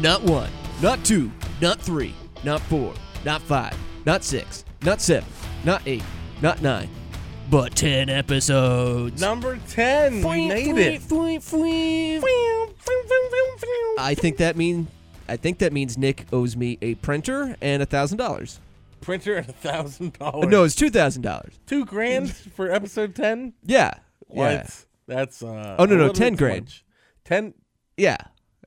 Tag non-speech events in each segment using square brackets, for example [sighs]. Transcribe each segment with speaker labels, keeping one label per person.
Speaker 1: Not one, not two, not three, not four, not five, not six, not seven, not eight, not nine, but 10 episodes.
Speaker 2: Number 10. We made it.
Speaker 1: I think that mean I think that means Nick owes me a printer and a thousand dollars. Uh,
Speaker 2: Printer at a thousand dollars.
Speaker 1: No, it's two thousand dollars. [laughs]
Speaker 2: two grand for episode ten.
Speaker 1: Yeah.
Speaker 2: What?
Speaker 1: Yeah.
Speaker 2: That's uh.
Speaker 1: Oh, no,
Speaker 2: a
Speaker 1: no,
Speaker 2: little
Speaker 1: 10
Speaker 2: too
Speaker 1: grand.
Speaker 2: much. Ten.
Speaker 1: Yeah.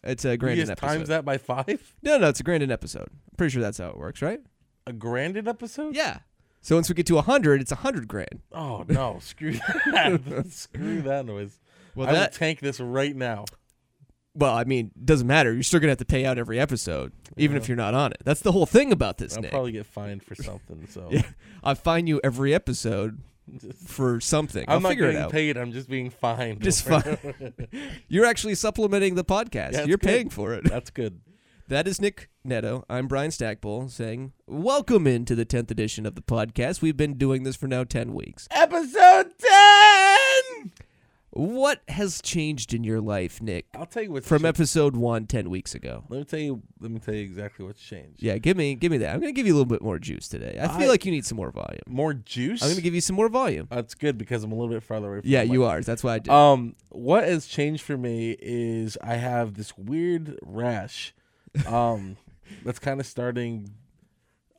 Speaker 1: It's a
Speaker 2: You
Speaker 1: grand an
Speaker 2: just
Speaker 1: episode.
Speaker 2: times that by five.
Speaker 1: No, no, it's a grand an episode. I'm pretty sure that's how it works, right?
Speaker 2: A grand an episode.
Speaker 1: Yeah. So once we get to a hundred, it's a hundred grand.
Speaker 2: Oh
Speaker 1: [laughs]
Speaker 2: no! Screw that! [laughs] Screw that noise.
Speaker 1: Well,
Speaker 2: I
Speaker 1: that-
Speaker 2: will tank this right now.
Speaker 1: Well, I mean, doesn't matter. You're still gonna have to pay out every episode, even if you're not on it. That's the whole thing about this,
Speaker 2: I'll
Speaker 1: Nick.
Speaker 2: probably get fined for something. So
Speaker 1: [laughs] I fine you every episode for something.
Speaker 2: I'm
Speaker 1: will
Speaker 2: not
Speaker 1: figure
Speaker 2: getting
Speaker 1: it [laughs] out.
Speaker 2: paid. I'm just being fined.
Speaker 1: Just fine. [laughs] You're actually supplementing the podcast.
Speaker 2: That's
Speaker 1: You're
Speaker 2: good.
Speaker 1: paying for
Speaker 2: [laughs]
Speaker 1: it.
Speaker 2: That's good.
Speaker 1: That is Nick Netto. I'm Brian Stackpole saying, Welcome into the 10th edition of the podcast. We've been doing this for now 10 weeks.
Speaker 2: Episode ten.
Speaker 1: What has changed in your life, Nick,
Speaker 2: I'll tell you what's
Speaker 1: from
Speaker 2: cha-
Speaker 1: episode one 10 weeks ago?
Speaker 2: Let me tell you. Let me tell you exactly what's changed.
Speaker 1: Yeah, give me give me that. I'm going to give you a little bit more juice today. I feel
Speaker 2: I-
Speaker 1: like you need some more volume.
Speaker 2: More juice.
Speaker 1: I'm going to give you some more volume. Uh,
Speaker 2: That's uh, good because I'm a little bit farther away. From
Speaker 1: Yeah,
Speaker 2: the mic.
Speaker 1: you are. That's why I did.
Speaker 2: Um, what has changed for me is I have this weird rash,
Speaker 1: [laughs]
Speaker 2: um, that's kind of starting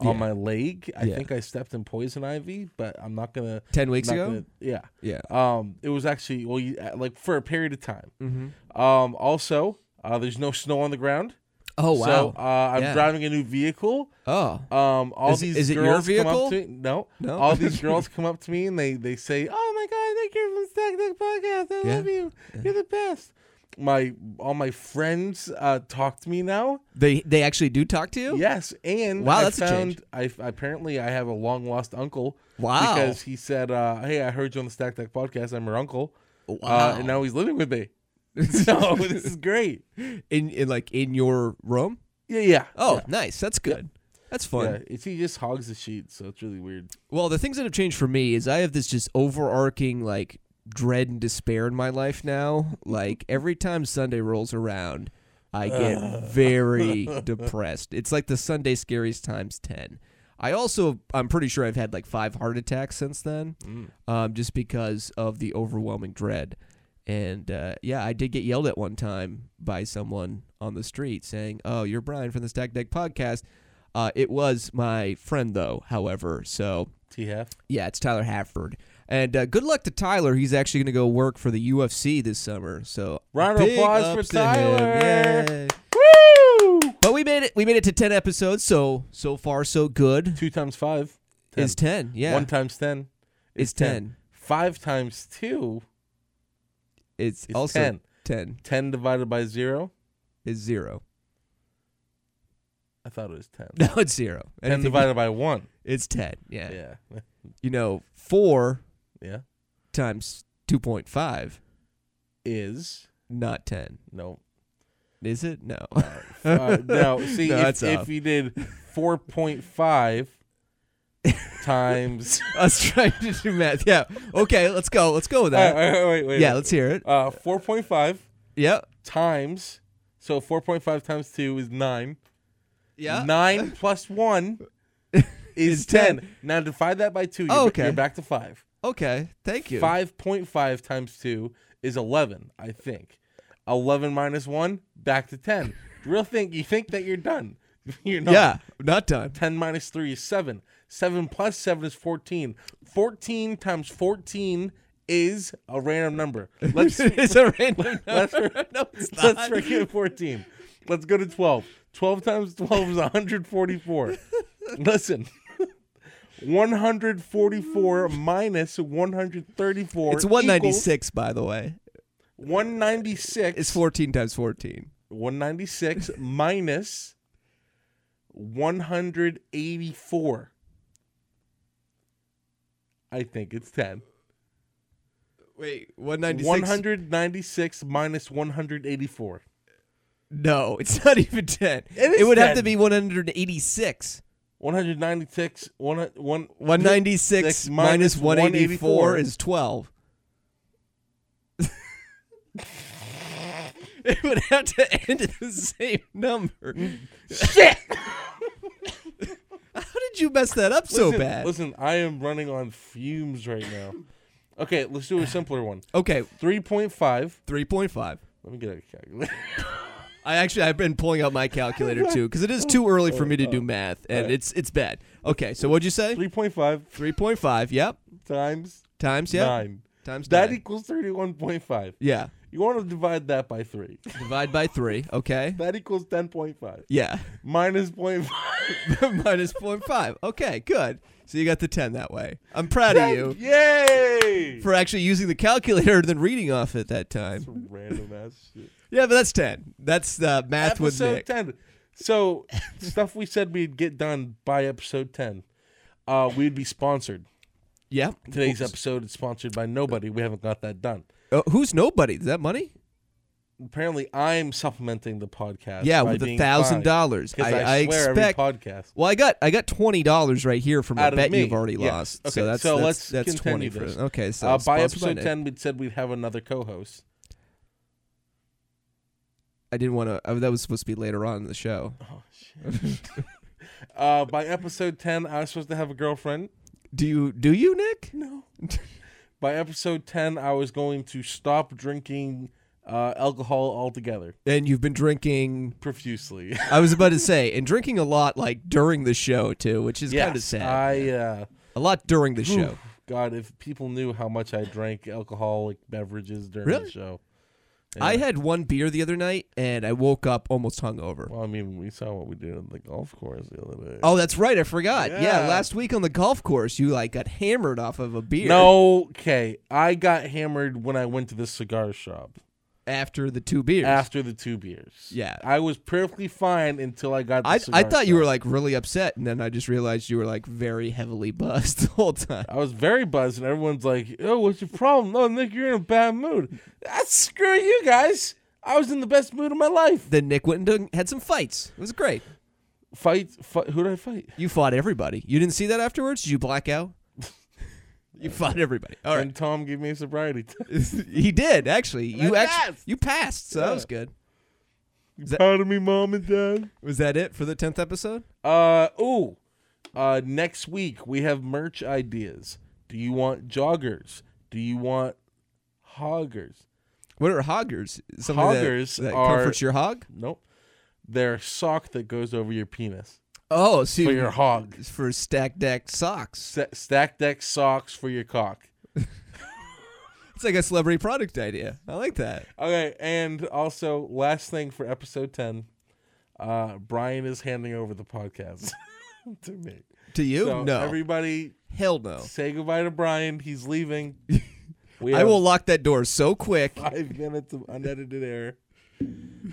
Speaker 2: on
Speaker 1: Yeah.
Speaker 2: my leg. I
Speaker 1: Yeah.
Speaker 2: think I stepped in poison ivy, but I'm not gonna.
Speaker 1: 10 weeks
Speaker 2: not
Speaker 1: ago?
Speaker 2: gonna- yeah.
Speaker 1: yeah.
Speaker 2: Um, it was actually well, you, uh, like for a period of time.
Speaker 1: Mm-hmm.
Speaker 2: Um, also, uh, there's no snow on the ground.
Speaker 1: Oh, wow.
Speaker 2: So uh, I'm
Speaker 1: Yeah.
Speaker 2: driving a new vehicle.
Speaker 1: oh.
Speaker 2: Um, all
Speaker 1: Is-
Speaker 2: these
Speaker 1: is it your
Speaker 2: girls
Speaker 1: vehicle?
Speaker 2: come up to me. No,
Speaker 1: No? [laughs]
Speaker 2: All these girls come up to me and they they say, "Oh my god, thank you from Stack Deck Podcast. I
Speaker 1: Yeah.
Speaker 2: love you. You're the best." My all my friends uh, talk to me now.
Speaker 1: They they actually do talk to you?
Speaker 2: Yes, and
Speaker 1: Oh. Wow,
Speaker 2: I
Speaker 1: that's a change.
Speaker 2: found I apparently I have a long lost uncle.
Speaker 1: Wow.
Speaker 2: because he said, uh, "Hey, I heard you on the Stack Deck Podcast. I'm your uncle."
Speaker 1: Wow.
Speaker 2: uh, and now he's living with me.
Speaker 1: [laughs]
Speaker 2: [laughs] so this is great.
Speaker 1: In, in like in your room?
Speaker 2: Yeah, yeah.
Speaker 1: Oh,
Speaker 2: yeah.
Speaker 1: nice. That's good. That's fun.
Speaker 2: Yeah, it's, he just hogs the sheets, so it's really weird.
Speaker 1: Well, the things that have changed for me is I have this just overarching like dread and despair in my life now. Like every time Sunday rolls around, I get very depressed. It's like the Sunday scaries times 10. I also I'm pretty sure I've had like 5 heart attacks since then. Um just because of the overwhelming dread. And uh, yeah, I did get yelled at one time by someone on the street saying, "Oh, you're Brian from the Stack Deck podcast." Uh, it was my friend though, however. So
Speaker 2: TF.
Speaker 1: yeah, it's Tyler Hafford. And uh, good luck to Tyler. He's actually going to go work for the UFC this summer. So
Speaker 2: Round of
Speaker 1: big
Speaker 2: applause for
Speaker 1: ups to him.
Speaker 2: Tyler.
Speaker 1: Yay.
Speaker 2: Woo!
Speaker 1: But we made it. We made it to ten episodes. So so far so good.
Speaker 2: Two times five.
Speaker 1: Is ten? Yeah,
Speaker 2: One times ten. is
Speaker 1: it's ten.
Speaker 2: Five times two
Speaker 1: It's,
Speaker 2: is
Speaker 1: also
Speaker 2: ten.
Speaker 1: ten
Speaker 2: Ten divided by zero.
Speaker 1: is zero. [laughs]
Speaker 2: I thought it was ten.
Speaker 1: No, it's zero.
Speaker 2: ten
Speaker 1: Anything-
Speaker 2: divided by one.
Speaker 1: [laughs] It's ten. Yeah.
Speaker 2: Yeah. [laughs]
Speaker 1: You know, four
Speaker 2: Yeah.
Speaker 1: times two point five,
Speaker 2: Is
Speaker 1: not ten. [laughs]
Speaker 2: no.
Speaker 1: Is it? No. [laughs]
Speaker 2: Uh, no. See,
Speaker 1: No,
Speaker 2: if,
Speaker 1: that's
Speaker 2: if
Speaker 1: off.
Speaker 2: you did four
Speaker 1: [laughs]
Speaker 2: point five times.
Speaker 1: Us trying to do math. Yeah. Okay. Let's go. Let's go with [laughs]
Speaker 2: All
Speaker 1: that.
Speaker 2: right, all right, [laughs] wait, wait.
Speaker 1: Yeah.
Speaker 2: wait.
Speaker 1: Let's hear it.
Speaker 2: Uh, four point five
Speaker 1: Yep.
Speaker 2: times. So four point five times two is nine.
Speaker 1: Yeah.
Speaker 2: Nine
Speaker 1: [laughs]
Speaker 2: plus one is
Speaker 1: Is 10.
Speaker 2: 10. Now divide that by two. You're,
Speaker 1: Oh,
Speaker 2: ba-
Speaker 1: okay.
Speaker 2: you're back to five.
Speaker 1: Okay. Thank you.
Speaker 2: Five point five times two is eleven. I think. Eleven minus one, back to
Speaker 1: [laughs]
Speaker 2: ten. Real thing. You think that you're done? [laughs] You're not.
Speaker 1: Yeah. Oh, Not done.
Speaker 2: Ten minus three is seven. Seven plus seven is fourteen. Fourteen times fourteen is a random number. [laughs] Let's
Speaker 1: [laughs]
Speaker 2: [laughs]
Speaker 1: it's a random
Speaker 2: let's,
Speaker 1: number. no, it's not.
Speaker 2: [laughs] let's forget 14. Let's go to 12. 12 times 12
Speaker 1: [laughs]
Speaker 2: is 144. Listen. 144 minus 134.
Speaker 1: It's
Speaker 2: equals
Speaker 1: 196, by the way.
Speaker 2: 196.
Speaker 1: It's 14 times 14. [laughs]
Speaker 2: 196 minus 184. I think it's 10.
Speaker 1: Wait, 196?
Speaker 2: 196 minus 184.
Speaker 1: No, it's not even 10. It,
Speaker 2: is
Speaker 1: would have to
Speaker 2: 10.
Speaker 1: be 186.
Speaker 2: 196 one, one,
Speaker 1: 196 minus
Speaker 2: minus
Speaker 1: 184
Speaker 2: 184.
Speaker 1: is 12. [laughs] it would have to end at the same number.
Speaker 2: Shit!
Speaker 1: How did you mess that up so
Speaker 2: Listen-
Speaker 1: bad?
Speaker 2: Listen, I am running on fumes right
Speaker 1: [coughs]
Speaker 2: now. Okay, let's do a simpler one.
Speaker 1: Okay,
Speaker 2: 3.5.
Speaker 1: 3.5.
Speaker 2: Let me get a calculator. [laughs]
Speaker 1: I actually I've been pulling out my calculator too because it is too early for me to do math and
Speaker 2: Alright.
Speaker 1: it's it's bad. Okay, so what'd you say?
Speaker 2: 3.5
Speaker 1: 3.5. Yep.
Speaker 2: times
Speaker 1: Times yep.
Speaker 2: 9.
Speaker 1: Times
Speaker 2: That e-
Speaker 1: nine.
Speaker 2: equals 31.5.
Speaker 1: Yeah.
Speaker 2: You want to divide that by 3.
Speaker 1: Divide by three. Okay.
Speaker 2: That equals 10.5.
Speaker 1: Yeah.
Speaker 2: Minus 0.5.
Speaker 1: [laughs] Minus 0.5. Okay. Good. So you got the 10 that way. I'm proud of you
Speaker 2: Yay!
Speaker 1: for actually using the calculator than reading off it that time.
Speaker 2: Random ass shit.
Speaker 1: Yeah, but that's 10. That's uh, math with
Speaker 2: episode
Speaker 1: Nick.
Speaker 2: 10. So, stuff we said we'd get done by episode 10. Uh, we'd be sponsored.
Speaker 1: Yeah.
Speaker 2: Today's episode is sponsored by nobody. We haven't got that done.
Speaker 1: Oh, who's nobody? Is that money?
Speaker 2: Apparently, I'm supplementing the podcast.
Speaker 1: yeah,
Speaker 2: by
Speaker 1: with a
Speaker 2: being
Speaker 1: thousand
Speaker 2: fine,
Speaker 1: dollars.
Speaker 2: 'cause I, swear
Speaker 1: expect.
Speaker 2: every podcast.
Speaker 1: Well, I got I got twenty dollars right here from a
Speaker 2: Out of
Speaker 1: bet
Speaker 2: me.
Speaker 1: you've already
Speaker 2: Yes.
Speaker 1: lost.
Speaker 2: Okay,
Speaker 1: So that's
Speaker 2: so
Speaker 1: that's,
Speaker 2: let's
Speaker 1: that's twenty
Speaker 2: continue
Speaker 1: for
Speaker 2: this.
Speaker 1: okay. So
Speaker 2: uh, by
Speaker 1: sponsored
Speaker 2: episode
Speaker 1: Nick.
Speaker 2: 10, we said we'd have another co-host.
Speaker 1: I didn't want to. I, that was supposed to be later on in the show.
Speaker 2: Oh shit. [laughs] uh, by episode 10, I was supposed to have a girlfriend.
Speaker 1: Do you do you Nick?
Speaker 2: No. by episode 10, I was going to stop drinking uh, alcohol altogether
Speaker 1: And you've been drinking.
Speaker 2: profusely. [laughs]
Speaker 1: I was about to say, and drinking a lot like during the show too, which is kind of sad.
Speaker 2: I uh,
Speaker 1: a lot during the show.
Speaker 2: Oof. God, if people knew how much I drank alcoholic beverages during
Speaker 1: Really?
Speaker 2: the show.
Speaker 1: I
Speaker 2: Yeah.
Speaker 1: had one beer the other night, and I woke up almost hungover.
Speaker 2: Well, I mean, we saw what we did on the golf course the other day.
Speaker 1: Oh, that's right. I forgot. Yeah.
Speaker 2: Yeah.
Speaker 1: last week on the golf course, you like got hammered off of a beer.
Speaker 2: no, okay. I got hammered when I went to the cigar shop
Speaker 1: after the two beers.
Speaker 2: after the two beers.
Speaker 1: Yeah.
Speaker 2: I was perfectly fine until I got. The
Speaker 1: I, I
Speaker 2: cigar
Speaker 1: thought you were
Speaker 2: shop.
Speaker 1: like really upset, and then I just realized you were like very heavily buzzed [laughs] the whole time.
Speaker 2: I was very buzzed, and everyone's like, "Oh, what's your problem? No, Nick, you're in a bad mood." That's screw you guys. I was in the best mood of my life.
Speaker 1: Then Nick went and had some fights. It was great.
Speaker 2: Fight, fight who did I fight?
Speaker 1: You fought everybody. You didn't see that afterwards? Did you black out? [laughs] you fought everybody. All right.
Speaker 2: And Tom gave me a sobriety test.
Speaker 1: [laughs] he did, actually. You
Speaker 2: I
Speaker 1: actually
Speaker 2: passed.
Speaker 1: you passed, so that
Speaker 2: Yeah.
Speaker 1: was good. that-
Speaker 2: Proud of me, mom and dad.
Speaker 1: Was that it for the tenth episode?
Speaker 2: Uh oh. Uh next week we have merch ideas. Do you want joggers? Do you want hoggers?
Speaker 1: What are hoggers? Something that-
Speaker 2: Hoggers
Speaker 1: that,
Speaker 2: are-
Speaker 1: comforts your hog?
Speaker 2: Nope. They're a sock that goes over your penis.
Speaker 1: Oh, so
Speaker 2: For
Speaker 1: you- [laughs]
Speaker 2: your hog.
Speaker 1: for stack deck socks.
Speaker 2: Sta stack deck socks for your cock.
Speaker 1: It's like a celebrity product idea. I like that.
Speaker 2: Okay, and also last thing for episode ten. Uh Brian is handing over the podcast [laughs] to me.
Speaker 1: To you?
Speaker 2: So
Speaker 1: no.
Speaker 2: everybody
Speaker 1: Hell no.
Speaker 2: say goodbye to Brian. He's
Speaker 1: [laughs]
Speaker 2: leaving. We
Speaker 1: I
Speaker 2: have
Speaker 1: will lock that door so quick.
Speaker 2: [laughs] five minutes of unedited air.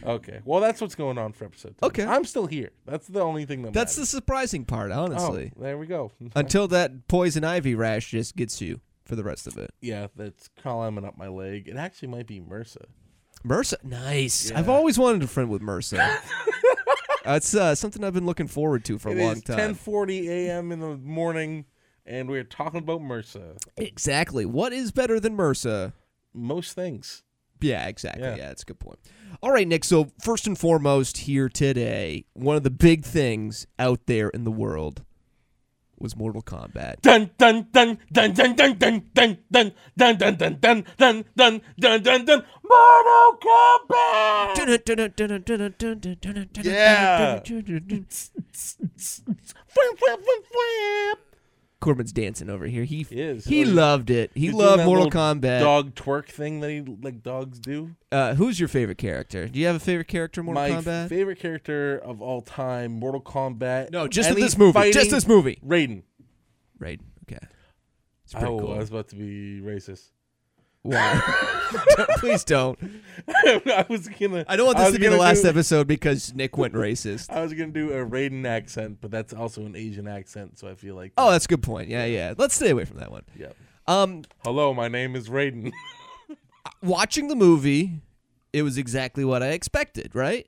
Speaker 2: Okay. Well, that's what's going on for episode. 10.
Speaker 1: Okay.
Speaker 2: I'm still here. That's the only thing that.
Speaker 1: That's
Speaker 2: matters.
Speaker 1: the surprising part, honestly. Uh,
Speaker 2: Oh, there we go.
Speaker 1: Until that poison ivy rash just gets you for the rest of it.
Speaker 2: [laughs] yeah, that's climbing up my leg. It actually might be MRSA.
Speaker 1: MRSA, nice. I've
Speaker 2: Yeah.
Speaker 1: always wanted a friend with
Speaker 2: [laughs]
Speaker 1: MRSA. That's uh, something I've been looking forward to for
Speaker 2: It
Speaker 1: a long
Speaker 2: is
Speaker 1: time.
Speaker 2: 10:40 a.m. in the morning, and we're talking about MRSA.
Speaker 1: exactly. What is better than MRSA?
Speaker 2: Most things.
Speaker 1: Yeah, exactly. Yeah.
Speaker 2: Yeah.
Speaker 1: that's a good point. All right, Nick. So first and foremost, here today, one of the big things out there in the world was Mortal Kombat.
Speaker 2: Dun dun dun dun dun dun dun dun dun dun dun dun dun dun dun dun dun dun. Mortal Kombat. Yeah. Flip, flip, flip, flip.
Speaker 1: Corbin's dancing over here. He
Speaker 2: He is.
Speaker 1: he
Speaker 2: Oh, he's-
Speaker 1: loved it. He
Speaker 2: He's doing
Speaker 1: loved
Speaker 2: that
Speaker 1: Mortal
Speaker 2: little
Speaker 1: Kombat.
Speaker 2: dog twerk thing that he like dogs do.
Speaker 1: Uh, who's your favorite character? Do you have a favorite character in Mortal
Speaker 2: My
Speaker 1: Kombat?
Speaker 2: favorite character of all time, Mortal Kombat.
Speaker 1: no, just in
Speaker 2: Any
Speaker 1: this movie.
Speaker 2: fighting-
Speaker 1: Just this movie.
Speaker 2: Raiden.
Speaker 1: Right. Okay. It's pretty
Speaker 2: Oh,
Speaker 1: cool.
Speaker 2: I was about to be racist. [laughs]
Speaker 1: Why? [laughs] Don't- Please don't.
Speaker 2: I was gonna.
Speaker 1: I don't want
Speaker 2: I
Speaker 1: this
Speaker 2: was
Speaker 1: to be the
Speaker 2: gonna
Speaker 1: last
Speaker 2: do,
Speaker 1: episode because Nick went racist.
Speaker 2: I was gonna do a Raiden accent, but that's also an Asian accent, so I feel like.
Speaker 1: Oh, that's a good point. Yeah, yeah. Let's stay away from that one.
Speaker 2: yeah.
Speaker 1: Um,
Speaker 2: Hello, my name is Raiden.
Speaker 1: watching the movie, it was exactly what I expected, right?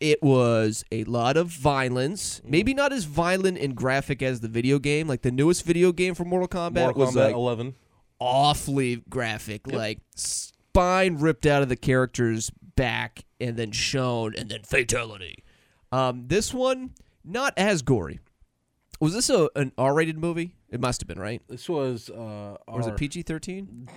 Speaker 1: It was a lot of violence.
Speaker 2: Mm.
Speaker 1: Maybe not as violent and graphic as the video game. Like the newest video game for Mortal Kombat
Speaker 2: Mortal
Speaker 1: was uh,
Speaker 2: Kombat
Speaker 1: like
Speaker 2: 11.
Speaker 1: awfully graphic, like spine ripped out of the character's back and then shown and then fatality. Um, this one not as gory. Was this a, an R-rated movie? It must have been, right?
Speaker 2: This was uh,
Speaker 1: Or was it PG-13?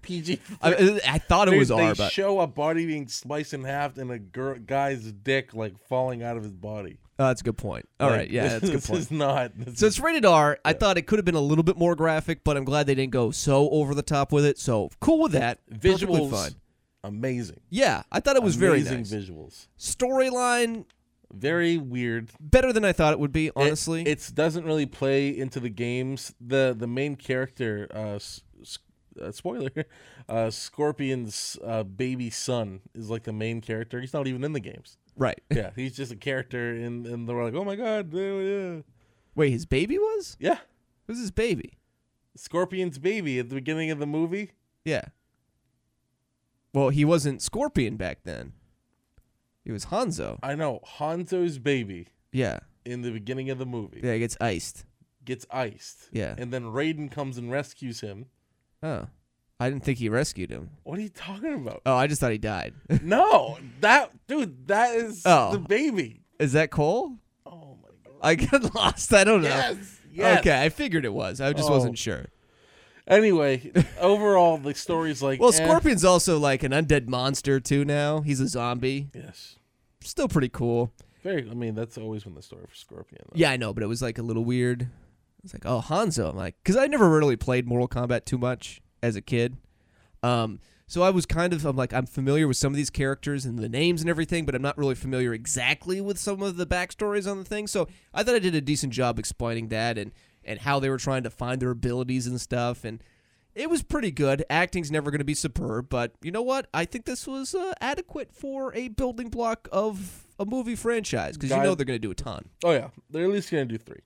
Speaker 2: PG?
Speaker 1: I, I thought it was
Speaker 2: Dude,
Speaker 1: R,
Speaker 2: [laughs] They
Speaker 1: but
Speaker 2: show a body being sliced in half and a gir- guy's dick like falling out of his body.
Speaker 1: oh, that's a good point. All right,
Speaker 2: Like,
Speaker 1: yeah, that's a
Speaker 2: [laughs]
Speaker 1: good
Speaker 2: this
Speaker 1: point.
Speaker 2: is not. This
Speaker 1: So
Speaker 2: is-
Speaker 1: it's rated R. I thought it could have been a little bit more graphic, but I'm glad they didn't go so over the top with it. So cool with that. Perfectly
Speaker 2: visuals
Speaker 1: fine.
Speaker 2: amazing.
Speaker 1: Yeah, I thought it was very
Speaker 2: amazing
Speaker 1: nice.
Speaker 2: visuals.
Speaker 1: Storyline
Speaker 2: Very weird.
Speaker 1: better than I thought it would be. Honestly,
Speaker 2: it it's- doesn't really play into the games. the The main character, uh, s- s- uh, spoiler, [laughs] uh, Scorpion's uh, baby son is like the main character. He's not even in the games.
Speaker 1: right? [laughs]
Speaker 2: Yeah, he's just a character, and and they're like, oh my god, yeah, yeah,
Speaker 1: Wait, his baby was?
Speaker 2: yeah.
Speaker 1: Who's his baby?
Speaker 2: Scorpion's baby at the beginning of the movie.
Speaker 1: Yeah. Well, he wasn't Scorpion back then. He was Hanzo.
Speaker 2: I know Hanzo's baby
Speaker 1: Yeah.
Speaker 2: in the beginning of the movie
Speaker 1: Yeah, he gets iced.
Speaker 2: gets iced,
Speaker 1: Yeah.
Speaker 2: and then Raiden comes and rescues him.
Speaker 1: Oh, I didn't think he rescued him.
Speaker 2: What are you talking about?
Speaker 1: Oh, I just thought he died. [laughs]
Speaker 2: no, that dude, that is
Speaker 1: Oh.
Speaker 2: the baby.
Speaker 1: Is that Cole?
Speaker 2: Oh my god.
Speaker 1: I got [laughs] lost. I don't know.
Speaker 2: Yes. Yes.
Speaker 1: Okay, I figured it was. I just
Speaker 2: Oh.
Speaker 1: wasn't sure.
Speaker 2: Anyway, overall, the story's like
Speaker 1: Well,
Speaker 2: eh.
Speaker 1: Scorpion's also like an undead monster too now. He's a zombie.
Speaker 2: Yes.
Speaker 1: Still pretty cool.
Speaker 2: Very. I mean, that's always been the story for Scorpion. though.
Speaker 1: Yeah, I know, but it was like a little weird. It's like, oh, Hanzo. I'm like, because I never really played Mortal Kombat too much as a kid. Um, so I was kind of, I'm like, I'm familiar with some of these characters and the names and everything, but I'm not really familiar exactly with some of the backstories on the thing. So I thought I did a decent job explaining that and and how they were trying to find their abilities and stuff. And it was pretty good. Acting's never going to be superb, but you know what? I think this was uh, adequate for a building block of a movie franchise because you
Speaker 2: Guy-
Speaker 1: know they're going to do a ton.
Speaker 2: Oh yeah, they're at least gonna do three.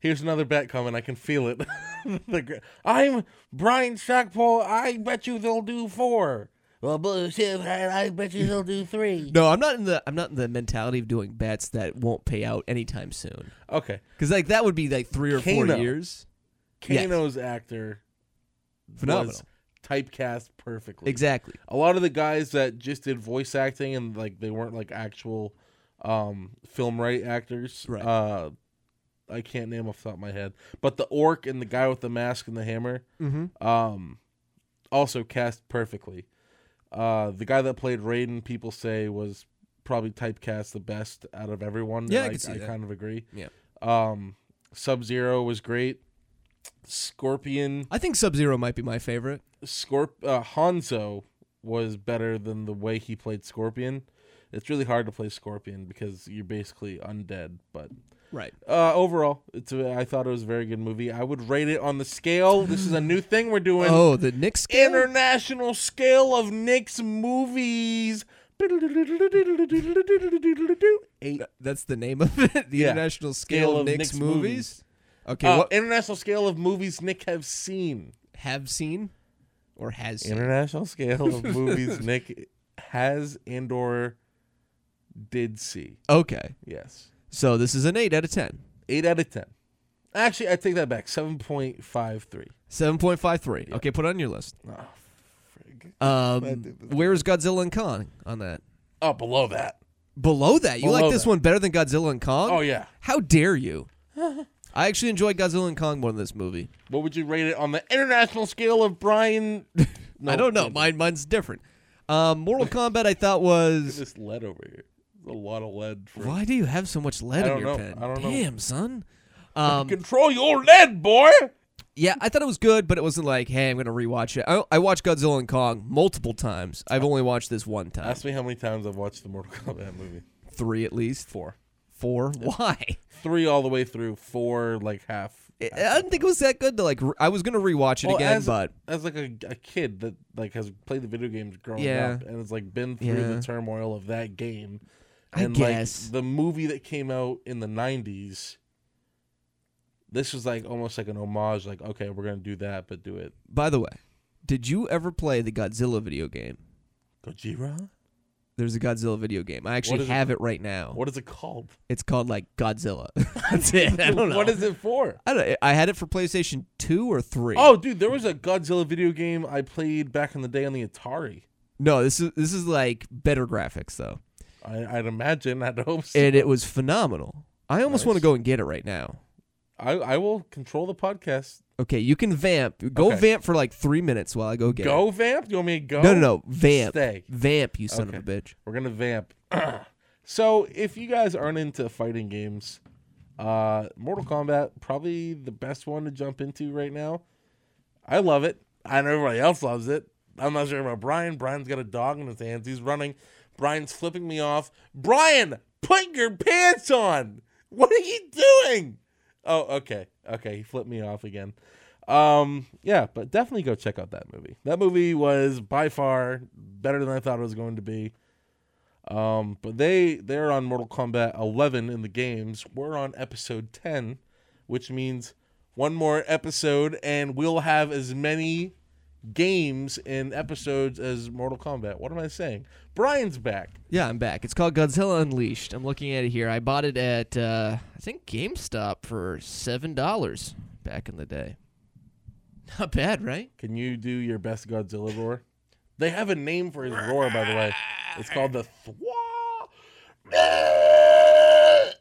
Speaker 2: Here's another bet coming. I can feel it. [laughs] The gr- I'm Brian Shackpole. I bet you they'll do four. Well, bullshit. I I bet you they'll
Speaker 1: [laughs]
Speaker 2: do three.
Speaker 1: No, I'm not in the I'm not in the mentality of doing bets that won't pay out anytime soon.
Speaker 2: Okay,
Speaker 1: Because like that would be like three or four
Speaker 2: Kano.
Speaker 1: years. Yes.
Speaker 2: Kano's actor
Speaker 1: Phenomenal.
Speaker 2: was typecast perfectly.
Speaker 1: Exactly.
Speaker 2: a lot of the guys that just did voice acting and like they weren't like actual um film right actors
Speaker 1: Right.
Speaker 2: uh i can't name off the top of my head but the orc and the guy with the mask and the hammer
Speaker 1: Mm-hmm.
Speaker 2: um also cast perfectly uh the guy that played raiden people say was probably typecast the best out of everyone and
Speaker 1: Yeah, I could see that.
Speaker 2: kind of agree
Speaker 1: Yeah.
Speaker 2: um sub zero was great scorpion
Speaker 1: I think Sub Zero might be my favorite.
Speaker 2: Scorp uh, Hanzo was better than the way he played Scorpion. It's really hard to play Scorpion because you're basically undead. But
Speaker 1: Right.
Speaker 2: uh, overall, it's a, I thought it was a very good movie. I would rate it on the scale. This is a new thing we're doing.
Speaker 1: Oh, the Knicks game?
Speaker 2: International scale of Nick's movies. Eight.
Speaker 1: That's the name of it. The
Speaker 2: Yeah.
Speaker 1: International Scale, of Knicks, movies. Okay,
Speaker 2: Uh,
Speaker 1: what
Speaker 2: international scale of movies Nick have seen.
Speaker 1: have seen or has seen?
Speaker 2: international scale [laughs] of movies Nick has and or did see.
Speaker 1: okay.
Speaker 2: Yes.
Speaker 1: So this is an eight out of ten.
Speaker 2: Eight out of ten. Actually, I take that back. Seven point five three.
Speaker 1: Seven point five three. Okay, put it on your list.
Speaker 2: Oh, frig.
Speaker 1: Um, where's Godzilla and Kong on that?
Speaker 2: Oh, below that.
Speaker 1: Below that, you like
Speaker 2: Below
Speaker 1: this
Speaker 2: that.
Speaker 1: one better than Godzilla and Kong?
Speaker 2: Oh yeah.
Speaker 1: How dare you? [laughs] I actually enjoyed Godzilla and Kong more than this movie.
Speaker 2: What would you rate it on the international scale of [laughs] Brian? No,
Speaker 1: I don't know.
Speaker 2: wait,
Speaker 1: Mine, mine's different. Um, Mortal Kombat, I thought
Speaker 2: [laughs]
Speaker 1: was.
Speaker 2: This lead over here. There's a lot of lead. For
Speaker 1: Why do you have so much lead
Speaker 2: I
Speaker 1: in
Speaker 2: don't
Speaker 1: your
Speaker 2: know.
Speaker 1: pen?
Speaker 2: I don't know.
Speaker 1: Damn, son. Um,
Speaker 2: Control your lead, boy.
Speaker 1: yeah, I thought it was good, but it wasn't like, hey, I'm gonna rewatch it. I, I watched Godzilla and Kong multiple times. I've only watched this one time,
Speaker 2: Ask me how many times I've watched the Mortal Kombat movie.
Speaker 1: three at least,
Speaker 2: Four.
Speaker 1: four.
Speaker 2: [laughs]
Speaker 1: Why?
Speaker 2: Three all the way through. Four like half.
Speaker 1: I I didn't think it was that good to like. Re- I was gonna rewatch it
Speaker 2: Well,
Speaker 1: again,
Speaker 2: as,
Speaker 1: but
Speaker 2: as like a, a kid that like has played the video games growing
Speaker 1: Yeah.
Speaker 2: up and it's like been through
Speaker 1: Yeah.
Speaker 2: the turmoil of that game.
Speaker 1: I
Speaker 2: And
Speaker 1: guess.
Speaker 2: like the movie that came out in the '90s, this was like almost like an homage. Like, okay, we're gonna do that, but do it
Speaker 1: by the way, did you ever play the Godzilla video game?
Speaker 2: Gojira.
Speaker 1: There's a Godzilla video game. I actually
Speaker 2: is it-
Speaker 1: have it, right now.
Speaker 2: What is it called?
Speaker 1: It's called like Godzilla. [laughs] That's it. I don't know.
Speaker 2: [laughs] What is it for?
Speaker 1: I, don't, I had it for PlayStation Two or Three.
Speaker 2: Oh, dude, there was a Godzilla video game I played back in the day on the Atari.
Speaker 1: No, this is this is like better graphics though,
Speaker 2: I, I'd imagine. I'd hope so.
Speaker 1: and it was phenomenal. I almost
Speaker 2: Nice.
Speaker 1: want to go and get it right now.
Speaker 2: I, I will control the podcast.
Speaker 1: Okay, you can vamp. Go
Speaker 2: Okay.
Speaker 1: vamp for like three minutes while I go get it.
Speaker 2: Go vamp. You want me to go?
Speaker 1: No, no, no, vamp,
Speaker 2: Stay.
Speaker 1: vamp, you son
Speaker 2: Okay.
Speaker 1: of a bitch.
Speaker 2: We're gonna vamp. [clears throat] so if you guys aren't into fighting games, uh, Mortal Kombat probably the best one to jump into right now. I love it. I know everybody else loves it. I'm not sure about Brian. Brian's got a dog in his hands. He's running. Brian's flipping me off. Brian, put your pants on. What are you doing? Oh, okay. Okay, he flipped me off again. Um, yeah, but definitely go check out that movie. That movie was by far better than I thought it was going to be. Um, but they they're on Mortal Kombat 11 in the games. We're on episode 10, which means one more episode, and we'll have as many games and episodes as Mortal Kombat. What am I saying? Brian's back.
Speaker 1: Yeah, I'm back. It's called Godzilla Unleashed. I'm looking at it here. I bought it at uh, I think GameStop for seven dollars back in the day. [laughs] Not bad, right?
Speaker 2: Can you do your best Godzilla roar? They have a name for his roar, by the way. It's called the Thwa.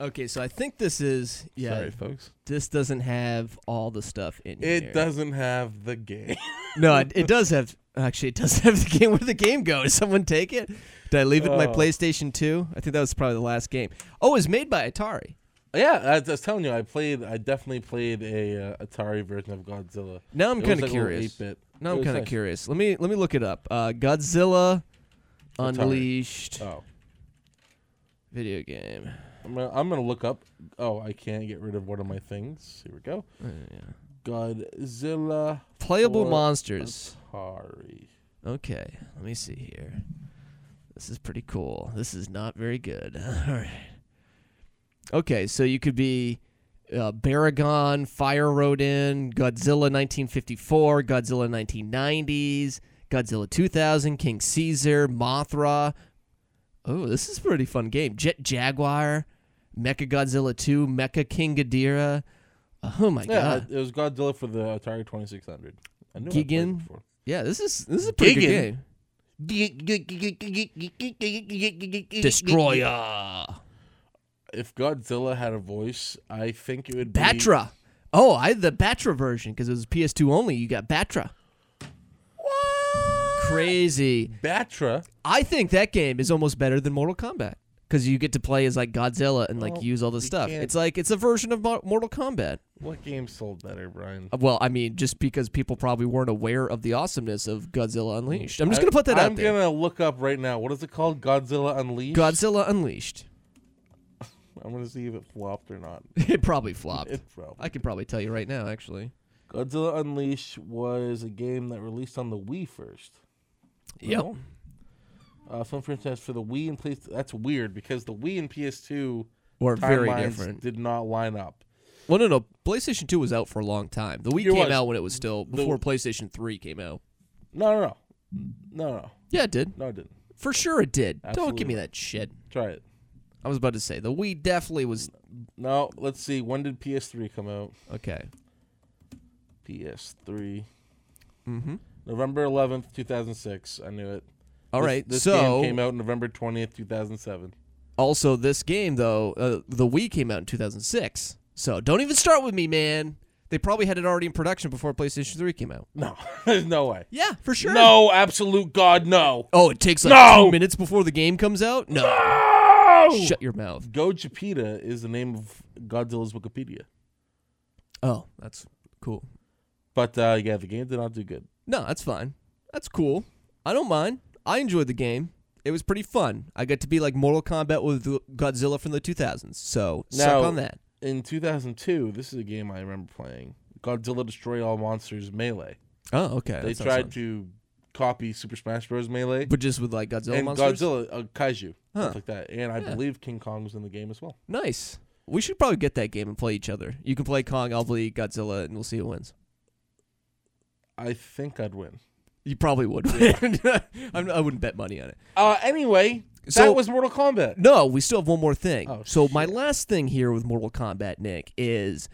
Speaker 1: Okay, so I think this is yeah.
Speaker 2: Sorry, folks.
Speaker 1: This doesn't have all the stuff in
Speaker 2: It
Speaker 1: here.
Speaker 2: doesn't have the game.
Speaker 1: No, it, it does have. Actually, it does [laughs] have the game. Where the game go? Did [laughs] someone take it? Did I leave it in my
Speaker 2: Oh.
Speaker 1: PlayStation Two? I think that was probably the last game. Oh, it was made by Atari.
Speaker 2: Yeah, I, I was telling you, I played. I definitely played a uh, Atari version of Godzilla.
Speaker 1: Now I'm
Speaker 2: It
Speaker 1: kind
Speaker 2: was like a
Speaker 1: of
Speaker 2: little
Speaker 1: curious.
Speaker 2: 8-bit.
Speaker 1: Now
Speaker 2: It
Speaker 1: I'm
Speaker 2: was
Speaker 1: kind of
Speaker 2: nice.
Speaker 1: curious. Let me let me look it up. Uh, Godzilla Unleashed
Speaker 2: Oh,
Speaker 1: video game.
Speaker 2: I'm gonna, I'm gonna look up. Oh, I can't get rid of one of my things. Here we go.
Speaker 1: Uh, yeah.
Speaker 2: Godzilla
Speaker 1: Playable
Speaker 2: Or-
Speaker 1: monsters.
Speaker 2: Atari.
Speaker 1: Okay, let me see here. This is pretty cool. This is not very good. [laughs] All right. Okay, so you could be uh, Baragon, Fire Rodin, Godzilla 1954, Godzilla 1990s, Godzilla 2000, King Caesar, Mothra. Oh, this is a pretty fun game. Jet Jaguar, Mecha Godzilla 2, Mecha King Ghidorah. Oh my
Speaker 2: Yeah,
Speaker 1: god.
Speaker 2: it was Godzilla for the Atari 2600. I knew I played
Speaker 1: Gigan.
Speaker 2: it before.
Speaker 1: Yeah, this is this is a pretty good
Speaker 2: Gigan.
Speaker 1: game. Destroyer.
Speaker 2: If Godzilla had a voice, I think it would be
Speaker 1: Batra. Oh, I had the Batra version because it was PS2 only. You got Batra. Crazy.
Speaker 2: Batra.
Speaker 1: I think that game is almost better than Mortal Kombat because you get to play as like Godzilla and like
Speaker 2: Well,
Speaker 1: use all this
Speaker 2: you
Speaker 1: stuff.
Speaker 2: can't-
Speaker 1: It's like it's a version of Mo- Mortal Kombat.
Speaker 2: What game sold better, Brian?
Speaker 1: Uh, Well, I mean, just because people probably weren't aware of the awesomeness of Godzilla Unleashed. I'm just
Speaker 2: I-
Speaker 1: gonna put that
Speaker 2: I'm
Speaker 1: out there.
Speaker 2: gonna look up right now. What is it called? Godzilla Unleashed.
Speaker 1: Godzilla Unleashed. [laughs]
Speaker 2: I'm gonna see if it flopped or not. [laughs]
Speaker 1: It probably flopped.
Speaker 2: It probably.
Speaker 1: I could probably tell you right now, actually.
Speaker 2: Godzilla Unleashed was a game that released on the Wii first.
Speaker 1: Yep.
Speaker 2: Well, Uh, film franchise for the Wii and PS. That's weird because the Wii and PS2
Speaker 1: Were very
Speaker 2: timelines
Speaker 1: different.
Speaker 2: Did not line up.
Speaker 1: Well, no, no. PlayStation 2 was out for a long time. The Wii
Speaker 2: It
Speaker 1: came
Speaker 2: was.
Speaker 1: out when it was still before PlayStation 3 came out.
Speaker 2: No, no, no, no, no,
Speaker 1: Yeah, it did.
Speaker 2: no. It didn't.
Speaker 1: For sure it did. Don't give me
Speaker 2: Absolutely.
Speaker 1: that shit.
Speaker 2: Try it.
Speaker 1: I was about to say the Wii definitely was
Speaker 2: No, let's see. When did PS3 come out?
Speaker 1: okay.
Speaker 2: PS3,
Speaker 1: Mhm.
Speaker 2: November 11th, 2006. I knew it.
Speaker 1: All
Speaker 2: This-
Speaker 1: right.
Speaker 2: This
Speaker 1: so
Speaker 2: game came out November 20th, 2007.
Speaker 1: also this game though, uh, the Wii came out in 2006. So don't even start with me, man. They probably had it already in production before PlayStation 3 came out.
Speaker 2: [laughs] No, [laughs] there's no way.
Speaker 1: Yeah, for sure.
Speaker 2: No, absolute God, no.
Speaker 1: Oh, it takes like
Speaker 2: No!
Speaker 1: 2 minutes before the game comes out? No.
Speaker 2: No!
Speaker 1: Shut your mouth.
Speaker 2: Go Japita is the name of Godzilla's Wikipedia.
Speaker 1: Oh, that's cool.
Speaker 2: But uh, yeah, the game did not do good.
Speaker 1: No, that's fine. That's cool. I don't mind. I enjoyed the game. It was pretty fun. I got to be like Mortal Kombat with the- Godzilla from the 2000s. So suck
Speaker 2: Now-
Speaker 1: on that.
Speaker 2: In 2002, this is a game I remember playing Godzilla Destroy All Monsters Melee.
Speaker 1: Oh, okay.
Speaker 2: They tried to copy Super Smash Bros. Melee
Speaker 1: but just with like Godzilla
Speaker 2: and
Speaker 1: monsters.
Speaker 2: Godzilla, uh, Kaiju,
Speaker 1: Huh.
Speaker 2: stuff like that. And I
Speaker 1: Yeah.
Speaker 2: believe King Kong was in the game as well.
Speaker 1: Nice. We should probably get that game and play each other. You can play Kong, I'll play Godzilla, and we'll see who wins.
Speaker 2: I think I'd win.
Speaker 1: You probably would. win. [laughs] I'm- I wouldn't bet money on it.
Speaker 2: Uh, anyway,
Speaker 1: So-
Speaker 2: that was Mortal Kombat.
Speaker 1: No, we still have one more thing.
Speaker 2: Oh,
Speaker 1: so my last thing here with Mortal Kombat, Nick, is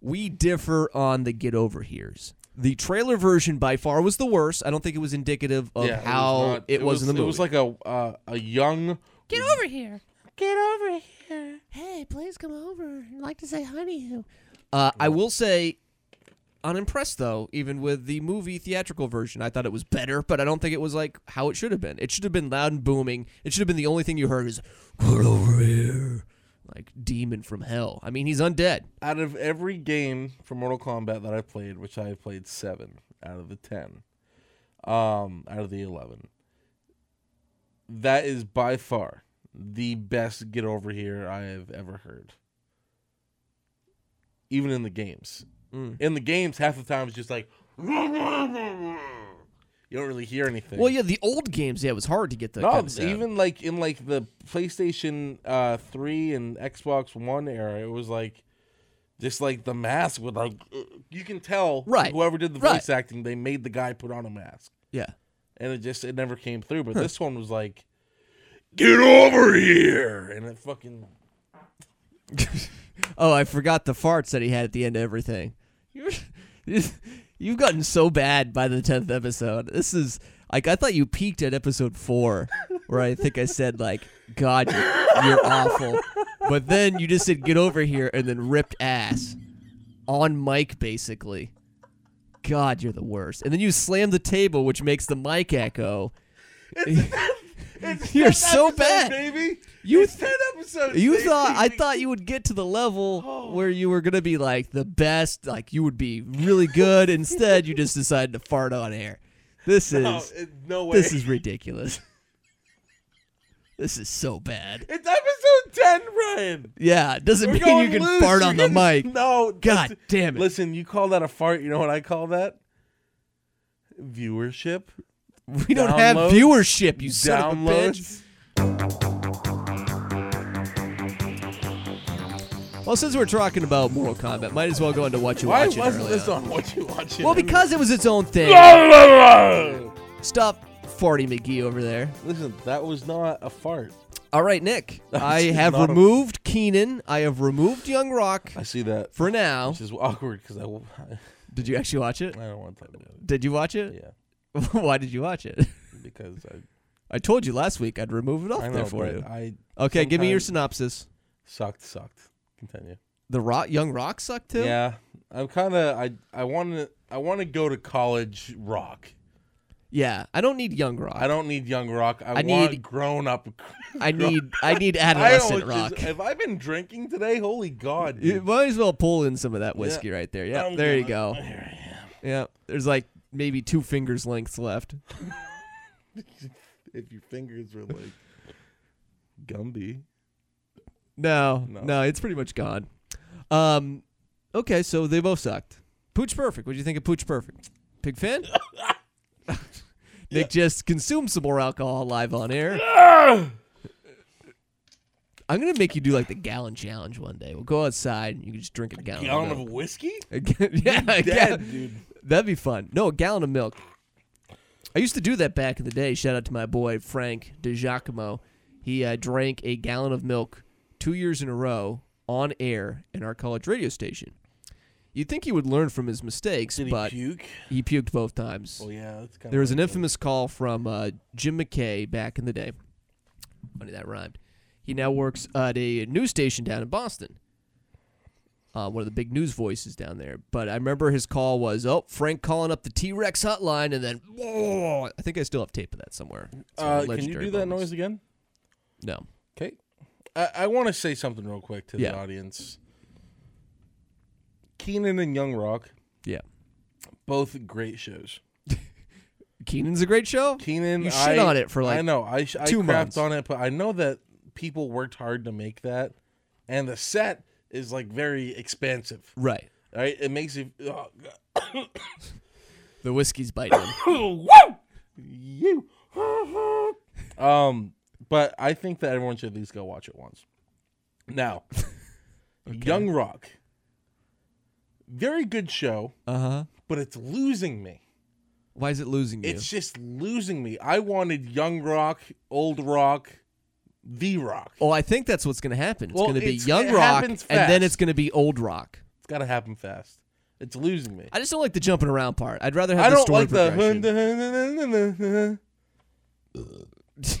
Speaker 1: we differ on the get over here's. The trailer version by far was the worst. I don't think it was indicative of
Speaker 2: Yeah,
Speaker 1: how
Speaker 2: not-
Speaker 1: it, was, in the movie.
Speaker 2: It was like a uh, a young
Speaker 3: Get over here.
Speaker 2: get over here.
Speaker 1: hey, please come over. I'd like to say hi to you. Uh, I will say, unimpressed though, even with the movie theatrical version. I thought it was better, but I don't think it was like how it should have been. It should have been loud and booming. It should have been the only thing you heard is, get over here. Like demon from hell. I mean, he's undead.
Speaker 2: Out of every game for Mortal Kombat that I played, which I have played seven out of the ten, um, out of the eleven, that is by far the best get over here I have ever heard. Even in the games,
Speaker 1: Mm.
Speaker 2: in the games, half the time it's just like [laughs] you don't really hear anything.
Speaker 1: Well, yeah, the old games, yeah, it was hard to get the.
Speaker 2: no,
Speaker 1: kind of sound.
Speaker 2: Oh, even like in like the PlayStation uh, three and Xbox One era, it was like just like the mask would like you can tell
Speaker 1: Right.
Speaker 2: whoever did the
Speaker 1: Right.
Speaker 2: voice acting, they made the guy put on a mask,
Speaker 1: Yeah.
Speaker 2: and it just it never came through. But this one was like, get over here, and it fucking
Speaker 1: [laughs] Oh, I forgot the farts that he had at the end of everything. [laughs] You're, you've gotten so bad by the tenth episode. This is like I thought you peaked at episode four, where I think I said like, "God, you're, you're awful," but then you just said, "Get over here," and then ripped ass on mic basically. God, you're the worst. And then you slammed the table, which makes the mic echo. [laughs] you're so
Speaker 2: episode,
Speaker 1: bad.
Speaker 2: baby.
Speaker 1: You
Speaker 2: It's ten episodes.
Speaker 1: You
Speaker 2: baby.
Speaker 1: thought I thought you would get to the level
Speaker 2: Oh.
Speaker 1: where you were gonna be like the best, like you would be really
Speaker 2: [laughs]
Speaker 1: good. Instead, you just decided to fart on air. This is
Speaker 2: [laughs] No, it, no way.
Speaker 1: this is ridiculous. this is so bad.
Speaker 2: it's episode ten,
Speaker 1: [laughs]
Speaker 2: Ryan.
Speaker 1: Yeah, it doesn't
Speaker 2: We're
Speaker 1: mean
Speaker 2: going
Speaker 1: you can
Speaker 2: loose.
Speaker 1: fart
Speaker 2: We're
Speaker 1: on the
Speaker 2: getting-
Speaker 1: mic.
Speaker 2: [laughs] No,
Speaker 1: God
Speaker 2: that's-
Speaker 1: damn it.
Speaker 2: Listen, you call that a fart. You know what I call that? Viewership.
Speaker 1: we don't have
Speaker 2: downloads,
Speaker 1: viewership. You son of a bitch.
Speaker 2: Downloads.
Speaker 1: Well, since we're talking about Mortal Kombat, might as well go into what you
Speaker 2: Why
Speaker 1: watching.
Speaker 2: wasn't
Speaker 1: early
Speaker 2: this
Speaker 1: on.
Speaker 2: on what you watching?
Speaker 1: Well, because it was its own thing. Stop, farty McGee over there.
Speaker 2: [laughs] Listen, that was not a fart.
Speaker 1: All right,
Speaker 2: [laughs]
Speaker 1: Nick. I
Speaker 2: is
Speaker 1: have
Speaker 2: not a-
Speaker 1: removed Keenan. I have removed Young Rock
Speaker 2: I see that.
Speaker 1: for now.
Speaker 2: Which is awkward because I, w- [laughs] I
Speaker 1: Did you actually watch it?
Speaker 2: don't want to talk about it.
Speaker 1: Did you watch it?
Speaker 2: Yeah,
Speaker 1: [laughs] Why did you watch it? [laughs]
Speaker 2: because I,
Speaker 1: I told you last week I'd remove it off
Speaker 2: I know,
Speaker 1: there for
Speaker 2: but
Speaker 1: you.
Speaker 2: I
Speaker 1: Okay, give me your
Speaker 2: sometimes-
Speaker 1: synopsis.
Speaker 2: sucked, sucked. Continue.
Speaker 1: The rock, Young Rock sucked too.
Speaker 2: Yeah, I'm kind of I I want to I want to go to college rock.
Speaker 1: Yeah, I don't need Young Rock.
Speaker 2: I don't need young rock. I,
Speaker 1: I
Speaker 2: want
Speaker 1: need-
Speaker 2: grown [laughs] up.
Speaker 1: I need I need
Speaker 2: [laughs] I
Speaker 1: adolescent
Speaker 2: always
Speaker 1: rock.
Speaker 2: just- Have I been drinking today? Holy God!
Speaker 1: you
Speaker 2: dude.
Speaker 1: might as well pull in some of that whiskey right there. Yeah,
Speaker 2: I'm
Speaker 1: there you go.
Speaker 2: gonna- There I am.
Speaker 1: Yeah, there's like maybe two fingers lengths left.
Speaker 2: If your fingers were like Gumby,
Speaker 1: No, no,
Speaker 2: No.
Speaker 1: it's pretty much gone. Um, okay, so they both sucked. Pooch Perfect. What do you think of Pooch Perfect? Pig
Speaker 2: [laughs]
Speaker 1: fan? Nick just consumed some more alcohol live on
Speaker 2: [laughs]
Speaker 1: air. I'm gonna make you do like the gallon challenge one day. We'll go outside and you can just drink a gallon.
Speaker 2: gallon
Speaker 1: of
Speaker 2: of
Speaker 1: milk.
Speaker 2: whiskey.
Speaker 1: [laughs] yeah, a
Speaker 2: Dead,
Speaker 1: gallon-
Speaker 2: Oh [laughs] dude.
Speaker 1: that'd be fun. No, a gallon of milk. I used to do that back in the day. Shout out to my boy Frank DiGiacomo. He uh, drank a gallon of milk two years in a row on air in our college radio station. You'd think he would learn from his mistakes,
Speaker 2: Did he
Speaker 1: but
Speaker 2: puke?
Speaker 1: he puked both times.
Speaker 2: Oh yeah, that's kind
Speaker 1: There was an infamous call from uh, Jim McKay back in the day. Funny that rhymed. He now works at a news station down in Boston. Uh, one of the big news voices down there. But I remember his call was, oh, Frank calling up the T Rex hotline, and then, whoa. I think I still have tape of that somewhere. It's one of the
Speaker 2: Uh, can you
Speaker 1: legendary
Speaker 2: do that
Speaker 1: moments.
Speaker 2: noise again?
Speaker 1: No.
Speaker 2: Okay. I, I want to say something real quick to
Speaker 1: Yeah.
Speaker 2: the audience. Keenan and Young Rock,
Speaker 1: Yeah.
Speaker 2: both great shows.
Speaker 1: Keenan's a great show.
Speaker 2: Keenan,
Speaker 1: You
Speaker 2: I,
Speaker 1: shit on it for, like,
Speaker 2: I know I sh- I
Speaker 1: two
Speaker 2: crapped
Speaker 1: months.
Speaker 2: on it, but I know that people worked hard to make that, and the set is like very expansive.
Speaker 1: Right.
Speaker 2: Right, it makes you. Oh,
Speaker 1: The whiskey's biting him.
Speaker 2: Woo! You. um, but I think that everyone should at least go watch it once. Now, Young Rock, very good show,
Speaker 1: Uh huh.
Speaker 2: but it's losing me.
Speaker 1: Why is it losing you?
Speaker 2: It's just losing me. I wanted Young Rock, Old Rock, The Rock.
Speaker 1: Oh, I think that's what's going to happen. It's
Speaker 2: Well,
Speaker 1: going to be
Speaker 2: it's-
Speaker 1: Young
Speaker 2: it
Speaker 1: Rock,
Speaker 2: happens
Speaker 1: and then
Speaker 2: fast.
Speaker 1: it's going to be Old Rock.
Speaker 2: It's got to happen fast. It's losing me.
Speaker 1: I just don't like the jumping around part. I'd rather have
Speaker 2: I
Speaker 1: the
Speaker 2: don't
Speaker 1: story
Speaker 2: like the.
Speaker 1: progression.
Speaker 2: [laughs] It's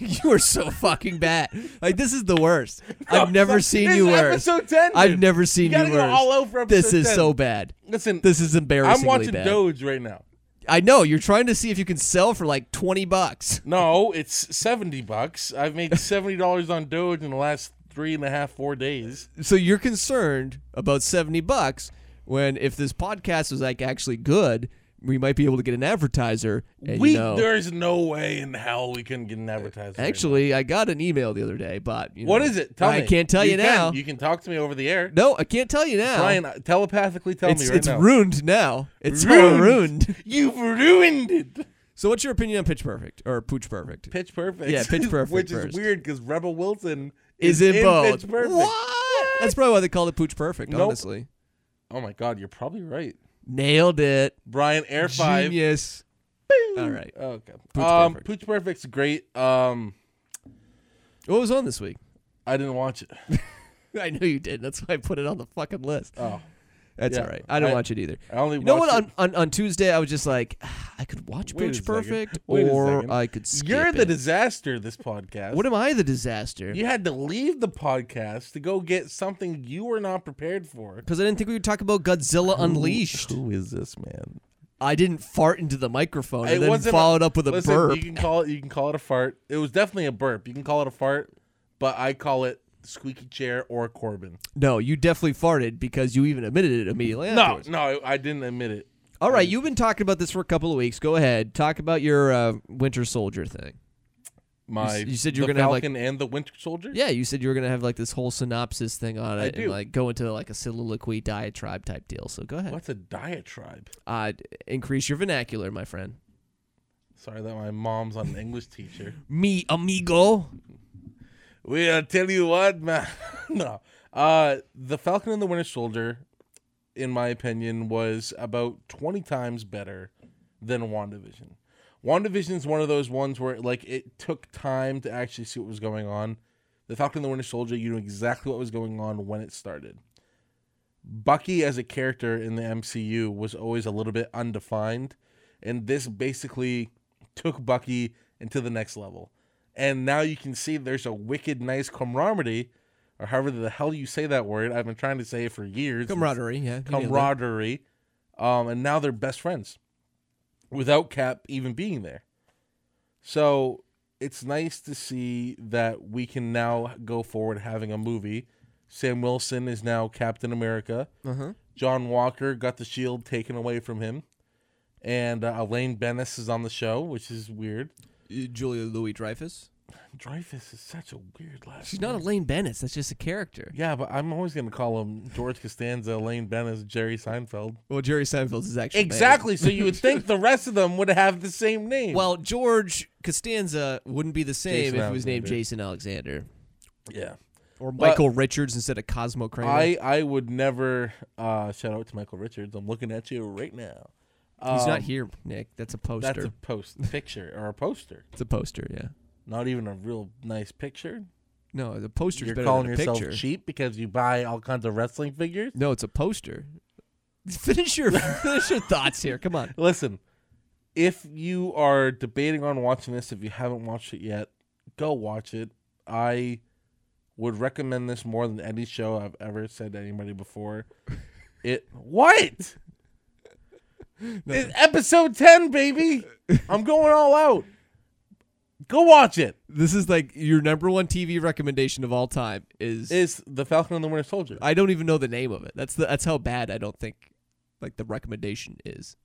Speaker 1: [laughs] you are so fucking bad. Like this is the
Speaker 2: [laughs]
Speaker 1: worst. I've never seen you worse.
Speaker 2: Episode ten.
Speaker 1: I've
Speaker 2: dude.
Speaker 1: never seen
Speaker 2: You
Speaker 1: you,
Speaker 2: gotta go
Speaker 1: worse.
Speaker 2: all over episode
Speaker 1: this is
Speaker 2: 10.
Speaker 1: so bad.
Speaker 2: Listen,
Speaker 1: This is embarrassingly
Speaker 2: I'm watching
Speaker 1: bad.
Speaker 2: Doge right now.
Speaker 1: I know you're trying to see if you can sell for like twenty bucks.
Speaker 2: No, it's seventy bucks.
Speaker 1: [laughs]
Speaker 2: I've made seventy dollars on Doge in the last three and a half, four days.
Speaker 1: So you're concerned about seventy bucks when if this podcast was like actually good, we might be able to get an advertiser. And
Speaker 2: we
Speaker 1: you know,
Speaker 2: there's no way in hell we couldn't get an advertisement.
Speaker 1: actually, I got an email the other day, but you
Speaker 2: what
Speaker 1: know,
Speaker 2: is it? Tell
Speaker 1: I
Speaker 2: me.
Speaker 1: can't tell you,
Speaker 2: can.
Speaker 1: now.
Speaker 2: You can talk to me over the air.
Speaker 1: No, I can't tell you now.
Speaker 2: Brian, telepathically tell
Speaker 1: it's
Speaker 2: me right
Speaker 1: it's
Speaker 2: now.
Speaker 1: ruined now. It's
Speaker 2: Ruined.
Speaker 1: all ruined.
Speaker 2: You've ruined it.
Speaker 1: So what's your opinion on Pitch Perfect or Pooch Perfect?
Speaker 2: Pitch Perfect.
Speaker 1: Yeah, Pitch Perfect
Speaker 2: [laughs] Which
Speaker 1: first.
Speaker 2: is weird because Rebel Wilson
Speaker 1: Is
Speaker 2: is,
Speaker 1: it
Speaker 2: in
Speaker 1: both?
Speaker 2: Pitch Perfect.
Speaker 1: What? That's probably why they called it Pooch Perfect.
Speaker 2: Nope.
Speaker 1: Honestly,
Speaker 2: Oh my God, you're probably right.
Speaker 1: nailed it.
Speaker 2: Brian Air Five.
Speaker 1: Genius. All right.
Speaker 2: Okay.
Speaker 1: Oh, Pooch
Speaker 2: um,
Speaker 1: Perfect.
Speaker 2: Pooch Perfect's great. Um,
Speaker 1: What was on this week?
Speaker 2: I didn't watch it.
Speaker 1: I know you did. That's why I put it on the fucking list.
Speaker 2: Oh,
Speaker 1: That's
Speaker 2: yeah.
Speaker 1: all right. I don't
Speaker 2: I-
Speaker 1: watch it either.
Speaker 2: I only
Speaker 1: You know
Speaker 2: watched
Speaker 1: what?
Speaker 2: it-
Speaker 1: On, on on Tuesday, I was just like, "Ah, I could watch
Speaker 2: Wait a
Speaker 1: Pooch
Speaker 2: second.
Speaker 1: Perfect,
Speaker 2: Wait a
Speaker 1: or
Speaker 2: second.
Speaker 1: I could skip
Speaker 2: You're the
Speaker 1: it.
Speaker 2: disaster of this podcast.
Speaker 1: What am I, the disaster?
Speaker 2: you had to leave the podcast to go get something you were not prepared for.
Speaker 1: Because I didn't think we would talk about Godzilla Unleashed.
Speaker 2: Who is this man?
Speaker 1: I didn't fart into the microphone
Speaker 2: It
Speaker 1: and then
Speaker 2: wasn't a-
Speaker 1: followed up with a
Speaker 2: Listen,
Speaker 1: burp.
Speaker 2: you can call it you can call it a fart. It was definitely a burp. You can call it a fart, but I call it squeaky chair or Corbin.
Speaker 1: No, you definitely farted because you even admitted it immediately.
Speaker 2: No,
Speaker 1: afterwards.
Speaker 2: no, I, I didn't admit it.
Speaker 1: All right, you've been talking about this for a couple of weeks. Go ahead, talk about your uh, Winter Soldier thing.
Speaker 2: My
Speaker 1: you said you were
Speaker 2: the
Speaker 1: gonna have, like-
Speaker 2: Falcon and the Winter Soldier.
Speaker 1: Yeah, you said you were gonna have like this whole synopsis thing on it and
Speaker 2: do.
Speaker 1: like go into like a soliloquy diatribe type deal. So go ahead.
Speaker 2: What's a diatribe?
Speaker 1: Uh, increase your vernacular, my friend.
Speaker 2: Sorry that my mom's not an English teacher. [laughs]
Speaker 1: Me amigo.
Speaker 2: Well, tell you what, man. [laughs] no. Uh, the Falcon and the Winter Soldier, in my opinion, was about 20 times better than WandaVision. WandaVision is one of those ones where like it took time to actually see what was going on. The Falcon and the Winter Soldier, you knew exactly what was going on when it started. Bucky as a character in the MCU was always a little bit undefined, and this basically took Bucky into the next level. And now you can see there's a wicked nice camaraderie, or however the hell you say that word. I've been trying to say it for years.
Speaker 1: Camaraderie. Yeah. you nailed it.
Speaker 2: camaraderie, um, and now they're best friends, without Cap even being there. So it's nice to see that we can now go forward having a movie. Sam Wilson is now Captain America.
Speaker 1: Uh-huh.
Speaker 2: John Walker got the shield taken away from him, and uh, Elaine Bennis is on the show, which is weird.
Speaker 1: Uh, Julia Louis Dreyfus.
Speaker 2: Dreyfus is such a weird last.
Speaker 1: She's not
Speaker 2: name.
Speaker 1: Elaine Bennett. That's just a character.
Speaker 2: Yeah, but I'm always gonna call him George Costanza, Elaine Bennis, Jerry Seinfeld.
Speaker 1: Well, Jerry Seinfeld's is actually
Speaker 2: Exactly. So you would think the rest of them would have the same name.
Speaker 1: Well, George Costanza wouldn't be the same
Speaker 2: Jason
Speaker 1: if he was named
Speaker 2: Alexander.
Speaker 1: Jason Alexander
Speaker 2: yeah.
Speaker 1: or
Speaker 2: But-
Speaker 1: Michael Richards instead of Cosmo Kramer.
Speaker 2: I, I would never uh, shout out to Michael Richards. I'm looking at you right now.
Speaker 1: He's not
Speaker 2: Um,
Speaker 1: here, Nick. That's a poster.
Speaker 2: That's a post picture or a poster.
Speaker 1: it's a poster. Yeah.
Speaker 2: Not even a real nice picture.
Speaker 1: No, the poster's
Speaker 2: You're
Speaker 1: better
Speaker 2: calling
Speaker 1: than a
Speaker 2: yourself
Speaker 1: picture.
Speaker 2: cheap because you buy all kinds of wrestling figures.
Speaker 1: No, it's a poster. [laughs] Finish [laughs] your finish your thoughts here. Come on.
Speaker 2: Listen, if you are debating on watching this, if you haven't watched it yet, go watch it. I would recommend this more than any show I've ever said to anybody before. It what? It's episode ten, baby. I'm going all out. Go watch it.
Speaker 1: This is like your number one TV recommendation of all time. Is
Speaker 2: Is the Falcon and the Winter Soldier?
Speaker 1: I don't even know the name of it. That's the that's how bad I don't think like the recommendation is.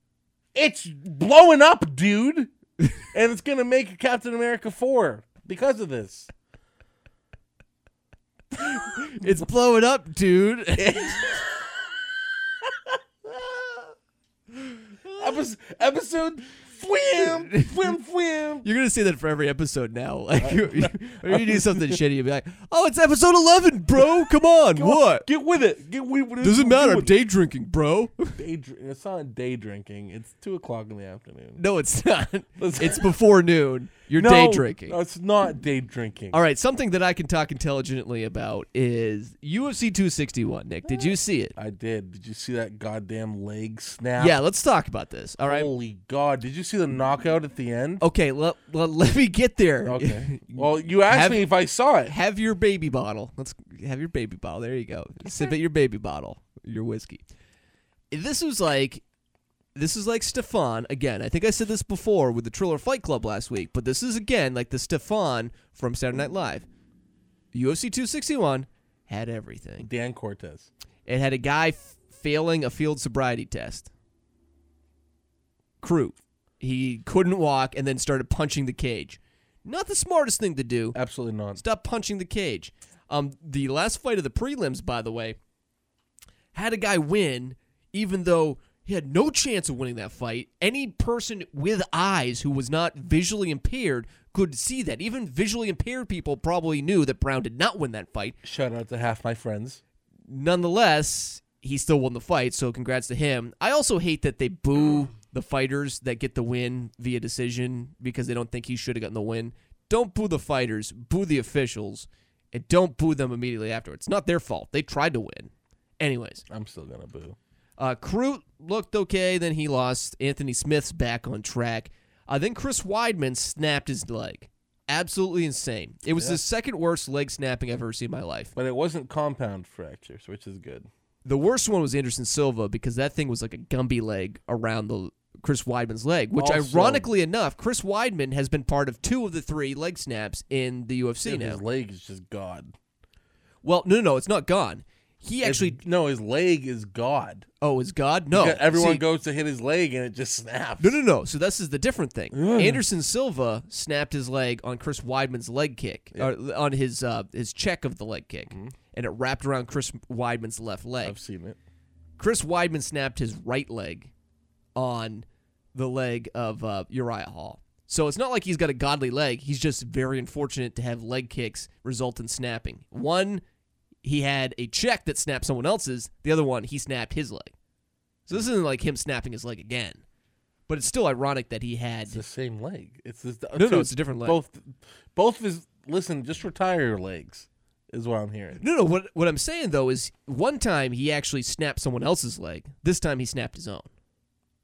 Speaker 2: It's blowing up, dude. and it's gonna make a Captain America four because of this.
Speaker 1: [laughs] It's blowing up, dude. [laughs]
Speaker 2: Epis episode flim flim flim.
Speaker 1: You're gonna say that for every episode now. [laughs] Like you, you, when you do something shitty, you'll be like, "Oh, it's episode 11,
Speaker 2: [laughs]
Speaker 1: bro. Come on, [laughs] what?
Speaker 2: Get with it. Get with it.
Speaker 1: Doesn't matter. I'm day drinking, bro. [laughs]
Speaker 2: Day dr- it's not day drinking. It's two o'clock in the afternoon.
Speaker 1: no, it's not.
Speaker 2: Let's-
Speaker 1: It's before noon. You're
Speaker 2: No,
Speaker 1: day drinking.
Speaker 2: no, It's not day drinking.
Speaker 1: All right, something that I can talk intelligently about is UFC 261. Nick, did you see it?
Speaker 2: I did. Did you see that goddamn leg snap?
Speaker 1: Yeah, let's talk about this. All right.
Speaker 2: Holy God! Did you see the knockout at the end?
Speaker 1: Okay, let, let, [laughs] let me get there. [laughs]
Speaker 2: Okay. Well, you asked
Speaker 1: Oh, Have-
Speaker 2: me if I saw it.
Speaker 1: have your baby bottle. Let's have your baby bottle. There you go. Sip at your baby bottle, your whiskey. This was like, this is like Stefan again. I think I said this before with the Triller Fight Club last week, but this is again like the Stefan from Saturday Night Live. UFC 261 had everything.
Speaker 2: Dan Cortez.
Speaker 1: It had a guy f- failing a field sobriety test. Crew. He couldn't walk and then started punching the cage. Not the smartest thing to do.
Speaker 2: Absolutely not.
Speaker 1: Stop punching the cage. Um, the last fight of the prelims, by the way, had a guy win, even though he had no chance of winning that fight. Any person with eyes who was not visually impaired could see that. Even visually impaired people probably knew that Brown did not win that fight.
Speaker 2: Shout out to half my friends.
Speaker 1: Nonetheless, he still won the fight, so congrats to him. I also hate that they boo the fighters that get the win via decision because they don't think he should have gotten the win. Don't boo the fighters, boo the officials, and don't boo them immediately afterwards. It's not their fault. They tried to win. Anyways,
Speaker 2: I'm still gonna boo.
Speaker 1: uh, Crute looked okay, then he lost. Anthony Smith's back on track. Uh, then Chris Weidman snapped his leg. Absolutely insane. It was the second worst leg snapping I've ever seen in my life.
Speaker 2: But it wasn't compound fractures, which is good.
Speaker 1: The worst one was Anderson Silva because that thing was like a Gumby leg around the Chris Weidman's leg, which
Speaker 2: Also-
Speaker 1: ironically enough, Chris Weidman has been part of two of the three leg snaps in the UFC
Speaker 2: Dude,
Speaker 1: now.
Speaker 2: his leg is just God.
Speaker 1: Well, no, no, no, it's not gone. He
Speaker 2: His-
Speaker 1: actually,
Speaker 2: no, his leg is God.
Speaker 1: oh, is God? No,
Speaker 2: Yeah, everyone
Speaker 1: See,
Speaker 2: goes to hit his leg and it just snaps.
Speaker 1: No, no, no. So this is the different thing. Anderson Silva snapped his leg on Chris Weidman's leg kick, or on his uh, his check of the leg kick, and it wrapped around Chris Weidman's left leg.
Speaker 2: Mm-hmm. I've seen it.
Speaker 1: Chris Weidman snapped his right leg on the leg of uh, Uriah Hall. So it's not like he's got a godly leg. He's just very unfortunate to have leg kicks result in snapping. One, he had a check that snapped someone else's. The other one, he snapped his leg. So this isn't like him snapping his leg again. But it's still ironic that he had.
Speaker 2: It's the same leg. It's this,
Speaker 1: No, no, it's a different leg.
Speaker 2: Both, both of his. Listen, just retire your legs, is what I'm hearing.
Speaker 1: No, no. What what I'm saying though is, one time he actually snapped someone else's leg. This time he snapped his own.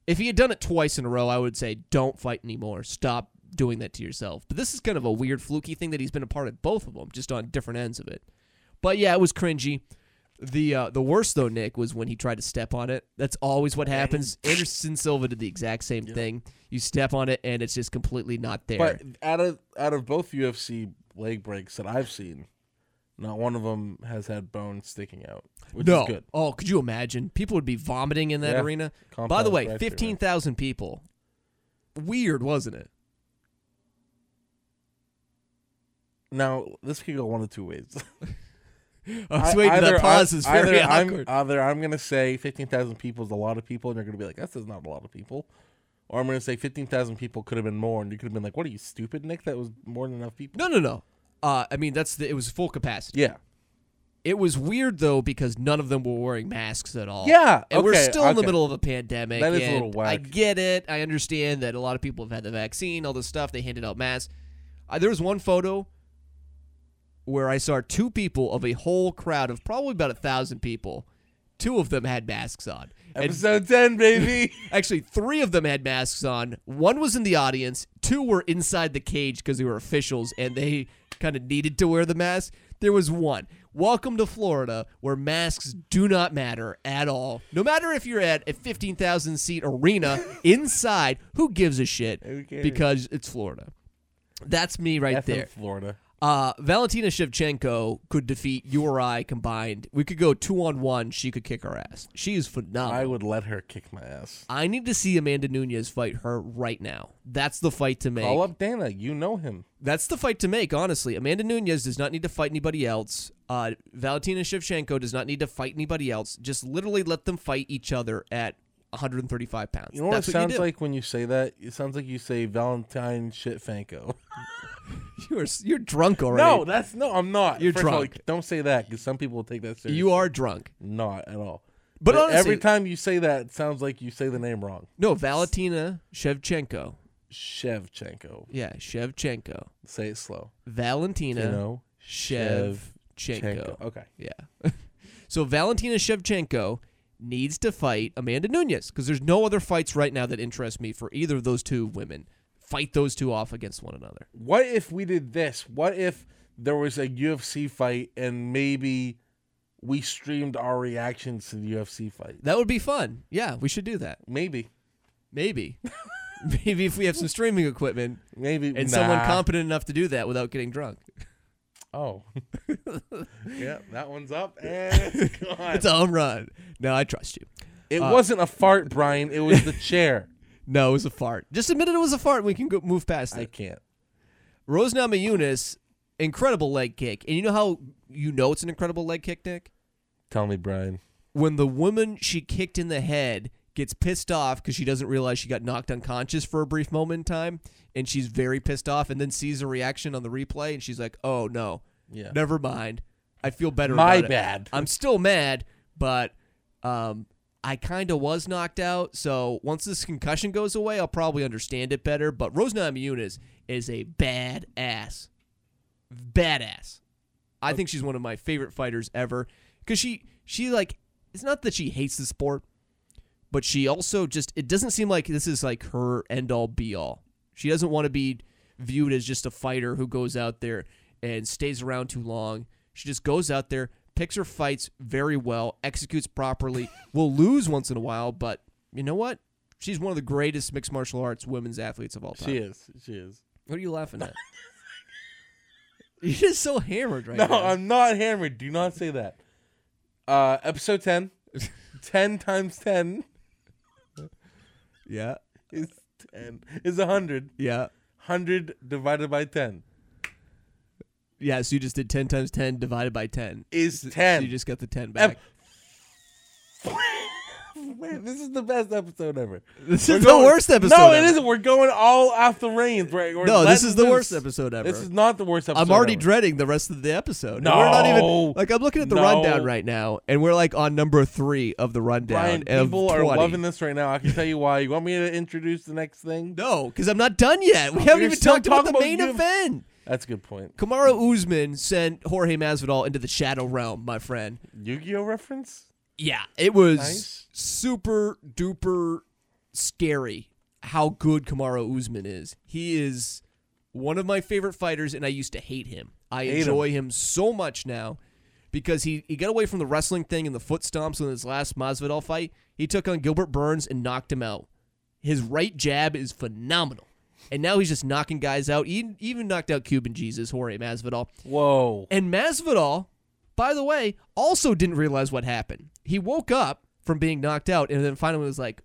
Speaker 1: If he had done it twice in a row, I would say don't fight anymore. Stop doing that to yourself. But this is kind of a weird, fluky thing that he's been a part of both of them, just on different ends of it. But yeah, it was cringy. The uh, the worst though, Nick, was when he tried to step on it. That's always what happens. Anderson Silva did the exact same thing. You step on it, and it's just completely not there.
Speaker 2: But out of out of both UFC leg breaks that I've seen, not one of them has had bone sticking out, which
Speaker 1: no.
Speaker 2: is good.
Speaker 1: Oh, could you imagine? People would be vomiting in that
Speaker 2: Yeah.
Speaker 1: arena. By
Speaker 2: Compound
Speaker 1: the way,
Speaker 2: fracture,
Speaker 1: fifteen thousand people. Weird, wasn't it? [laughs]
Speaker 2: Now this could go one of two ways. [laughs]
Speaker 1: I was waiting. for that pause is
Speaker 2: either
Speaker 1: very
Speaker 2: I'm,
Speaker 1: awkward.
Speaker 2: Either I'm gonna say fifteen thousand people is a lot of people, and you're gonna be like, "That's not a lot of people," or I'm gonna say fifteen thousand people could have been more, and you could have been like, "What are you stupid, Nick? That was more than enough people."
Speaker 1: no, no, no. Uh, I mean, that's the, it was full capacity.
Speaker 2: Yeah,
Speaker 1: It was weird though because none of them were wearing masks at all.
Speaker 2: Yeah,
Speaker 1: and we're
Speaker 2: okay,
Speaker 1: still in the
Speaker 2: okay.
Speaker 1: middle of a pandemic.
Speaker 2: That is a little
Speaker 1: and
Speaker 2: whack.
Speaker 1: I get it. I understand that a lot of people have had the vaccine, all this stuff. They handed out masks. Uh, there was one photo where I saw two people of a whole crowd of probably about a thousand people. Two of them had masks on, and
Speaker 2: episode
Speaker 1: [laughs]
Speaker 2: ten, baby.
Speaker 1: Actually, three of them had masks on. One was in the audience. Two were inside the cage because they were officials and they kind of needed to wear the mask. There was one. Welcome to Florida, where masks do not matter at all. No matter if you're at a 15,000 seat
Speaker 2: [laughs]
Speaker 1: arena inside, who gives a shit?
Speaker 2: Who cares?
Speaker 1: Because it's Florida. That's me right
Speaker 2: F in
Speaker 1: there.
Speaker 2: Florida.
Speaker 1: Uh, Valentina Shevchenko could defeat you or I combined. We could go two on one. She could kick our ass. She is phenomenal.
Speaker 2: I would let her kick my ass.
Speaker 1: I need to see Amanda Nunez fight her right now. That's the fight to make.
Speaker 2: Call up Dana. You know him.
Speaker 1: That's the fight to make, honestly. Amanda Nunez does not need to fight anybody else. Uh, Valentina Shevchenko does not need to fight anybody else. Just literally let them fight each other at 135 pounds.
Speaker 2: You know what
Speaker 1: That's
Speaker 2: it
Speaker 1: what
Speaker 2: sounds
Speaker 1: you do.
Speaker 2: like when you say that? It sounds like you say Valentine Shitfanko.
Speaker 1: You're, you're drunk already.
Speaker 2: No, that's no, I'm not.
Speaker 1: You're
Speaker 2: First of all,
Speaker 1: drunk.
Speaker 2: don't say that because some people will take that seriously.
Speaker 1: You are drunk.
Speaker 2: not at all.
Speaker 1: But honestly-
Speaker 2: every time you say that, it sounds like you say the name wrong.
Speaker 1: No, Valentina Shevchenko
Speaker 2: Shevchenko.
Speaker 1: Yeah, Shevchenko.
Speaker 2: Say it slow.
Speaker 1: Valentina
Speaker 2: You know,
Speaker 1: Shevchenko.
Speaker 2: Okay.
Speaker 1: Yeah. [laughs] so Valentina Shevchenko needs to fight Amanda Nunez because there's no other fights right now that interest me for either of those two women. Fight those two off against one another.
Speaker 2: What if we did this? What if there was a UFC fight and maybe we streamed our reactions to the UFC fight?
Speaker 1: That would be fun. Yeah, we should do that.
Speaker 2: Maybe. [laughs]
Speaker 1: Maybe. Maybe if we have some streaming equipment
Speaker 2: Maybe.
Speaker 1: and someone
Speaker 2: Nah.
Speaker 1: competent enough to do that without getting drunk. [laughs]
Speaker 2: Oh. yeah, that one's up and it's gone.
Speaker 1: It's a Uh, home run. No, I trust you.
Speaker 2: it wasn't a fart, Brian. It
Speaker 1: [laughs]
Speaker 2: was the chair.
Speaker 1: No, it was a fart. Just admit it was a fart. And we can go move past
Speaker 2: I
Speaker 1: it.
Speaker 2: can't.
Speaker 1: Rose Namajunas, incredible leg kick. And you know how you know it's an incredible leg kick, Nick?
Speaker 2: Tell me, Brian.
Speaker 1: When the woman she kicked in the head gets pissed off because she doesn't realize she got knocked unconscious for a brief moment in time, and she's very pissed off, and then sees a reaction on the replay, and she's like, "Oh no,
Speaker 2: Yeah.
Speaker 1: never mind. I feel better.
Speaker 2: My
Speaker 1: about it. Uh,
Speaker 2: bad.
Speaker 1: I'm still mad, but um, I kind of was knocked out. So once this concussion goes away, I'll probably understand it better. But Rose Namajunas is a badass, badass. I think she's one of my favorite fighters ever because she she like it's not that she hates the sport, but she also just it doesn't seem like this is like her end all be all. She doesn't want to be viewed as just a fighter who goes out there and stays around too long. She just goes out there, picks her fights very well, executes
Speaker 2: [laughs]
Speaker 1: properly, will lose once in a while, but you know what? She's one of the greatest mixed martial arts women's athletes of all time.
Speaker 2: She is. She is.
Speaker 1: What are you laughing
Speaker 2: [laughs]
Speaker 1: at? You're just so hammered right
Speaker 2: No,
Speaker 1: now.
Speaker 2: I'm not hammered. Do not say that. Uh,
Speaker 1: [laughs]
Speaker 2: episode 10. 10 times 10
Speaker 1: yeah,
Speaker 2: is 10 is 100.
Speaker 1: yeah.
Speaker 2: 100 divided by 10
Speaker 1: Yeah, so you just did 10 times 10 divided by 10.
Speaker 2: is
Speaker 1: So
Speaker 2: 10.
Speaker 1: you just got the 10 back.
Speaker 2: Em- [laughs] Man, this is the best episode ever.
Speaker 1: This
Speaker 2: We're
Speaker 1: is
Speaker 2: going-
Speaker 1: the worst episode.
Speaker 2: No,
Speaker 1: ever.
Speaker 2: it isn't. We're going all off the reins. Right? We're
Speaker 1: No, this
Speaker 2: letting
Speaker 1: is the
Speaker 2: loose.
Speaker 1: worst episode ever.
Speaker 2: This is not the worst episode.
Speaker 1: I'm already
Speaker 2: ever.
Speaker 1: dreading the rest of the episode. And we're not even
Speaker 2: No.
Speaker 1: like I'm looking at the
Speaker 2: No.
Speaker 1: rundown right now, and we're like on number three of the rundown.
Speaker 2: Brian,
Speaker 1: of
Speaker 2: people are
Speaker 1: 20.
Speaker 2: loving this right now. I can tell you why. You want me to introduce the next thing?
Speaker 1: No, because I'm not done yet. We haven't
Speaker 2: You're
Speaker 1: even
Speaker 2: still
Speaker 1: talked about the
Speaker 2: talking about
Speaker 1: main
Speaker 2: you-
Speaker 1: event.
Speaker 2: That's a good point.
Speaker 1: Kamara Usman sent Jorge Masvidal into the shadow realm, my friend.
Speaker 2: Yu-Gi-Oh reference?
Speaker 1: Yeah, it was
Speaker 2: Nice.
Speaker 1: super duper scary how good Kamara Usman is. He is one of my favorite fighters, and I used to hate him. I
Speaker 2: Hate him.
Speaker 1: enjoy him. so much now because he, he got away from the wrestling thing and the foot stomps in his last Masvidal fight. He took on Gilbert Burns and knocked him out. His right jab is phenomenal. And now he's just knocking guys out. He even knocked out Cuban Jesus, Jorge Masvidal.
Speaker 2: Whoa.
Speaker 1: And Masvidal, by the way, also didn't realize what happened. He woke up from being knocked out and then finally was like,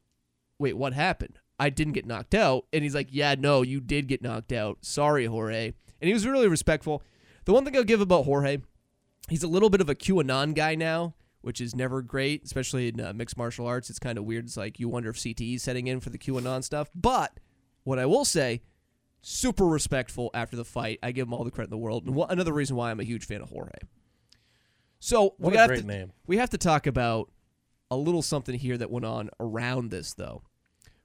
Speaker 1: wait, what happened? I didn't get knocked out. And he's like, yeah, no, you did get knocked out. Sorry, Jorge. And he was really respectful. The one thing I'll give about Jorge, he's a little bit of a QAnon guy now, which is never great, especially in uh, mixed martial arts. It's kind of weird. It's like you wonder if CTE is setting in for the QAnon stuff. But what I will say, super respectful after the fight. I give him all the credit in the world. And wha- another reason why I'm a huge fan of Jorge. So
Speaker 2: What
Speaker 1: we
Speaker 2: a
Speaker 1: have
Speaker 2: great
Speaker 1: to,
Speaker 2: name.
Speaker 1: we have to talk about a little something here that went on around this, though.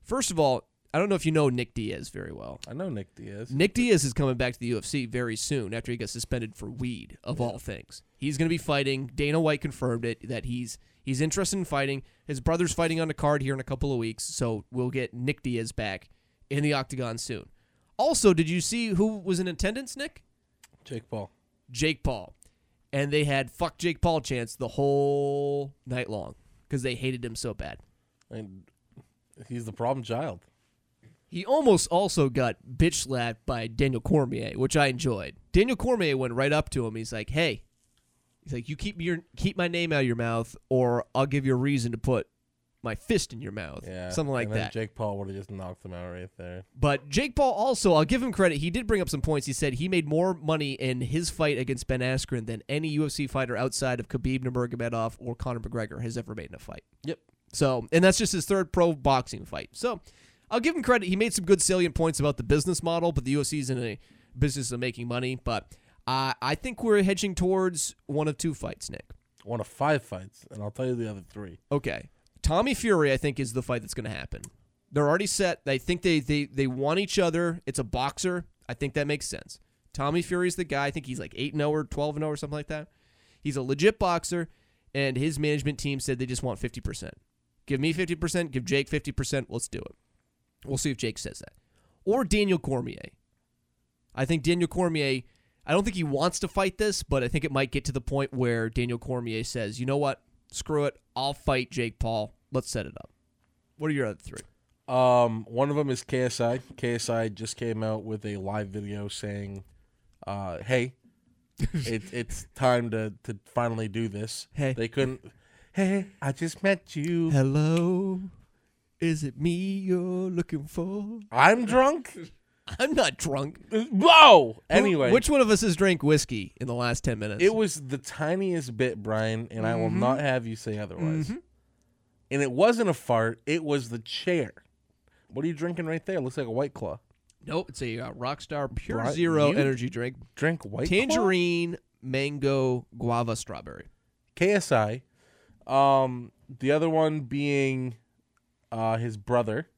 Speaker 1: First of all, I don't know if you know Nick Diaz very well.
Speaker 2: I know Nick Diaz.
Speaker 1: Nick Diaz is coming back to the UFC very soon after he got suspended for weed, of all things. He's going to be fighting. Dana White confirmed it that he's he's interested in fighting. His brother's fighting on a card here in a couple of weeks, so we'll get Nick Diaz back in the octagon soon. Also, did you see who was in attendance, Nick?
Speaker 2: Jake Paul.
Speaker 1: Jake Paul, and they had fuck Jake Paul chants the whole night long because they hated him so bad.
Speaker 2: And he's the problem child.
Speaker 1: He almost also got bitch slapped by Daniel Cormier, which I enjoyed. Daniel Cormier went right up to him. He's like, "Hey, he's like, you keep your keep my name out of your mouth, or I'll give you a reason to put my fist in your mouth,
Speaker 2: Yeah.
Speaker 1: something like
Speaker 2: and then
Speaker 1: that."
Speaker 2: Jake Paul would have just knocked him out right there.
Speaker 1: But Jake Paul also, I'll give him credit. He did bring up some points. He said he made more money in his fight against Ben Askren than any UFC fighter outside of Khabib Nurmagomedov or Conor McGregor has ever made in a fight.
Speaker 2: Yep.
Speaker 1: So, and that's just his third pro boxing fight. So, I'll give him credit. He made some good salient points about the business model, but the UFC is in a business of making money. But uh, I think we're hedging towards one of two fights, Nick.
Speaker 2: One of five fights, and I'll tell you the other three.
Speaker 1: Okay. Tommy Fury, I think, is the fight that's going to happen. They're already set. They think they they they want each other. It's a boxer. I think that makes sense. Tommy Fury's the guy. I think he's like 8 0 or 12 0 or something like that. He's a legit boxer, and his management team said they just want 50%. Give me 50%, give Jake 50%. Let's do it. We'll see if Jake says that. Or Daniel Cormier. I think Daniel Cormier, I don't think he wants to fight this, but I think it might get to the point where Daniel Cormier says, you know what? Screw it. I'll fight Jake Paul. Let's set it up. What are your other three?
Speaker 2: Um, one of them is KSI. KSI just came out with a live video saying, uh,
Speaker 1: [laughs]
Speaker 2: "Hey, it, it's time to to finally do this."
Speaker 1: Hey.
Speaker 2: they couldn't. Hey, I just met you.
Speaker 1: Hello. Is it me you're looking for?
Speaker 2: I'm drunk. [laughs]
Speaker 1: I'm not drunk.
Speaker 2: Whoa. Anyway,
Speaker 1: Which one of us has drank whiskey in the last 10 minutes?
Speaker 2: it was the tiniest bit, Brian, and I will
Speaker 1: Mm-hmm.
Speaker 2: not have you say otherwise. And it wasn't a fart. It was the chair. What are you drinking right there? Looks like a white claw.
Speaker 1: nope, it's a uh, Rockstar Pure
Speaker 2: Bri-
Speaker 1: Zero
Speaker 2: you-
Speaker 1: energy drink.
Speaker 2: Drink white claw.
Speaker 1: Tangerine, mango, guava, strawberry.
Speaker 2: KSI. Um, the other one being uh, his brother.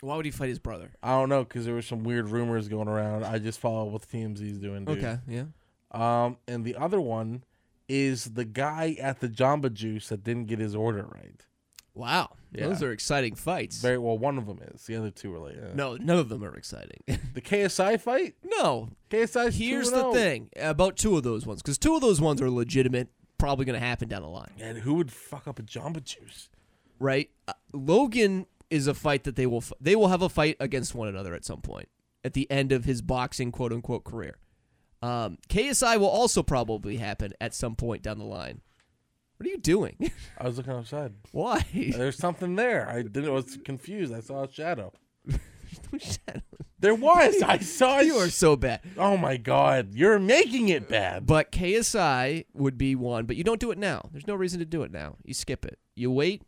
Speaker 1: Why would he fight his brother?
Speaker 2: I don't know because there were some weird rumors going around. I just follow what TMZ's doing. Dude.
Speaker 1: Okay, yeah.
Speaker 2: Um, and the other one is the guy at the Jamba Juice that didn't get his order right.
Speaker 1: Wow.
Speaker 2: Yeah.
Speaker 1: Those are exciting fights.
Speaker 2: Very well. One of them is. The other two are like eh.
Speaker 1: no, none of them are exciting. [laughs]
Speaker 2: The KSI fight.
Speaker 1: no.
Speaker 2: KSI.
Speaker 1: Here's
Speaker 2: oh.
Speaker 1: the thing about two of those ones, because two of those ones are legitimate, probably going to happen down the line,
Speaker 2: And who would fuck up a Jamba Juice?
Speaker 1: right? Uh, Logan is a fight that they will f- they will have a fight against one another at some point at the end of his boxing quote unquote career. Um, KSI will also probably happen at some point down the line. What are you doing? [laughs]
Speaker 2: I was looking outside.
Speaker 1: Why? [laughs]
Speaker 2: There's something there. I didn't. I was confused. I saw a shadow.
Speaker 1: Shadow.
Speaker 2: There was. [laughs] I
Speaker 1: [laughs]
Speaker 2: saw
Speaker 1: you are so bad.
Speaker 2: Oh my god, you're making it bad.
Speaker 1: But KSI would be one, but you don't do it now. There's no reason to do it now. You skip it. You wait.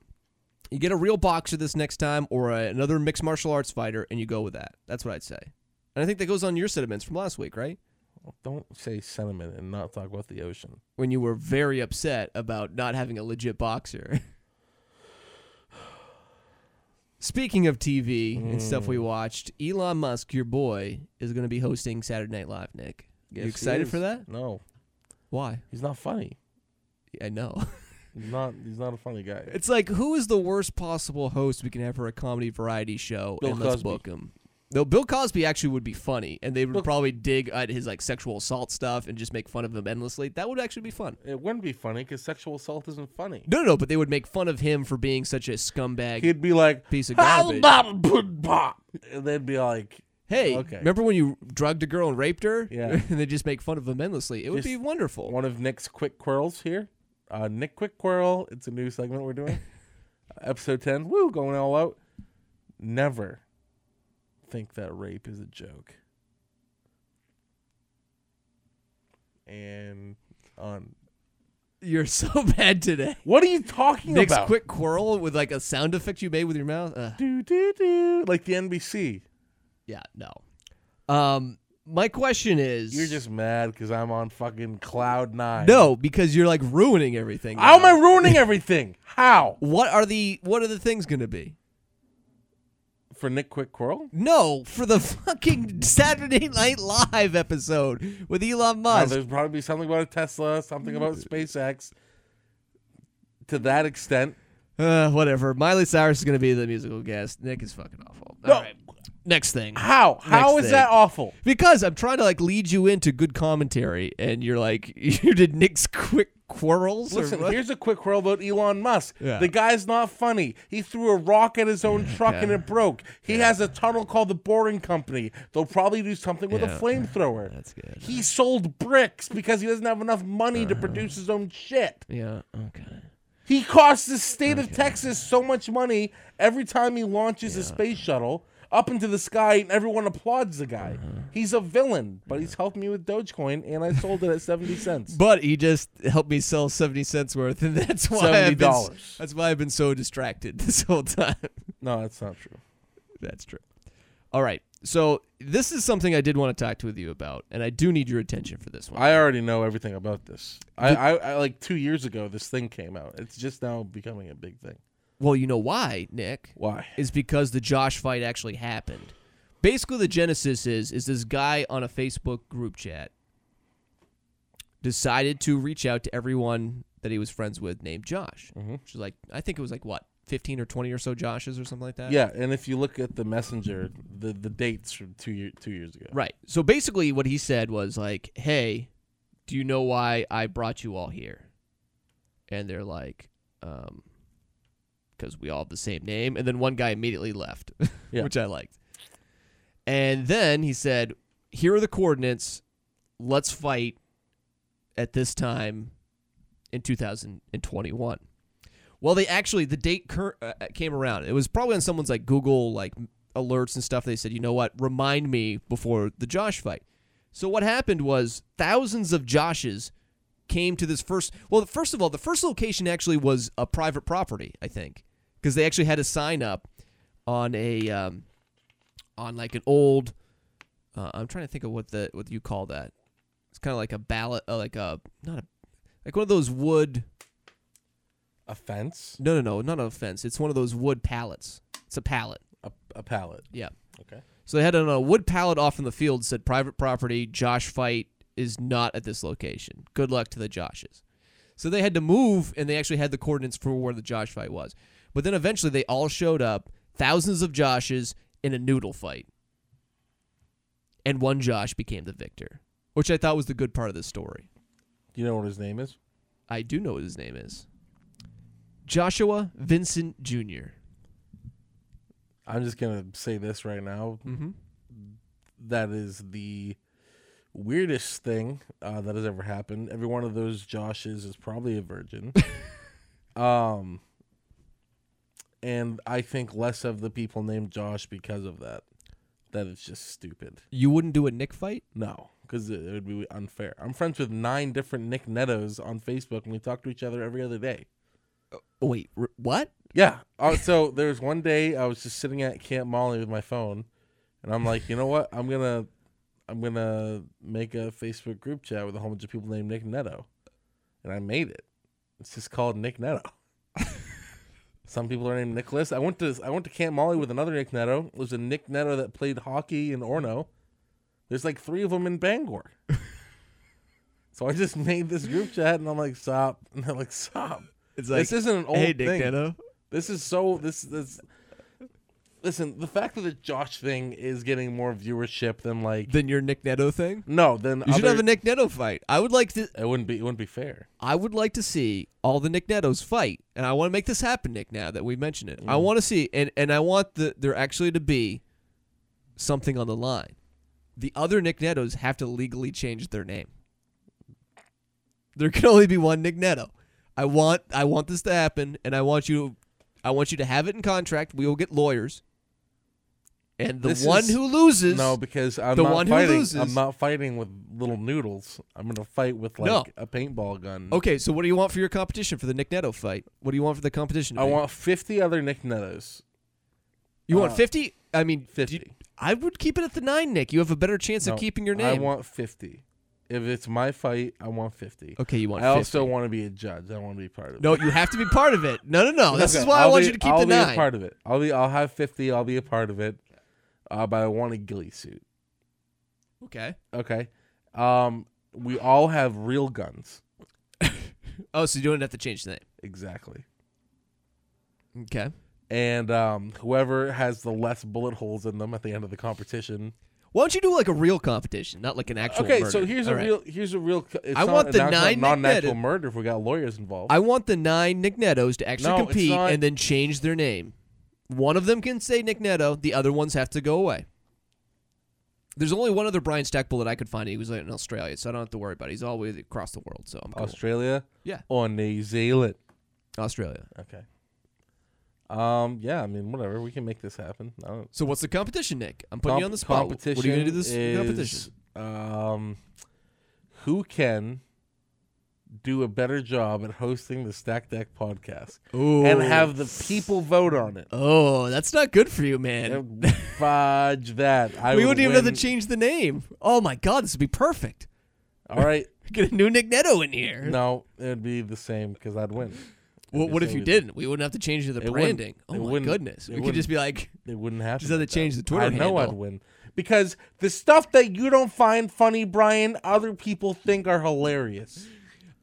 Speaker 1: You get a real boxer this next time or a, another mixed martial arts fighter and you go with that. That's what I'd say. And I think that goes on your sentiments from last week, right?
Speaker 2: Don't say sentiment and not talk about the ocean.
Speaker 1: When you were very upset about not having a legit boxer. [laughs] Speaking of TV and stuff
Speaker 2: Hmm.
Speaker 1: we watched, Elon Musk, your boy, is going to be hosting Saturday Night Live, Nick.
Speaker 2: Yes,
Speaker 1: you
Speaker 2: he
Speaker 1: excited
Speaker 2: is.
Speaker 1: for that?
Speaker 2: No,
Speaker 1: Why?
Speaker 2: he's not funny.
Speaker 1: I know.
Speaker 2: He's not. He's not a funny guy.
Speaker 1: It's like who is the worst possible host we can have for a comedy variety show
Speaker 2: Bill
Speaker 1: and let's
Speaker 2: Cosby.
Speaker 1: book him. Though Bill Cosby actually would be funny, and they would
Speaker 2: Look-
Speaker 1: probably dig at his like sexual assault stuff and just make fun of him endlessly. That would actually be fun.
Speaker 2: It wouldn't be funny because sexual assault isn't funny.
Speaker 1: No, no, no, but they would make fun of him for being such a scumbag
Speaker 2: He'd be like,
Speaker 1: piece
Speaker 2: [laughs]
Speaker 1: of
Speaker 2: "How
Speaker 1: garbage.
Speaker 2: about a good pop?" And they'd be like,
Speaker 1: Hey,
Speaker 2: Okay.
Speaker 1: remember when you drugged a girl and raped her?
Speaker 2: Yeah.
Speaker 1: [laughs] and they just make fun of him endlessly. It would
Speaker 2: Just
Speaker 1: be wonderful.
Speaker 2: "One of Nick's quick quirls here. Uh, Nick quick quirl. It's a new segment
Speaker 1: [laughs]
Speaker 2: we're doing. Episode ten. Woo, going all out. Never think that rape is a joke." And on.
Speaker 1: You're so [laughs] bad today.
Speaker 2: What are you talking
Speaker 1: Nick's
Speaker 2: about?
Speaker 1: quick quirl with like a sound effect you made with your mouth. Ugh.
Speaker 2: do do do like the NBC.
Speaker 1: Yeah, no. Um, my question is,
Speaker 2: You're just mad because I'm on fucking cloud nine.
Speaker 1: no, because you're like ruining everything.
Speaker 2: how am
Speaker 1: now.
Speaker 2: I ruining everything? How
Speaker 1: What are the what are the things gonna be?
Speaker 2: for Nick Quick Quirl?
Speaker 1: No, for the [laughs] fucking Saturday Night Live episode with Elon
Speaker 2: Oh,
Speaker 1: Musk.
Speaker 2: there's probably be something about a Tesla, something about
Speaker 1: Mm.
Speaker 2: SpaceX. To that extent,
Speaker 1: uh, whatever. Miley Cyrus is gonna be the musical guest. Nick is fucking awful.
Speaker 2: No.
Speaker 1: All right, next thing.
Speaker 2: how
Speaker 1: Next
Speaker 2: how is
Speaker 1: thing.
Speaker 2: that awful?
Speaker 1: Because I'm trying to like lead you into good commentary, and you're like, [laughs] you did Nick's quick quarrels. or
Speaker 2: Listen,
Speaker 1: what?
Speaker 2: here's a quick quirl about Elon Musk.
Speaker 1: Yeah.
Speaker 2: The guy's not funny. He threw a rock at
Speaker 1: [laughs]
Speaker 2: his own truck and it broke. He has a tunnel called the Boring Company. They'll probably do something with
Speaker 1: Yeah.
Speaker 2: a flamethrower.
Speaker 1: that's good. Uh-huh.
Speaker 2: He sold bricks because he doesn't have enough money to produce his own shit.
Speaker 1: Yeah. Okay.
Speaker 2: He costs the state of Texas so much money every time he launches a space shuttle up into the sky, and everyone applauds the guy. He's a villain, but he's helped me with Dogecoin, and I sold it at [laughs] 70 cents.
Speaker 1: But he just helped me sell seventy cents worth, and that's why I've been,
Speaker 2: $70.
Speaker 1: that's why I've been so distracted [laughs] this whole time.
Speaker 2: No, that's not true.
Speaker 1: that's true. All right, so this is something I did want to talk to with you about, and I do need your attention for this one.
Speaker 2: I already know everything about this. I, I, I like two years ago, this thing came out. It's just now becoming a big thing.
Speaker 1: Well, you know why, Nick?
Speaker 2: Why?
Speaker 1: Is because the Josh fight actually happened. Basically, the genesis is is this guy on a Facebook group chat decided to reach out to everyone that he was friends with named Josh.
Speaker 2: Mm-hmm.
Speaker 1: Which is like, I think it was like what fifteen or twenty or so Joshes or something like that.
Speaker 2: Yeah, and if you look at the messenger, the the dates from two year, two years ago.
Speaker 1: Right. So basically, what he said was like, "Hey, do you know why I brought you all here?" And they're like, um, "Because we all have the same name." And then one guy immediately left, [laughs]
Speaker 2: Yeah.
Speaker 1: which I liked. And then he said, "Here are the coordinates. Let's fight at this time in 2021." Well, they actually the date cur- uh, came around. It was probably on someone's like Google like alerts and stuff. They said, you know what, remind me before the Josh fight. So what happened was thousands of Joshes came to this first. Well, first of all, the first location actually was a private property, I think, because they actually had a sign up on a um, on like an old. Uh, I'm trying to think of what the what you call that. It's kind of like a ballot, uh, like a not a like one of those wood.
Speaker 2: A fence,
Speaker 1: No, no, no, not a fence. It's one of those wood pallets. It's a pallet.
Speaker 2: a, a pallet.
Speaker 1: Yeah.
Speaker 2: Okay.
Speaker 1: So they had it on a wood pallet off in the field said private property, Josh fight is not at this location. Good luck to the Joshes. So they had to move and they actually had the coordinates for where the Josh fight was. But then eventually they all showed up, thousands of Joshes in a noodle fight. And one Josh became the victor, which I thought was the good part of the story.
Speaker 2: Do you know what his name is?
Speaker 1: I do know what his name is. Joshua Vincent Jr.
Speaker 2: I'm just gonna say this right now.
Speaker 1: Mhm.
Speaker 2: That is the weirdest thing uh, that has ever happened. Every one of those Joshes is probably a virgin. um, and I think less of the people named Josh because of that. That is just stupid.
Speaker 1: You wouldn't do a Nick fight?
Speaker 2: No, because it, it would be unfair. I'm friends with nine different Nick Nettos on Facebook, and we talk to each other every other day.
Speaker 1: Oh, wait, r- what?
Speaker 2: Yeah. Uh, so there was one day I was just sitting at Camp Molly with my phone, and I'm like, you know what? I'm gonna, I'm gonna make a Facebook group chat with a whole bunch of people named Nick Netto, and I made it. It's just called
Speaker 1: [laughs]
Speaker 2: Nick Netto. Some people are named Nicholas. I went to I went to Camp Molly with another Nick Netto. It was a Nick Netto that played hockey in Orno. There's like three of them
Speaker 1: [laughs]
Speaker 2: in Bangor. so I just made this group chat, and I'm like, stop, [laughs] and they're like, stop.
Speaker 1: It's
Speaker 2: this isn't an old
Speaker 1: hey,
Speaker 2: thing.
Speaker 1: Nick Dano.
Speaker 2: This is so this this Listen, the fact that the Josh thing is getting more viewership than like
Speaker 1: Then your Nick Neto thing.
Speaker 2: no, then
Speaker 1: You should
Speaker 2: other-
Speaker 1: have a Nick Neto fight. I would like to.
Speaker 2: it wouldn't be it wouldn't be fair.
Speaker 1: I would like to see all the Nick Netos fight, and I want to make this happen, Nick. Now that we mentioned it, I
Speaker 2: Mm.
Speaker 1: want to see, and and I want the there actually to be something on the line. The other Nick Netos have to legally change their name. There can only be one Nick Neto. I want I want this to happen, and I want you, I want you to have it in contract. We will get lawyers, and the
Speaker 2: This
Speaker 1: one
Speaker 2: is-
Speaker 1: who loses
Speaker 2: No, because I'm
Speaker 1: the
Speaker 2: not
Speaker 1: one who
Speaker 2: fighting.
Speaker 1: loses-
Speaker 2: I'm not fighting with little noodles. I'm gonna fight with like
Speaker 1: No.
Speaker 2: a paintball gun.
Speaker 1: Okay, so what do you want for your competition for the Nick Neto fight? What do you want for the competition? to
Speaker 2: I
Speaker 1: be?
Speaker 2: want fifty other Nick Nettos.
Speaker 1: you want
Speaker 2: uh,
Speaker 1: fifty. I mean, do you-
Speaker 2: Fifty.
Speaker 1: I would keep it at the nine, Nick. You have a better chance
Speaker 2: No,
Speaker 1: of keeping your
Speaker 2: I
Speaker 1: name.
Speaker 2: want fifty. If it's my fight, I want fifty.
Speaker 1: okay, you want.
Speaker 2: I
Speaker 1: 50.
Speaker 2: also want to be a judge. I want to be part of it.
Speaker 1: no. You have to be part of it. No, no, no. Oh, This
Speaker 2: Okay,
Speaker 1: is why i
Speaker 2: I'll
Speaker 1: want
Speaker 2: be-
Speaker 1: you to keep
Speaker 2: I'll
Speaker 1: the
Speaker 2: be
Speaker 1: nine.
Speaker 2: A part of it. I'll be. I'll have fifty. I'll be a part of it. Uh, but I want a ghillie suit.
Speaker 1: okay.
Speaker 2: Okay. Um, we all have real guns.
Speaker 1: Oh, so you don't have to change the name.
Speaker 2: Exactly.
Speaker 1: Okay.
Speaker 2: And um, whoever has the less bullet holes in them at the end of the competition.
Speaker 1: Why don't you do like a real competition, not like an actual?
Speaker 2: okay,
Speaker 1: murder?
Speaker 2: so here's
Speaker 1: All
Speaker 2: a
Speaker 1: right.
Speaker 2: real. Here's a real. c- It's
Speaker 1: I
Speaker 2: not
Speaker 1: want
Speaker 2: an
Speaker 1: the
Speaker 2: actual-
Speaker 1: nine
Speaker 2: not an
Speaker 1: Nick
Speaker 2: actual
Speaker 1: Nettas.
Speaker 2: murder if we got lawyers involved.
Speaker 1: I want the nine Nick Netos to actually
Speaker 2: No, it's
Speaker 1: compete
Speaker 2: not-
Speaker 1: and then change their name. One of them can say Nick Neto, the other ones have to go away. There's only one other Brian Stackpole that I could find. He was in Australia, so I don't have to worry about it. He's all the way across the world, so I'm cool.
Speaker 2: Australia.
Speaker 1: Yeah.
Speaker 2: Or New Zealand.
Speaker 1: Australia.
Speaker 2: Okay. Um. Yeah. I mean, whatever. We can make this happen. I don't,
Speaker 1: So what's the competition, Nick? I'm putting you
Speaker 2: Comp-
Speaker 1: on the spot. What are you going to do this
Speaker 2: is,
Speaker 1: competition?
Speaker 2: Um, who can do a better job at hosting the Stack Deck podcast
Speaker 1: Ooh.
Speaker 2: and have the people vote on it?
Speaker 1: Oh, that's not good for you, man. [laughs]
Speaker 2: Fudge that! I
Speaker 1: we
Speaker 2: would
Speaker 1: wouldn't even have to
Speaker 2: win.
Speaker 1: change the name. Oh my god, this would be perfect.
Speaker 2: All right,
Speaker 1: Get a new Nick Neto in here.
Speaker 2: no, it'd be the same because I'd win.
Speaker 1: Well,
Speaker 2: Just
Speaker 1: what if
Speaker 2: so
Speaker 1: you
Speaker 2: we-
Speaker 1: didn't? We wouldn't have to change the
Speaker 2: wouldn't.
Speaker 1: branding.
Speaker 2: It
Speaker 1: Oh my
Speaker 2: wouldn't.
Speaker 1: goodness,
Speaker 2: It
Speaker 1: we could just be like,
Speaker 2: It wouldn't happen.
Speaker 1: Just have to
Speaker 2: like that.
Speaker 1: change the Twitter
Speaker 2: I know I'd
Speaker 1: handle.
Speaker 2: win because the stuff that you don't find funny, Brian, other people think are hilarious.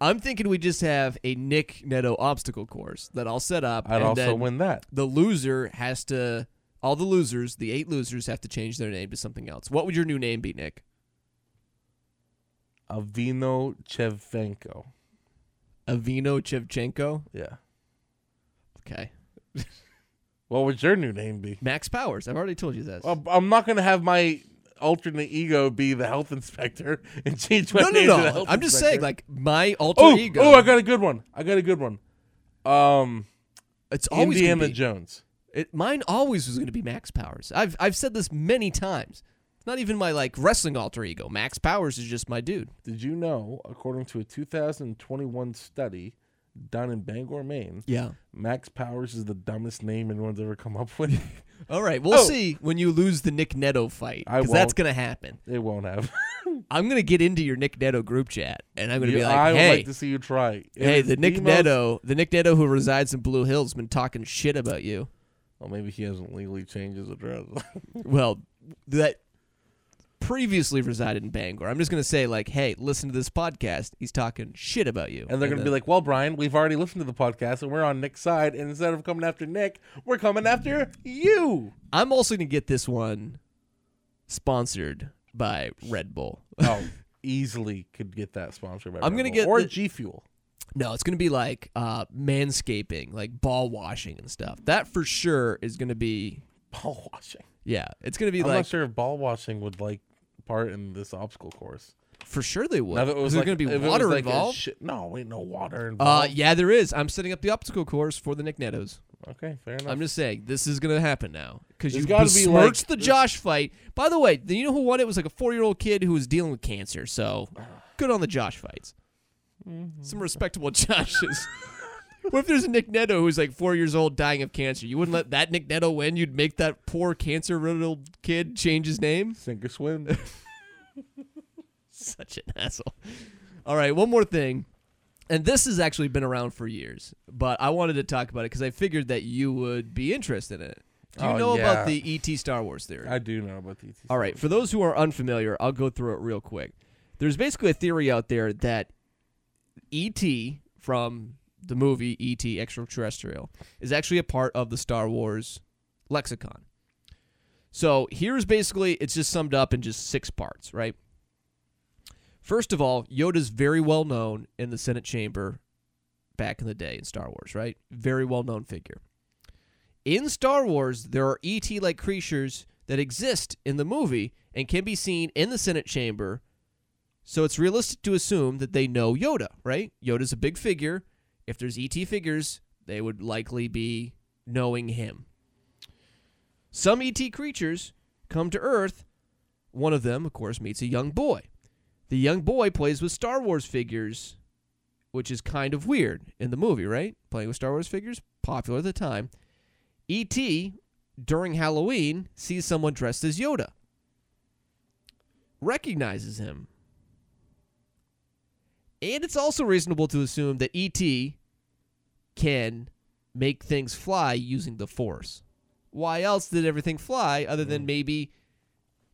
Speaker 1: I'm thinking we just have a Nick Neto obstacle course that I'll set up,
Speaker 2: I'd
Speaker 1: and
Speaker 2: also
Speaker 1: then
Speaker 2: win that.
Speaker 1: the loser has to. All the losers, the eight losers, have to change their name to something else. What would your new name be, Nick?
Speaker 2: Avino Chevchenko.
Speaker 1: Avino Chevchenko.
Speaker 2: Yeah.
Speaker 1: Okay.
Speaker 2: What would your new name be?
Speaker 1: Max Powers. I've already told you that.
Speaker 2: Well, [laughs] I'm not gonna have my alternate ego be the health inspector [laughs] and change my
Speaker 1: no, no,
Speaker 2: name to the
Speaker 1: no.
Speaker 2: health
Speaker 1: I'm just
Speaker 2: inspector.
Speaker 1: saying, like my alter
Speaker 2: Oh,
Speaker 1: ego.
Speaker 2: oh, I got a good one. I got a good one. Um,
Speaker 1: it's always gonna
Speaker 2: Indiana
Speaker 1: be-
Speaker 2: Jones.
Speaker 1: It, mine always was going to be Max Powers. I've I've said this many times. It's not even my like wrestling alter ego. Max Powers is just my dude.
Speaker 2: Did you know, according to a 2021 study done in Bangor, Maine,
Speaker 1: Yeah.
Speaker 2: Max Powers is the dumbest name anyone's ever come up with?
Speaker 1: [laughs] All right, we'll
Speaker 2: Oh.
Speaker 1: see when you lose the Nick Neto fight
Speaker 2: I
Speaker 1: because that's
Speaker 2: won't.
Speaker 1: going to happen.
Speaker 2: they won't have.
Speaker 1: I'm going to get into your Nick Neto group chat and I'm going to
Speaker 2: You-
Speaker 1: be like,
Speaker 2: [laughs] I would
Speaker 1: "Hey,
Speaker 2: like to see you try. It
Speaker 1: hey,
Speaker 2: is
Speaker 1: the Nick
Speaker 2: most-
Speaker 1: Neto, the Nick Neto who resides in Blue Hills, been talking shit about you."
Speaker 2: Well, Oh, maybe he hasn't legally changed his address.
Speaker 1: well, that previously resided in Bangor. I'm just going to say like, "Hey, listen to this podcast. He's talking shit about you."
Speaker 2: and they're going to be like, well, Brian, we've already listened to the podcast and we're on Nick's side. And instead of coming after Nick, we're coming after you.
Speaker 1: I'm also gonna get this one sponsored by Red Bull. [laughs]
Speaker 2: Oh, [laughs] easily could get that sponsored by
Speaker 1: I'm
Speaker 2: Red
Speaker 1: gonna
Speaker 2: Bull.
Speaker 1: get
Speaker 2: Or
Speaker 1: the-
Speaker 2: G Fuel.
Speaker 1: No, it's gonna be like uh, manscaping, like ball washing and stuff. That for sure is gonna be
Speaker 2: Ball washing.
Speaker 1: yeah. It's gonna be
Speaker 2: I'm
Speaker 1: like
Speaker 2: not sure if ball washing would like part in this obstacle course.
Speaker 1: for sure they would.
Speaker 2: Now, if it was
Speaker 1: Is there
Speaker 2: like-
Speaker 1: gonna
Speaker 2: if
Speaker 1: be
Speaker 2: it was
Speaker 1: water
Speaker 2: like a
Speaker 1: involved?
Speaker 2: shi- no, wait, no water
Speaker 1: uh,
Speaker 2: involved.
Speaker 1: yeah, there is. I'm setting up the obstacle course for the Nick Nettos.
Speaker 2: okay, fair enough.
Speaker 1: I'm just saying this is gonna happen now because
Speaker 2: There's
Speaker 1: you
Speaker 2: gotta be, like,
Speaker 1: besmirched the Josh fight. By the way, do you know who won? It It was like a four year old kid who was dealing with cancer.
Speaker 2: [sighs]
Speaker 1: So good on the Josh fights.
Speaker 2: Mm-hmm.
Speaker 1: Some respectable [laughs] Joshes. what if there's a Nick Neto who's like four years old dying of cancer? You wouldn't let that Nick Neto win. You'd make that poor cancer riddled kid change his name. [laughs]
Speaker 2: Sink or [laughs] swim.
Speaker 1: Such an asshole. All right, one more thing. And this has actually been around for years, but I wanted to talk about it because I figured that you would be interested in it. Do you
Speaker 2: Oh,
Speaker 1: know
Speaker 2: yeah.
Speaker 1: about the ET Star Wars theory?
Speaker 2: I do know about the E ETC.
Speaker 1: All right, for those who are unfamiliar, I'll go through it real quick. There's basically a theory out there that ET from the movie ET Extraterrestrial is actually a part of the Star Wars lexicon. So here's basically it's just summed up in just six parts, right? First of all, Yoda's very well known in the Senate chamber back in the day in Star Wars, right? Very well known figure. In Star Wars, there are ET like creatures that exist in the movie and can be seen in the Senate chamber. So it's realistic to assume that they know Yoda, right? Yoda's a big figure. If there's ET figures, they would likely be knowing him. Some ET creatures come to Earth. One of them, of course, meets a young boy. The young boy plays with Star Wars figures, which is kind of weird in the movie, right? Playing with Star Wars figures, popular at the time. E.T. E during Halloween sees someone dressed as Yoda, recognizes him. And it's also reasonable to assume that E.T. can make things fly using the Force. Why else did everything fly other than
Speaker 2: Hmm.
Speaker 1: maybe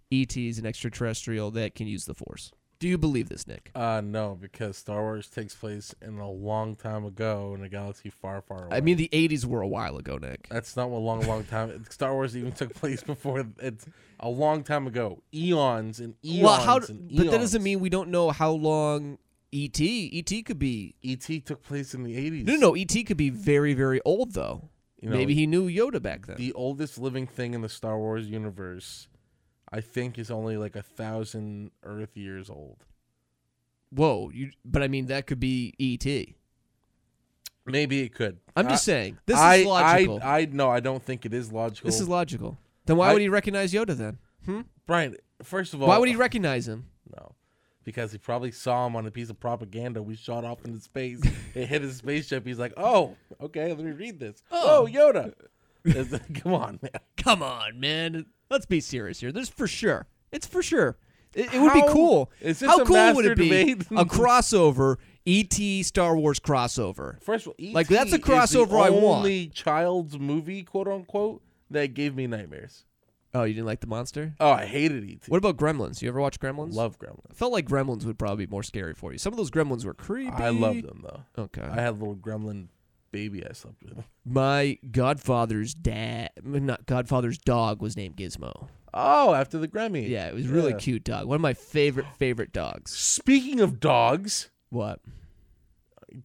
Speaker 1: E.T. is an extraterrestrial that can use the Force? Do you believe this, Nick?
Speaker 2: Uh, no, because Star Wars takes place in a long time ago in a galaxy far, far away.
Speaker 1: I mean, the 80s were a while ago, Nick.
Speaker 2: that's not a long, long time. Star Wars even took place before. It's a long time ago. Eons and eons.
Speaker 1: well, how?
Speaker 2: and
Speaker 1: But that doesn't
Speaker 2: eons.
Speaker 1: mean we don't know how long E ET ET could be.
Speaker 2: E.T. E took place in the 80s.
Speaker 1: No, no, no, ET could be very, very old though.
Speaker 2: You know, E
Speaker 1: Maybe he knew Yoda back then.
Speaker 2: the oldest living thing in the Star Wars universe, I think, is only like a thousand Earth years old.
Speaker 1: Whoa, you, but I mean that could be ET.
Speaker 2: Maybe it could.
Speaker 1: I'm just
Speaker 2: I-
Speaker 1: saying this
Speaker 2: I,
Speaker 1: is logical.
Speaker 2: I, I no, I don't think it is logical.
Speaker 1: this is logical. Then why
Speaker 2: I-
Speaker 1: would he recognize Yoda then? Hmm?
Speaker 2: Brian. First of all,
Speaker 1: Why would he recognize him?
Speaker 2: No, because he probably saw him on a piece of propaganda we shot off into
Speaker 1: [laughs]
Speaker 2: space. it hit his spaceship. He's like, "Oh, okay, let me read this. Oh,
Speaker 1: Oh.
Speaker 2: Yoda." It's- [laughs] Come on, man.
Speaker 1: Come on, man. Let's be serious here. There's for sure. It's for sure. It, it would be
Speaker 2: How-
Speaker 1: cool.
Speaker 2: is this
Speaker 1: How
Speaker 2: a
Speaker 1: cool would it
Speaker 2: master
Speaker 1: be?
Speaker 2: debate?
Speaker 1: A crossover, ET Star Wars crossover.
Speaker 2: First of all, E.T.
Speaker 1: Like, that's a
Speaker 2: is the
Speaker 1: crossover I want.
Speaker 2: Only child's movie, quote unquote, that gave me nightmares.
Speaker 1: Oh, you didn't like the monster?
Speaker 2: Oh, I hated E.T.
Speaker 1: What about Gremlins? You ever watch Gremlins?
Speaker 2: Love Gremlins.
Speaker 1: Felt like Gremlins would probably be more scary for you. Some of those Gremlins were creepy.
Speaker 2: I love them though.
Speaker 1: Okay.
Speaker 2: I had a little gremlin baby I slept
Speaker 1: [laughs]
Speaker 2: with.
Speaker 1: My godfather's dad, not godfather's dog, was named Gizmo.
Speaker 2: Oh, after the Grammy.
Speaker 1: Yeah, it was really
Speaker 2: Yeah.
Speaker 1: cute dog. One of my favorite favorite dogs.
Speaker 2: Speaking of dogs,
Speaker 1: What?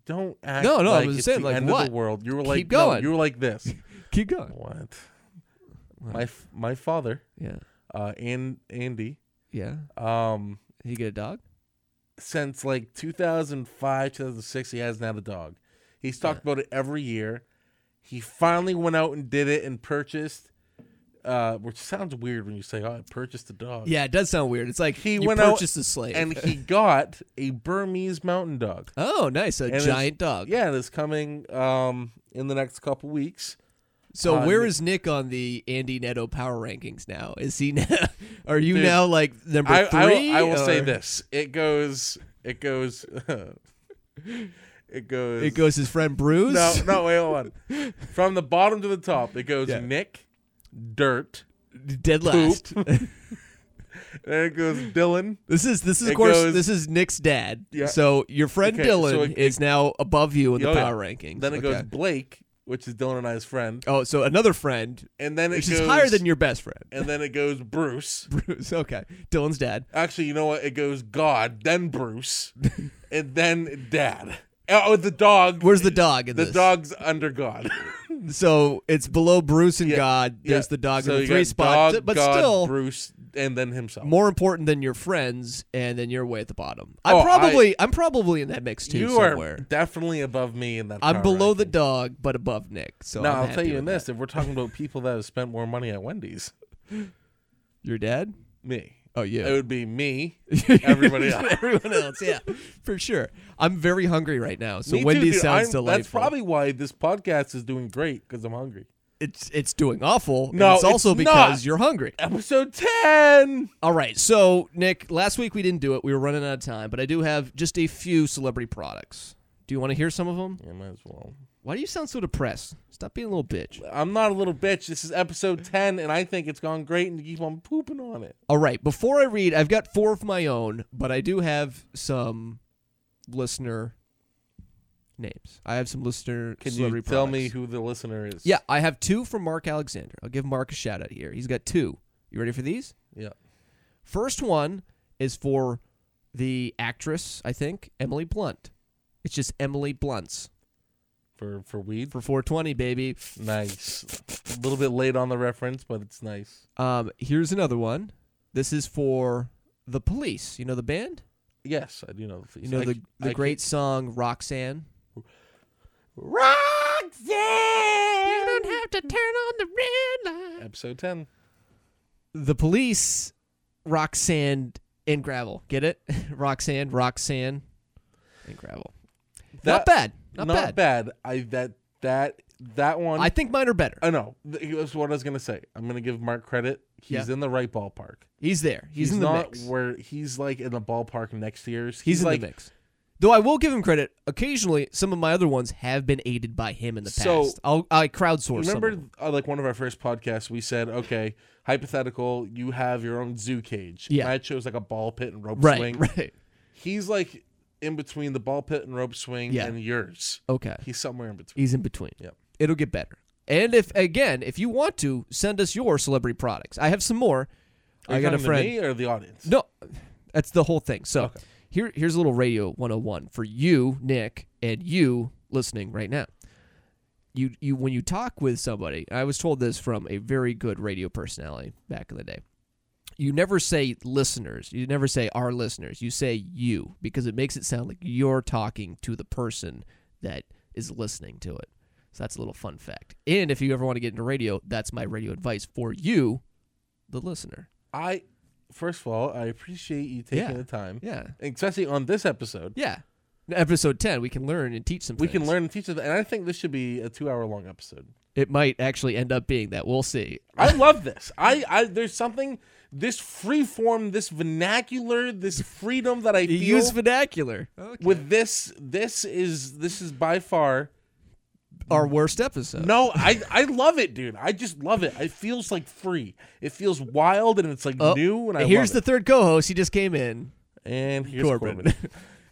Speaker 2: don't act.
Speaker 1: No, no, I
Speaker 2: like
Speaker 1: was
Speaker 2: it's
Speaker 1: saying,
Speaker 2: the
Speaker 1: like,
Speaker 2: end
Speaker 1: what?
Speaker 2: of the world. You were
Speaker 1: Keep
Speaker 2: like, no,
Speaker 1: going.
Speaker 2: you were like
Speaker 1: [laughs]
Speaker 2: this.
Speaker 1: Keep going.
Speaker 2: what? My f- my father,
Speaker 1: Yeah,
Speaker 2: uh, and Andy,
Speaker 1: yeah.
Speaker 2: um,
Speaker 1: You get a dog?
Speaker 2: since like 2005, 2006, he hasn't had a dog. He's talked about it every year. He finally went out and did it and purchased, uh, which sounds weird when you say, "Oh, I purchased a dog."
Speaker 1: Yeah, it does sound weird. It's like
Speaker 2: He
Speaker 1: you
Speaker 2: went out
Speaker 1: purchased a slave.
Speaker 2: And he got a Burmese mountain dog.
Speaker 1: [laughs] oh, nice, a
Speaker 2: it's-
Speaker 1: giant dog.
Speaker 2: Yeah, that's coming um, in the next couple weeks.
Speaker 1: So
Speaker 2: Uh,
Speaker 1: where
Speaker 2: Nick-
Speaker 1: is Nick on the Andy Neto power rankings now? Is he now? [laughs] Are you
Speaker 2: Dude,
Speaker 1: now like number
Speaker 2: I,
Speaker 1: three?
Speaker 2: I will, I will say
Speaker 1: or-
Speaker 2: this: it goes, it goes, [laughs] it goes.
Speaker 1: It goes his friend Bruce. [laughs]
Speaker 2: No, no, wait, hold on. From the bottom to the top, it goes
Speaker 1: Yeah.
Speaker 2: Nick, Dirt.
Speaker 1: dead last.
Speaker 2: [laughs] Then it goes Dylan.
Speaker 1: This is this is of
Speaker 2: It
Speaker 1: course
Speaker 2: goes-
Speaker 1: this is Nick's dad.
Speaker 2: Yeah.
Speaker 1: So your friend
Speaker 2: Okay, so
Speaker 1: Dylan
Speaker 2: it- it-
Speaker 1: is now above you in the
Speaker 2: Oh, yeah.
Speaker 1: power rankings.
Speaker 2: Then it goes
Speaker 1: Okay.
Speaker 2: Blake, which is Dylan and I's friend,
Speaker 1: Oh, so another friend,
Speaker 2: and then it
Speaker 1: which
Speaker 2: goes
Speaker 1: is higher than your best friend,
Speaker 2: And then it goes Bruce.
Speaker 1: Bruce. Okay, Dylan's dad.
Speaker 2: Actually, you know what? It goes God,
Speaker 1: [laughs]
Speaker 2: then Bruce, and then Dad. Oh, the dog.
Speaker 1: Where's the dog in
Speaker 2: the
Speaker 1: this?
Speaker 2: dog's under God.
Speaker 1: So it's below Bruce and
Speaker 2: Yeah,
Speaker 1: God. There's
Speaker 2: Yeah.
Speaker 1: the dog
Speaker 2: So
Speaker 1: in the
Speaker 2: you
Speaker 1: three
Speaker 2: got
Speaker 1: spot,
Speaker 2: dog,
Speaker 1: but
Speaker 2: God,
Speaker 1: still
Speaker 2: Bruce, and then himself.
Speaker 1: more important than your friends, and then you're way at the bottom. I'm
Speaker 2: Oh, I-
Speaker 1: probably I, am probably in that mix too
Speaker 2: you
Speaker 1: somewhere.
Speaker 2: are definitely above me in that.
Speaker 1: I'm
Speaker 2: power
Speaker 1: below the
Speaker 2: ranking.
Speaker 1: dog, but above Nick. So
Speaker 2: No,
Speaker 1: I'm
Speaker 2: I'll tell
Speaker 1: happy
Speaker 2: you in
Speaker 1: with
Speaker 2: this: if we're talking about people that have spent more money at Wendy's,
Speaker 1: that. your dad.
Speaker 2: me,
Speaker 1: Oh yeah,
Speaker 2: it would be [laughs] me, everybody [laughs] else.
Speaker 1: everyone else, yeah, [laughs] for sure. I'm very hungry right now, so
Speaker 2: Me too,
Speaker 1: Wendy's
Speaker 2: dude.
Speaker 1: sounds
Speaker 2: I'm-
Speaker 1: delightful.
Speaker 2: That's probably why this podcast is doing great because I'm hungry.
Speaker 1: it's it's doing awful. and
Speaker 2: No,
Speaker 1: it's also
Speaker 2: it's
Speaker 1: because
Speaker 2: not.
Speaker 1: you're hungry.
Speaker 2: Episode ten.
Speaker 1: All right, so Nick, last week we didn't do it; we were running out of time. But I do have just a few celebrity products. Do you want to hear some of them?
Speaker 2: Yeah, might as well.
Speaker 1: Why do you sound so depressed? Stop being a little bitch.
Speaker 2: I'm not a little bitch. This is episode ten, and I think it's gone great, and you keep on pooping on it.
Speaker 1: All right, before I read, I've got four of my own, but I do have some listener names. I have some listener.
Speaker 2: Can you
Speaker 1: celebrity
Speaker 2: tell
Speaker 1: products.
Speaker 2: me who the listener is?
Speaker 1: Yeah, I have two from Mark Alexander. I'll give Mark a shout out here. He's got two. You ready for these?
Speaker 2: yeah.
Speaker 1: First one is for the actress, I think, Emily Blunt. It's just Emily Blunt's
Speaker 2: For for weed.
Speaker 1: for 420, baby.
Speaker 2: Nice. A little bit late on the reference, but it's nice.
Speaker 1: Um, here's another one. This is for the police. You know the band?
Speaker 2: Yes, I do know. The
Speaker 1: You know the, the great song Roxanne?
Speaker 2: Roxanne.
Speaker 1: have to turn on the red light.
Speaker 2: Episode ten.
Speaker 1: The police, Roxanne and Gravel. Get it? [laughs] Roxanne, Roxanne, and Gravel. not
Speaker 2: That-
Speaker 1: bad. Not, bad.
Speaker 2: I that that that one.
Speaker 1: I think mine are better.
Speaker 2: Oh no, th- that's what I was gonna say. I'm gonna give Mark credit. He's
Speaker 1: Yeah.
Speaker 2: in the right ballpark.
Speaker 1: He's there. He's, in the
Speaker 2: not
Speaker 1: mix.
Speaker 2: where he's like in the ballpark next year's.
Speaker 1: He's in
Speaker 2: like
Speaker 1: the mix. Though I will give him credit. Occasionally, some of my other ones have been aided by him in the
Speaker 2: So-
Speaker 1: past. I'll, I crowdsource. some of
Speaker 2: Remember,
Speaker 1: them.
Speaker 2: uh, like one of our first podcasts, we said, okay, hypothetical, you have your own zoo cage.
Speaker 1: Yeah.
Speaker 2: And I chose like a ball pit and rope
Speaker 1: Right.
Speaker 2: swing.
Speaker 1: [laughs] Right.
Speaker 2: He's like in between the ball pit and rope swing
Speaker 1: Yeah.
Speaker 2: and yours.
Speaker 1: Okay.
Speaker 2: He's somewhere in between.
Speaker 1: He's in between.
Speaker 2: Yep.
Speaker 1: It'll get better. And if again, if you want to send us your celebrity products, I have some more.
Speaker 2: Are
Speaker 1: I
Speaker 2: you
Speaker 1: got a
Speaker 2: talking to
Speaker 1: friend.
Speaker 2: me or the audience?
Speaker 1: No, that's the whole thing. So here, here's a little radio 101 for you, Nick, and you listening right now. You, you when you talk with somebody, I was told this from a very good radio personality back in the day. You never say listeners. You never say our listeners. You say you because it makes it sound like you're talking to the person that is listening to it. So that's a little fun fact. And if you ever want to get into radio, that's my radio advice for you, the listener.
Speaker 2: I, first of all, I appreciate you taking
Speaker 1: Yeah.
Speaker 2: the time,
Speaker 1: Yeah.
Speaker 2: especially on this episode,
Speaker 1: Yeah. episode 10 we can learn and teach some
Speaker 2: We can
Speaker 1: things.
Speaker 2: learn and teach them. And I think this should be a two hour long episode.
Speaker 1: it might actually end up being that we'll see
Speaker 2: I love this. I, I there's something this free form, this vernacular, this freedom that I
Speaker 1: you
Speaker 2: feel
Speaker 1: use vernacular
Speaker 2: with this. This is this is by far
Speaker 1: our worst episode
Speaker 2: no. I I love it, dude. I just love it. It feels like free. It feels wild and it's like
Speaker 1: Oh,
Speaker 2: new. And I
Speaker 1: here's the
Speaker 2: love
Speaker 1: third co-host he just came in
Speaker 2: it. and here's
Speaker 1: Corbin.
Speaker 2: Corbin.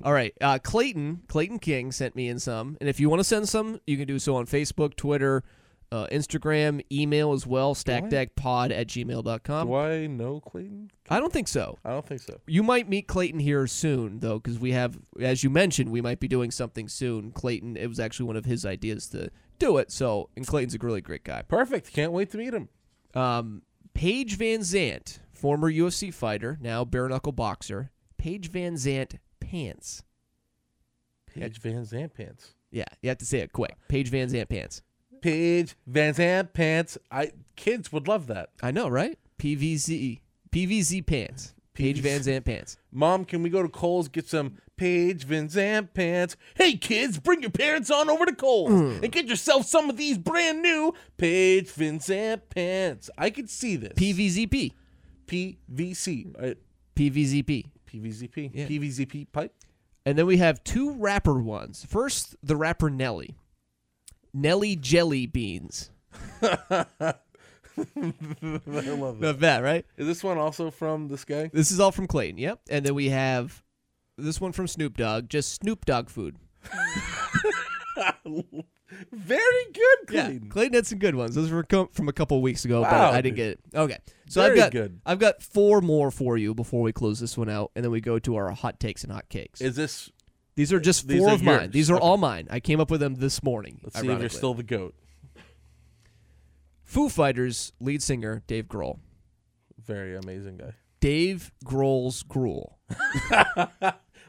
Speaker 1: All right, uh, Clayton Clayton King sent me in some, and if you want to send some, you can do so on Facebook, Twitter, uh, Instagram, email as well. StackDeckPod at gmail.com.
Speaker 2: Do I know Clayton?
Speaker 1: I don't think so.
Speaker 2: I don't think so.
Speaker 1: You might meet Clayton here soon, though, because we have, as you mentioned, we might be doing something soon. Clayton, it was actually one of his ideas to do it. So, and Clayton's a really great guy.
Speaker 2: Perfect. Can't wait to meet him.
Speaker 1: Um, Paige Van Zant, former UFC fighter, now bare knuckle boxer. Paige Van Zant pants.
Speaker 2: Paige Van Zandt pants.
Speaker 1: Yeah, you have to say it quick. Paige Van Zant pants.
Speaker 2: Paige Van Zandt pants. I kids would love that.
Speaker 1: I know, right? PVZ. PVZ pants. Paige Van Zant pants.
Speaker 2: Mom, can we go to Cole's get some Paige Van Zandt pants? Hey kids, bring your parents on over to Cole's and get yourself some of these brand new Paige Van Zandt pants. I could see this.
Speaker 1: PVZP.
Speaker 2: PVC. Uh,
Speaker 1: PVZP.
Speaker 2: PVZP.
Speaker 1: Yeah.
Speaker 2: PVZP pipe.
Speaker 1: And then we have two rapper ones. First, the rapper Nelly. Nelly Jelly
Speaker 2: [laughs]
Speaker 1: Beans.
Speaker 2: I love that.
Speaker 1: Not bad, right?
Speaker 2: Is this one also from this guy?
Speaker 1: This is all from Clayton, yep. And then we have this one from Snoop Dogg, just Snoop Dogg food.
Speaker 2: [laughs] Very good, Clayton.
Speaker 1: Yeah, Clayton had some good ones. Those were co- from a couple weeks ago,
Speaker 2: Wow,
Speaker 1: but I didn't get it. Okay, so I've
Speaker 2: Very
Speaker 1: got
Speaker 2: good.
Speaker 1: I've got four more for you before we close this one out, and then we go to our hot takes and hot cakes.
Speaker 2: Is this?
Speaker 1: These are just
Speaker 2: These
Speaker 1: four
Speaker 2: are
Speaker 1: of mine.
Speaker 2: yours.
Speaker 1: These are
Speaker 2: Okay.
Speaker 1: all mine. I came up with them this morning.
Speaker 2: Let's see if
Speaker 1: ironically.
Speaker 2: you're still the goat.
Speaker 1: Foo Fighters lead singer Dave Grohl.
Speaker 2: Very amazing guy.
Speaker 1: Dave Grohl's gruel.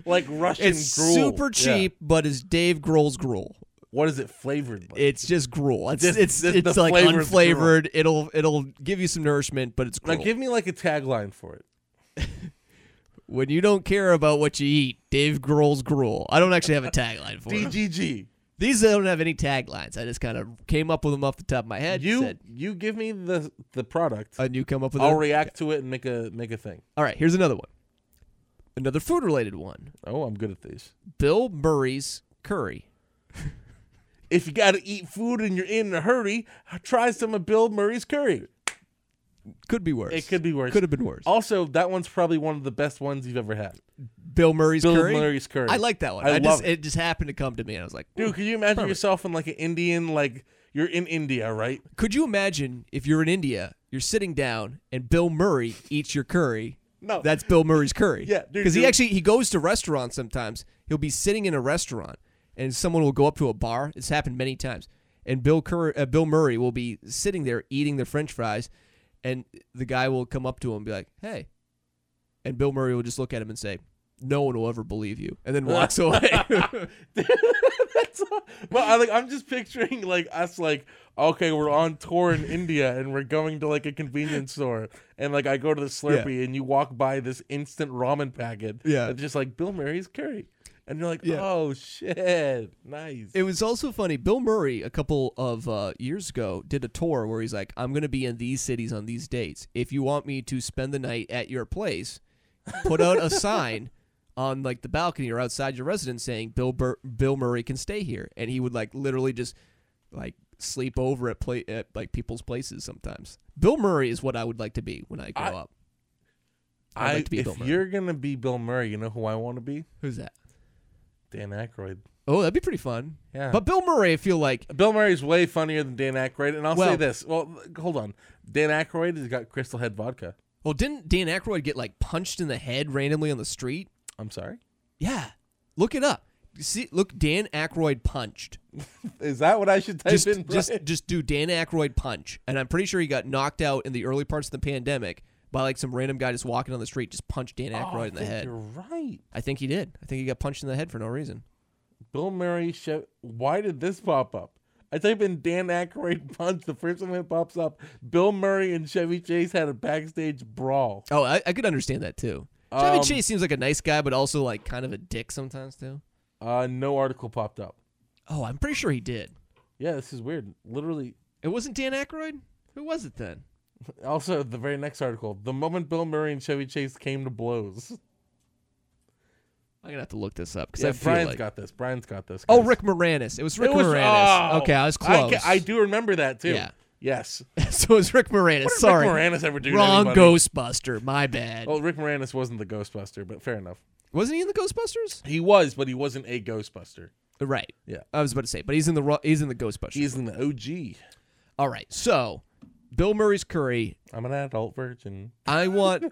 Speaker 2: Like Russian
Speaker 1: It's
Speaker 2: gruel.
Speaker 1: super
Speaker 2: Yeah.
Speaker 1: cheap, but it's Dave Grohl's gruel.
Speaker 2: What is it flavored like?
Speaker 1: It's just gruel. It's
Speaker 2: This-
Speaker 1: it's
Speaker 2: this-
Speaker 1: it's
Speaker 2: the
Speaker 1: like
Speaker 2: flavor's gruel.
Speaker 1: unflavored. It'll it'll give you some nourishment, but it's
Speaker 2: now
Speaker 1: gruel.
Speaker 2: give me like a tagline for it.
Speaker 1: when you don't care about what you eat, Dave Grohl's gruel. I don't actually have a tagline
Speaker 2: [laughs]
Speaker 1: for them.
Speaker 2: DGG.
Speaker 1: These I don't have any taglines. I just kind of came up with them off the top of my head.
Speaker 2: You
Speaker 1: said,
Speaker 2: you give me the the product.
Speaker 1: and you come up with
Speaker 2: I'll
Speaker 1: a-
Speaker 2: react to it and make a make a thing.
Speaker 1: All right, here's another one. Another food related one.
Speaker 2: Oh, I'm good at these.
Speaker 1: Bill Murray's curry.
Speaker 2: If you got to eat food and you're in a hurry, try some of Bill Murray's curry.
Speaker 1: Could be worse.
Speaker 2: It could be worse.
Speaker 1: Could have been worse.
Speaker 2: Also, that one's probably one of the best ones you've ever had.
Speaker 1: Bill Murray's
Speaker 2: Bill
Speaker 1: curry.
Speaker 2: Murray's curry.
Speaker 1: I like that one.
Speaker 2: I
Speaker 1: I, just
Speaker 2: love
Speaker 1: it. just happened to come to me and I was like,
Speaker 2: Dude, could you imagine yourself in like an Indian like you're in India, right?
Speaker 1: could you imagine if you're in India, you're sitting down and Bill Murray eats your curry?
Speaker 2: No.
Speaker 1: That's Bill Murray's curry.
Speaker 2: Yeah, dude,
Speaker 1: Because he
Speaker 2: dude.
Speaker 1: actually he goes to restaurants sometimes. He'll be sitting in a restaurant and someone will go up to a bar. It's happened many times. And Bill Cur- uh, Bill Murray will be sitting there eating their french fries and the guy will come up to him and be like, "Hey." And Bill Murray will just look at him and say, "No one will ever believe you." And then
Speaker 2: [laughs]
Speaker 1: walks away. [laughs]
Speaker 2: That's well, I like I'm just picturing like us like okay, we're on tour in India and we're going to like a convenience store and like I go to the Slurpee and you walk by this instant ramen packet.
Speaker 1: Yeah.
Speaker 2: It's just like Bill Murray's curry. And you're like,
Speaker 1: Yeah.
Speaker 2: oh shit. Nice.
Speaker 1: It was also funny. Bill Murray, a couple of uh, years ago, did a tour where he's like, "I'm going to be in these cities on these dates. If you want me to spend the night at your place, put out a sign on like the balcony or outside your residence saying Bill Bur- Bill Murray can stay here." And he would like literally just like sleep over at play at like people's places sometimes. Bill Murray is what I would like to be when I grow
Speaker 2: I-
Speaker 1: up. I'd
Speaker 2: I,
Speaker 1: like to be
Speaker 2: if
Speaker 1: Bill Murray.
Speaker 2: you're gonna be Bill Murray, you know who I want to be?
Speaker 1: Who's that?
Speaker 2: Dan Aykroyd.
Speaker 1: Oh, that'd be pretty fun.
Speaker 2: Yeah.
Speaker 1: But Bill Murray, I feel like
Speaker 2: Bill Murray's way funnier than Dan Aykroyd, and I'll say
Speaker 1: Well-
Speaker 2: this. Well, hold on. Dan Aykroyd has got Crystal Head vodka.
Speaker 1: well, didn't Dan Aykroyd get like punched in the head randomly on the street?
Speaker 2: I'm sorry.
Speaker 1: Yeah. Look it up. See, look, Dan Aykroyd punched.
Speaker 2: Is that what I should type
Speaker 1: Just,
Speaker 2: in?
Speaker 1: just,
Speaker 2: Brian?
Speaker 1: just do Dan Aykroyd punch, and I'm pretty sure he got knocked out in the early parts of the pandemic by like some random guy just walking on the street, just punched Dan
Speaker 2: Oh, I
Speaker 1: Aykroyd in the
Speaker 2: think
Speaker 1: head.
Speaker 2: You're right.
Speaker 1: I think he did. I think he got punched in the head for no reason.
Speaker 2: Bill Murray. Chef, why did this pop up? I type in Dan Aykroyd [laughs] punch. The first one that pops up, Bill Murray and Chevy Chase had a backstage brawl.
Speaker 1: Oh, I, I could understand that too. Chevy
Speaker 2: Um,
Speaker 1: Chase seems like a nice guy, but also like kind of a dick sometimes too.
Speaker 2: Uh, no article popped up.
Speaker 1: Oh, I'm pretty sure he did.
Speaker 2: Yeah, this is weird. Literally,
Speaker 1: It wasn't Dan Aykroyd. Who was it then?
Speaker 2: also the very next article: the moment Bill Murray and Chevy Chase came to blows.
Speaker 1: I'm gonna have to look this up because
Speaker 2: Yeah,
Speaker 1: I feel
Speaker 2: Brian's
Speaker 1: like.
Speaker 2: got this. Brian's got this.
Speaker 1: oh,
Speaker 2: guys.
Speaker 1: Rick Moranis. It was Rick
Speaker 2: It was-
Speaker 1: Moranis.
Speaker 2: oh,
Speaker 1: okay, I was
Speaker 2: I
Speaker 1: close.
Speaker 2: ca- I, do remember that too.
Speaker 1: Yeah.
Speaker 2: Yes.
Speaker 1: [laughs] so it was Rick Moranis.
Speaker 2: What did
Speaker 1: Sorry,
Speaker 2: Rick Moranis ever do? to
Speaker 1: wrong
Speaker 2: anybody? Oh.
Speaker 1: Ghostbuster.
Speaker 2: [laughs]
Speaker 1: My bad.
Speaker 2: Well, Rick Moranis wasn't the Ghostbuster, but fair enough.
Speaker 1: Wasn't he in the Ghostbusters?
Speaker 2: He was, but he wasn't a Ghostbuster.
Speaker 1: Right.
Speaker 2: Yeah.
Speaker 1: I was about to say, but he's in the ro- he's in the Ghostbusters.
Speaker 2: He's in the OG.
Speaker 1: All right. So, Bill Murray's curry.
Speaker 2: I'm an adult virgin.
Speaker 1: I
Speaker 2: [laughs]
Speaker 1: want.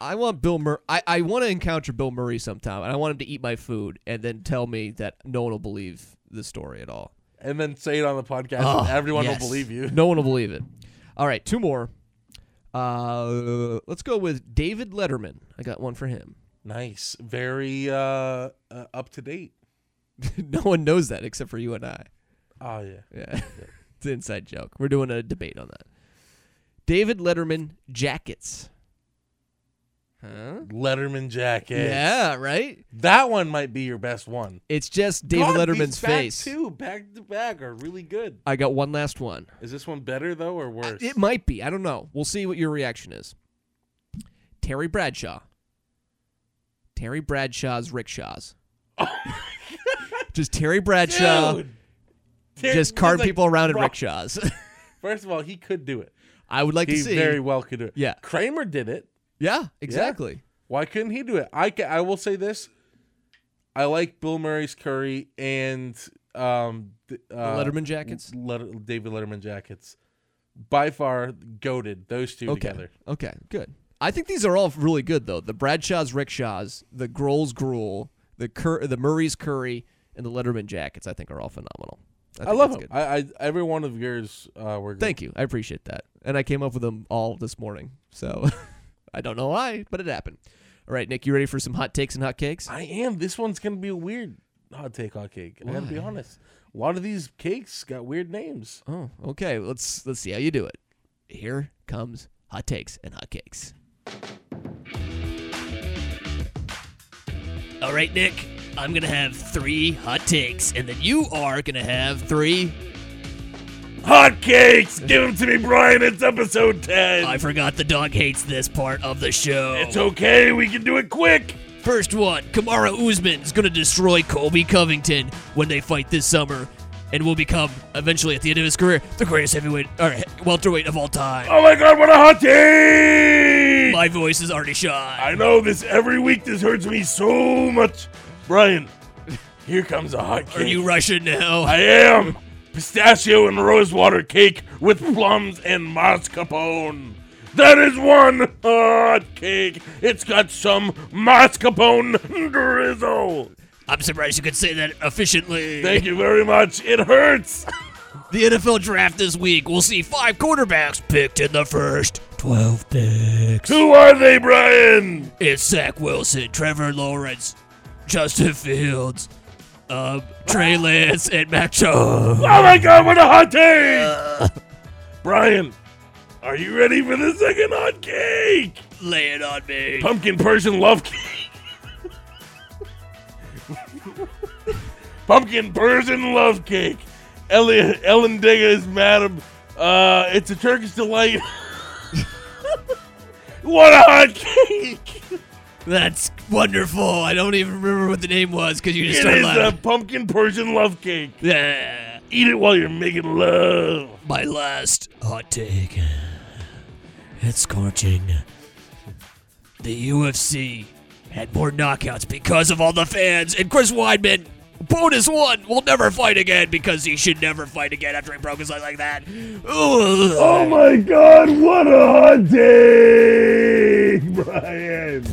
Speaker 1: I want Bill Murray. I, I want to encounter Bill Murray sometime, and I want him to eat my food and then tell me that no one will believe the story at all.
Speaker 2: And then say it on the podcast,
Speaker 1: Oh,
Speaker 2: and everyone
Speaker 1: yes.
Speaker 2: will believe you.
Speaker 1: No one will believe it. All right, two more. Uh, let's go with David Letterman. I got one for him. [laughs]
Speaker 2: Nice. Very uh, uh up to date.
Speaker 1: no one knows that except for you and I.
Speaker 2: Oh yeah.
Speaker 1: Ah, Yeah, [laughs] it's an inside joke. We're doing a debate on that. David Letterman jackets. Huh?
Speaker 2: Letterman jacket.
Speaker 1: Yeah, right.
Speaker 2: That one might be your best one.
Speaker 1: It's just David
Speaker 2: God,
Speaker 1: Letterman's
Speaker 2: these back
Speaker 1: face.
Speaker 2: Two back to back are really good.
Speaker 1: I got one last one.
Speaker 2: Is this one better though or worse?
Speaker 1: It might be. I don't know. We'll see what your reaction is. Terry Bradshaw. Terry Bradshaw's rickshaws.
Speaker 2: [laughs]
Speaker 1: just Terry Bradshaw.
Speaker 2: Oh Dude! Ter-
Speaker 1: uh, just cart
Speaker 2: he's like
Speaker 1: people around in
Speaker 2: rock-
Speaker 1: rickshaws. [laughs]
Speaker 2: First of all, he could do it.
Speaker 1: I would like
Speaker 2: He
Speaker 1: to see.
Speaker 2: very well could do it.
Speaker 1: Yeah.
Speaker 2: Kramer did it.
Speaker 1: yeah, exactly.
Speaker 2: Why couldn't he do it? I ca- I will say this. I like Bill Murray's curry and um th- uh,
Speaker 1: Letterman jackets?
Speaker 2: Letter- David Letterman jackets, by far goaded those two
Speaker 1: Okay.
Speaker 2: together.
Speaker 1: Okay. Good. I think these are all really good though. The Bradshaw's rickshaws, the Grohl's gruel, the Cur- the Murray's curry, and the Letterman jackets. I think are all phenomenal.
Speaker 2: I,
Speaker 1: think
Speaker 2: love
Speaker 1: that's
Speaker 2: them. I, I every one of yours uh, were good.
Speaker 1: Thank you. I appreciate that. And I came up with them all this morning. So [laughs] I don't know why, but it happened. All right, Nick, you ready for some hot takes and hot cakes?
Speaker 2: I am. This one's gonna be a weird hot take on cake. I gotta be honest. A lot of these cakes got weird names.
Speaker 1: Oh, okay. Let's let's see how you do it. Here comes hot takes and hot cakes. All right, Nick. I'm going to have 3 hot takes and then you are going to have 3
Speaker 2: Hot cakes, give them to me, Brian. It's episode ten.
Speaker 1: I forgot the dog hates this part of the show.
Speaker 2: okay. We can do it quick.
Speaker 1: First one, Kamara Usman is going to destroy Colby Covington when they fight this summer and will become, eventually at the end of his career, the greatest heavyweight or he- welterweight of all time.
Speaker 2: Oh my God! What a hot take!
Speaker 1: My voice is already shot.
Speaker 2: I know this every week. This hurts me so much. Brian, here comes a hot cake.
Speaker 1: Are you Russian now?
Speaker 2: I am pistachio and rosewater cake with plums and mascarpone. That is one hot cake. It's got some mascarpone drizzle.
Speaker 1: I'm surprised you could say that efficiently.
Speaker 2: Thank you very much. It hurts.
Speaker 1: the NFL draft this week will see five quarterbacks picked in the first 12 picks.
Speaker 2: Who are they, Brian?
Speaker 1: It's Zach Wilson, Trevor Lawrence, Justin Fields, um, Trey Lance, and Mac Jones.
Speaker 2: Oh my God! What a hot take, Brian. Are you ready for the second hot cake?
Speaker 1: Lay it on me.
Speaker 2: Pumpkin Persian love cake. Pumpkin Persian love cake. Ellie, Ellen Digga is madam. Uh, it's a Turkish delight. [laughs] what a hot cake!
Speaker 1: That's wonderful. I don't even remember what the name was because you just
Speaker 2: It
Speaker 1: started
Speaker 2: is a
Speaker 1: laughing.
Speaker 2: pumpkin Persian love cake.
Speaker 1: Yeah.
Speaker 2: Eat it while you're making love.
Speaker 1: My last hot take. It's scorching. The UFC had more knockouts because of all the fans, and Chris Weidman, bonus one, will never fight again because he should never fight again after he broke his leg like that. Ugh.
Speaker 2: Oh my god, what a hot take, Brian!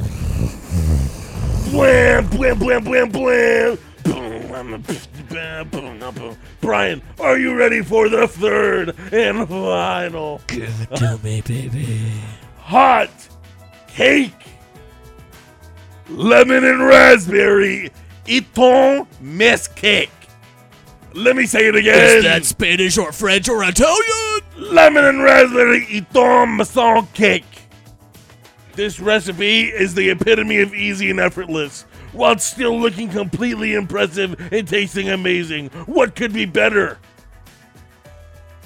Speaker 2: Blam, blam, blam, blam, blam! Boom, I'm a- bam, boom, I'm a- Brian, are you ready for the third and final
Speaker 1: Give it to me, baby.
Speaker 2: hot cake? Lemon and raspberry eton mess cake. Let me say it again.
Speaker 1: Is that Spanish or French or Italian?
Speaker 2: lemon and raspberry eton mason cake. This recipe is the epitome of easy and effortless. while still looking completely impressive and tasting amazing. What could be better?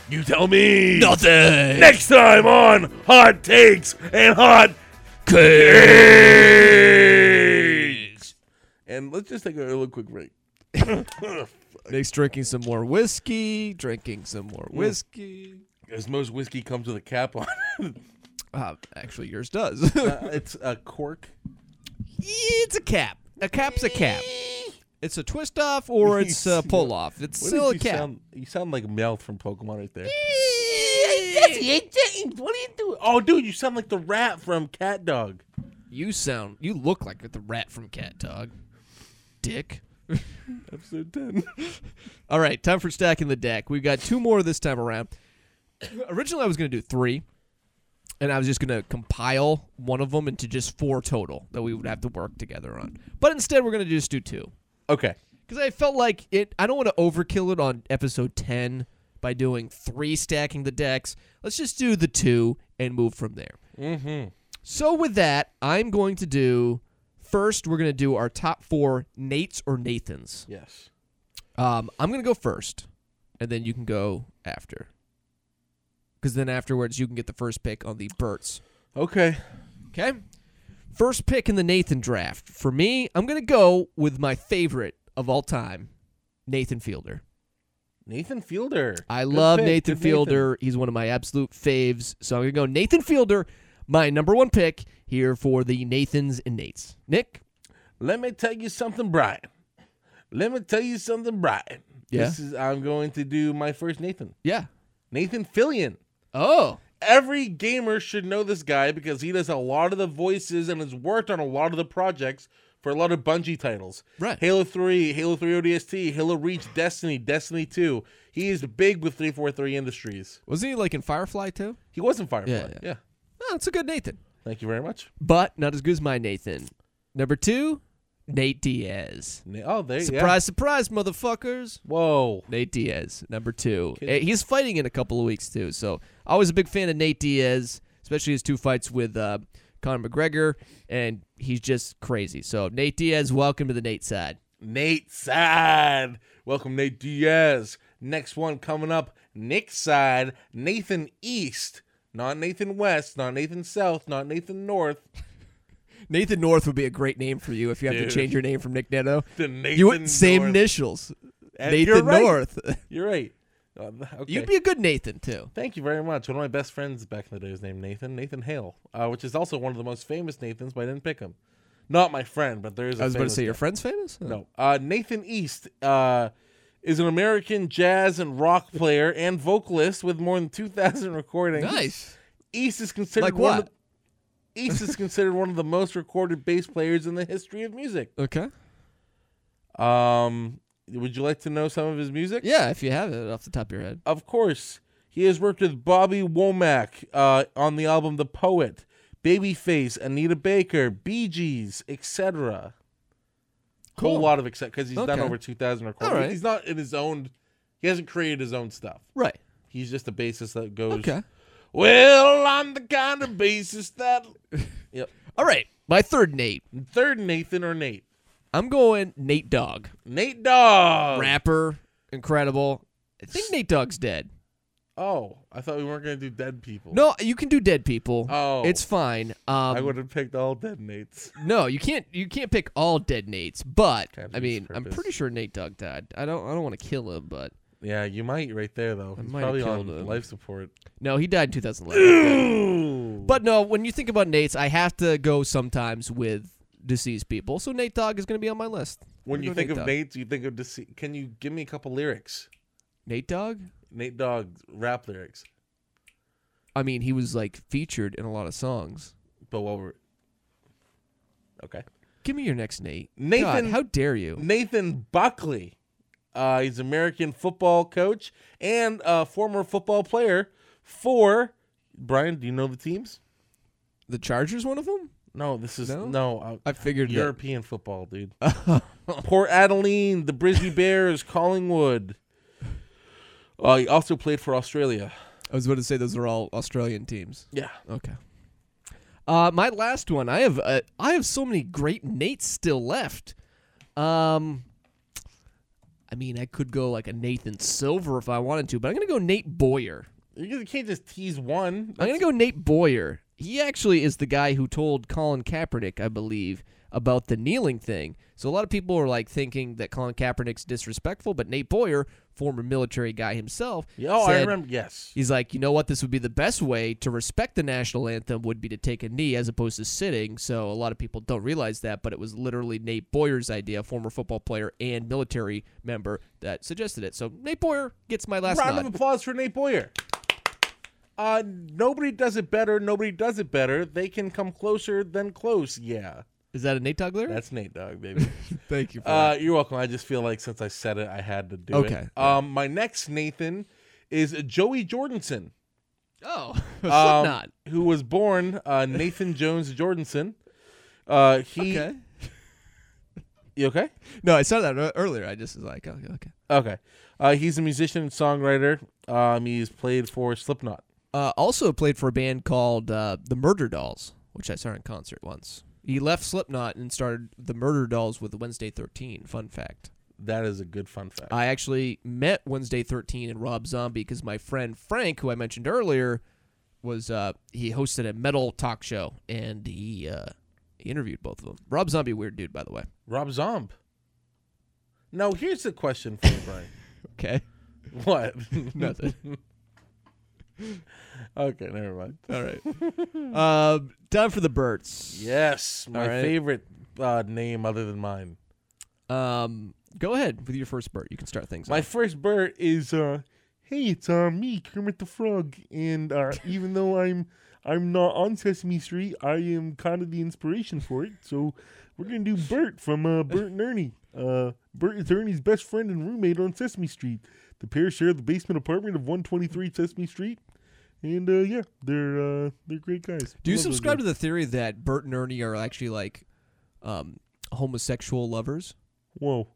Speaker 2: You tell me.
Speaker 1: Nothing.
Speaker 2: Next time on Hot Takes and Hot Takes. And let's just take a little quick break.
Speaker 1: Nick's drinking some more whiskey. Drinking some more whiskey.
Speaker 2: As most whiskey comes with a cap on,
Speaker 1: Uh, actually, yours [laughs] does.
Speaker 2: Uh, it's a cork.
Speaker 1: it's a cap. A cap's a cap. It's a twist off
Speaker 2: [laughs]
Speaker 1: or it's a pull off. It's
Speaker 2: Eh. What
Speaker 1: still a
Speaker 2: did you
Speaker 1: cap.
Speaker 2: sound? You sound like Mel from Pokemon right there. What are you doing? Oh, dude, you sound like the rat from Cat Dog.
Speaker 1: You sound. You look like the rat from Cat Dog. Dick.
Speaker 2: Episode ten.
Speaker 1: All right, time for stacking the deck. We've got two more this time around. [coughs] Originally, I was going to do three, and I was just going to compile one of them into just four total that we would have to work together on. But instead, we're going to just do two
Speaker 2: Okay.
Speaker 1: because I felt like it. I don't want to overkill it on episode ten by doing three stacking the decks. Let's just do the two and move from there.
Speaker 2: Mm-hmm.
Speaker 1: So with that, I'm going to do first. We're going to do our top four Nates or Nathans.
Speaker 2: Yes.
Speaker 1: Um, I'm gonna go first, and then you can go after. Because then afterwards, you can get the first pick on the Burts.
Speaker 2: Okay.
Speaker 1: Okay. First pick in the Nathan draft for me. I'm gonna go with my favorite of all time, Nathan Fielder.
Speaker 2: Nathan Fielder.
Speaker 1: I
Speaker 2: Good
Speaker 1: love
Speaker 2: pick.
Speaker 1: Nathan
Speaker 2: Good
Speaker 1: Fielder. He's one of my absolute faves. So I'm gonna go Nathan Fielder, my number one pick here for the Nathans and Nates. Nick.
Speaker 2: Let me tell you something, Brian. Let me tell you something, Brian.
Speaker 1: Yeah?
Speaker 2: This is I'm going to do my first Nathan.
Speaker 1: Yeah.
Speaker 2: Nathan Fillion.
Speaker 1: Oh.
Speaker 2: Every gamer should know this guy because he does a lot of the voices and has worked on a lot of the projects for a lot of Bungie titles.
Speaker 1: Right.
Speaker 2: Halo 3, Halo 3 ODST, Halo Reach, Destiny, Destiny 2. He is big with 343 Industries.
Speaker 1: Wasn't he like in Firefly too?
Speaker 2: He wasn't Firefly.
Speaker 1: Yeah, yeah.
Speaker 2: yeah.
Speaker 1: No, it's a good Nathan.
Speaker 2: Thank you very much.
Speaker 1: but not as good as my Nathan. Number two, Nate Diaz.
Speaker 2: Na- Oh, there you go.
Speaker 1: Surprise, surprise, motherfuckers.
Speaker 2: Whoa.
Speaker 1: Nate Diaz, number two. Eh, He's fighting in a couple of weeks, too. So I was a big fan of Nate Diaz, especially his two fights with uh, Conor McGregor, and he's just crazy. So, Nate Diaz, welcome to the Nate side.
Speaker 2: Nate Side. Welcome, Nate Diaz. Next one coming up, Nick Side, Nathan East. Not Nathan West, not Nathan South, not Nathan North.
Speaker 1: Nathan North would be a great name for you if you have
Speaker 2: Dude.
Speaker 1: to change your name from Nick Neto.
Speaker 2: The [laughs] Nathan
Speaker 1: You would, same
Speaker 2: North.
Speaker 1: initials.
Speaker 2: Eh, you're
Speaker 1: Nathan
Speaker 2: right.
Speaker 1: North. [laughs]
Speaker 2: You're right. Uh, th- okay.
Speaker 1: You'd be a good Nathan, too.
Speaker 2: Thank you very much. One of my best friends back in the day was named Nathan, Nathan Hale, uh, which is also one of the most famous Nathans, but I didn't pick him. Not my friend, but there is a
Speaker 1: I was about to
Speaker 2: famous
Speaker 1: say, your
Speaker 2: guy.
Speaker 1: friend's famous? Huh.
Speaker 2: No. Uh, Nathan East uh, is an American jazz and rock player and vocalist with more than 2,000 recordings.
Speaker 1: Nice.
Speaker 2: East is considered
Speaker 1: Like
Speaker 2: one Of
Speaker 1: what?
Speaker 2: the, East is considered one of the most recorded bass players in the history of music.
Speaker 1: Okay.
Speaker 2: Um, would you like to know some of his music?
Speaker 1: Yeah, if you have it off the top of your head.
Speaker 2: Of course, he has worked with Bobby Womack uh, on the album The Poet, Babyface, Anita Baker, Bee Gees, etc.
Speaker 1: Cool.
Speaker 2: Whole lot of etc. Because he's done
Speaker 1: Okay.
Speaker 2: over two thousand recordings.
Speaker 1: All right.
Speaker 2: He's not in his own. He hasn't created his own stuff.
Speaker 1: Right.
Speaker 2: He's just a bassist that goes.
Speaker 1: Okay.
Speaker 2: Well, I'm the kind of bassist that. yep.
Speaker 1: All right. My third Nate.
Speaker 2: Third, Nathan or Nate.
Speaker 1: I'm going Nate Dogg.
Speaker 2: Nate Dogg.
Speaker 1: Rapper. Incredible. I think Nate Dogg's dead.
Speaker 2: Oh, I thought we weren't gonna do dead people.
Speaker 1: No, you can do dead people.
Speaker 2: Oh.
Speaker 1: It's fine. Um
Speaker 2: I would have picked all dead Nates.
Speaker 1: No, you can't you can't pick all dead Nates, but
Speaker 2: Kind of
Speaker 1: I mean,
Speaker 2: defeats
Speaker 1: I'm
Speaker 2: purpose.
Speaker 1: pretty sure Nate Dogg died. I don't I don't want to kill him, but
Speaker 2: Yeah, you might right there though. He's
Speaker 1: might have
Speaker 2: probably on
Speaker 1: killed him.
Speaker 2: life support.
Speaker 1: no, he died in
Speaker 2: [laughs]
Speaker 1: 2011.
Speaker 2: But
Speaker 1: but no, when you think about Nates, I have to go sometimes with deceased people. So Nate Dogg is going to be on my list.
Speaker 2: when
Speaker 1: I'm
Speaker 2: you
Speaker 1: gonna
Speaker 2: think
Speaker 1: go Nate Dogg.
Speaker 2: of Nate's, you think of dece- Can you give me a couple lyrics?
Speaker 1: Nate Dogg?
Speaker 2: Nate Dogg rap lyrics.
Speaker 1: I mean, he was like featured in a lot of songs.
Speaker 2: But what were? Okay,
Speaker 1: Give me your next Nate. God,
Speaker 2: Nathan-
Speaker 1: how dare you?
Speaker 2: Nathan Buckley. Uh, he's American football coach and a former football player for Brian. Do you know the teams?
Speaker 1: The Chargers, one of them?
Speaker 2: No, this is
Speaker 1: No?
Speaker 2: no, uh,
Speaker 1: I figured that.
Speaker 2: European football,
Speaker 1: [laughs]
Speaker 2: dude. Port Adeline, the Brisbane Bears, Collingwood. Uh, he also played for Australia.
Speaker 1: I was about to say those are all Australian teams.
Speaker 2: Yeah.
Speaker 1: Okay. Uh, my last one. I have uh, I have so many great Nates still left. Um, I mean, I could go like a Nathan Silver if I wanted to, but I'm gonna go Nate Boyer.
Speaker 2: You can't just tease one.
Speaker 1: I'm gonna go Nate Boyer. He actually is the guy who told Colin Kaepernick, I believe, about the kneeling thing. So a lot of people are like thinking that Colin Kaepernick's disrespectful, but Nate Boyer, former military guy himself,
Speaker 2: Yeah, Oh, I
Speaker 1: said-
Speaker 2: remember. Yes.
Speaker 1: He's like, you know what? This would be the best way to respect the national anthem would be to take a knee as opposed to sitting. So a lot of people don't realize that, but it was literally Nate Boyer's idea, former football player and military member, that suggested it. So Nate Boyer gets my last
Speaker 2: Round
Speaker 1: nod.
Speaker 2: of applause for Nate Boyer. Uh, nobody does it better. Nobody does it better. They can come closer than close. Yeah,
Speaker 1: Is that a Nate Tugler?
Speaker 2: that's Nate
Speaker 1: [laughs]
Speaker 2: Dog, baby.
Speaker 1: Thank you. For
Speaker 2: Uh, you're welcome. I just feel like since I said it, I had to do it.
Speaker 1: Okay.
Speaker 2: Um, my next Nathan is Joey Jordanson,
Speaker 1: Oh, [laughs]
Speaker 2: um,
Speaker 1: Slipknot.
Speaker 2: who was born uh, Nathan Jones Jordanson. Uh, he
Speaker 1: Okay.
Speaker 2: you okay?
Speaker 1: No, I saw that ear- earlier. I just was like, okay, okay.
Speaker 2: Okay. Uh, he's a musician and songwriter. Um, he's played for Slipknot.
Speaker 1: Uh, also played for a band called uh, the Murder Dolls, which I saw in concert once. He left Slipknot and started the Murder Dolls with Wednesday 13. Fun fact.
Speaker 2: That is a good fun fact.
Speaker 1: I actually met Wednesday 13 and Rob Zombie because my friend Frank, who I mentioned earlier, was uh, he hosted a metal talk show and he uh, he interviewed both of them. Rob Zombie, weird dude, by the way.
Speaker 2: Rob Zomb. Now here's the question for you,
Speaker 1: [laughs]
Speaker 2: Brian.
Speaker 1: Okay,
Speaker 2: what?
Speaker 1: nothing.
Speaker 2: [laughs] okay, never mind.
Speaker 1: All right. Um, time for the Burts.
Speaker 2: Yes, my
Speaker 1: All right.
Speaker 2: favorite uh, name other than mine.
Speaker 1: Um, go ahead with your first Burt. You can start things.
Speaker 2: My
Speaker 1: off.
Speaker 2: first bird is uh [laughs] hey, it's uh me, Kermit the Frog, and uh even though I'm I'm not on Sesame Street, I am kind of the inspiration for it. So we're gonna do Bert from uh Bert and Ernie. Uh Bert is Ernie's best friend and roommate on Sesame Street. The pair share the basement apartment of 123 Sesame Street. And uh yeah, they're uh they're great guys.
Speaker 1: Do you
Speaker 2: Love those
Speaker 1: subscribe
Speaker 2: guys.
Speaker 1: to the theory that Bert and Ernie are actually like um, homosexual lovers?
Speaker 2: Whoa.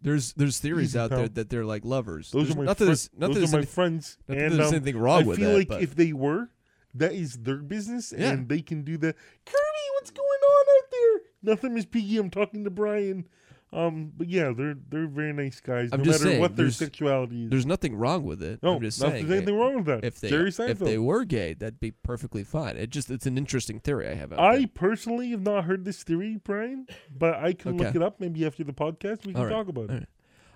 Speaker 1: There's there's theories
Speaker 2: Easy,
Speaker 1: out
Speaker 2: pal.
Speaker 1: there that they're like lovers.
Speaker 2: Those
Speaker 1: There's-
Speaker 2: are my
Speaker 1: not that
Speaker 2: fri-
Speaker 1: there's- not that
Speaker 2: those
Speaker 1: there's
Speaker 2: are my
Speaker 1: anything-
Speaker 2: friends.
Speaker 1: Not that
Speaker 2: and,
Speaker 1: there's
Speaker 2: um,
Speaker 1: anything wrong
Speaker 2: I
Speaker 1: with
Speaker 2: feel
Speaker 1: that,
Speaker 2: like
Speaker 1: but-
Speaker 2: if they were, that is their business,
Speaker 1: Yeah.
Speaker 2: and they can do that. Kirby, what's going on out there? Nothing, Miss Piggy. I'm talking to Brian. Um, but yeah, they're they're very nice guys.
Speaker 1: I'm
Speaker 2: no
Speaker 1: just
Speaker 2: matter
Speaker 1: saying,
Speaker 2: what their
Speaker 1: there's-
Speaker 2: sexuality is.
Speaker 1: There's nothing wrong with it.
Speaker 2: no,
Speaker 1: I'm just
Speaker 2: not
Speaker 1: saying.
Speaker 2: there's anything wrong with that.
Speaker 1: If they
Speaker 2: Jerry Seinfeld.
Speaker 1: if they were gay, that'd be perfectly fine. It just it's an interesting theory I have. Out
Speaker 2: I
Speaker 1: there.
Speaker 2: personally have not heard this theory, Brian, but I can look
Speaker 1: Okay.
Speaker 2: it up. Maybe after the podcast, we can
Speaker 1: All right.
Speaker 2: talk about
Speaker 1: All
Speaker 2: it.
Speaker 1: right.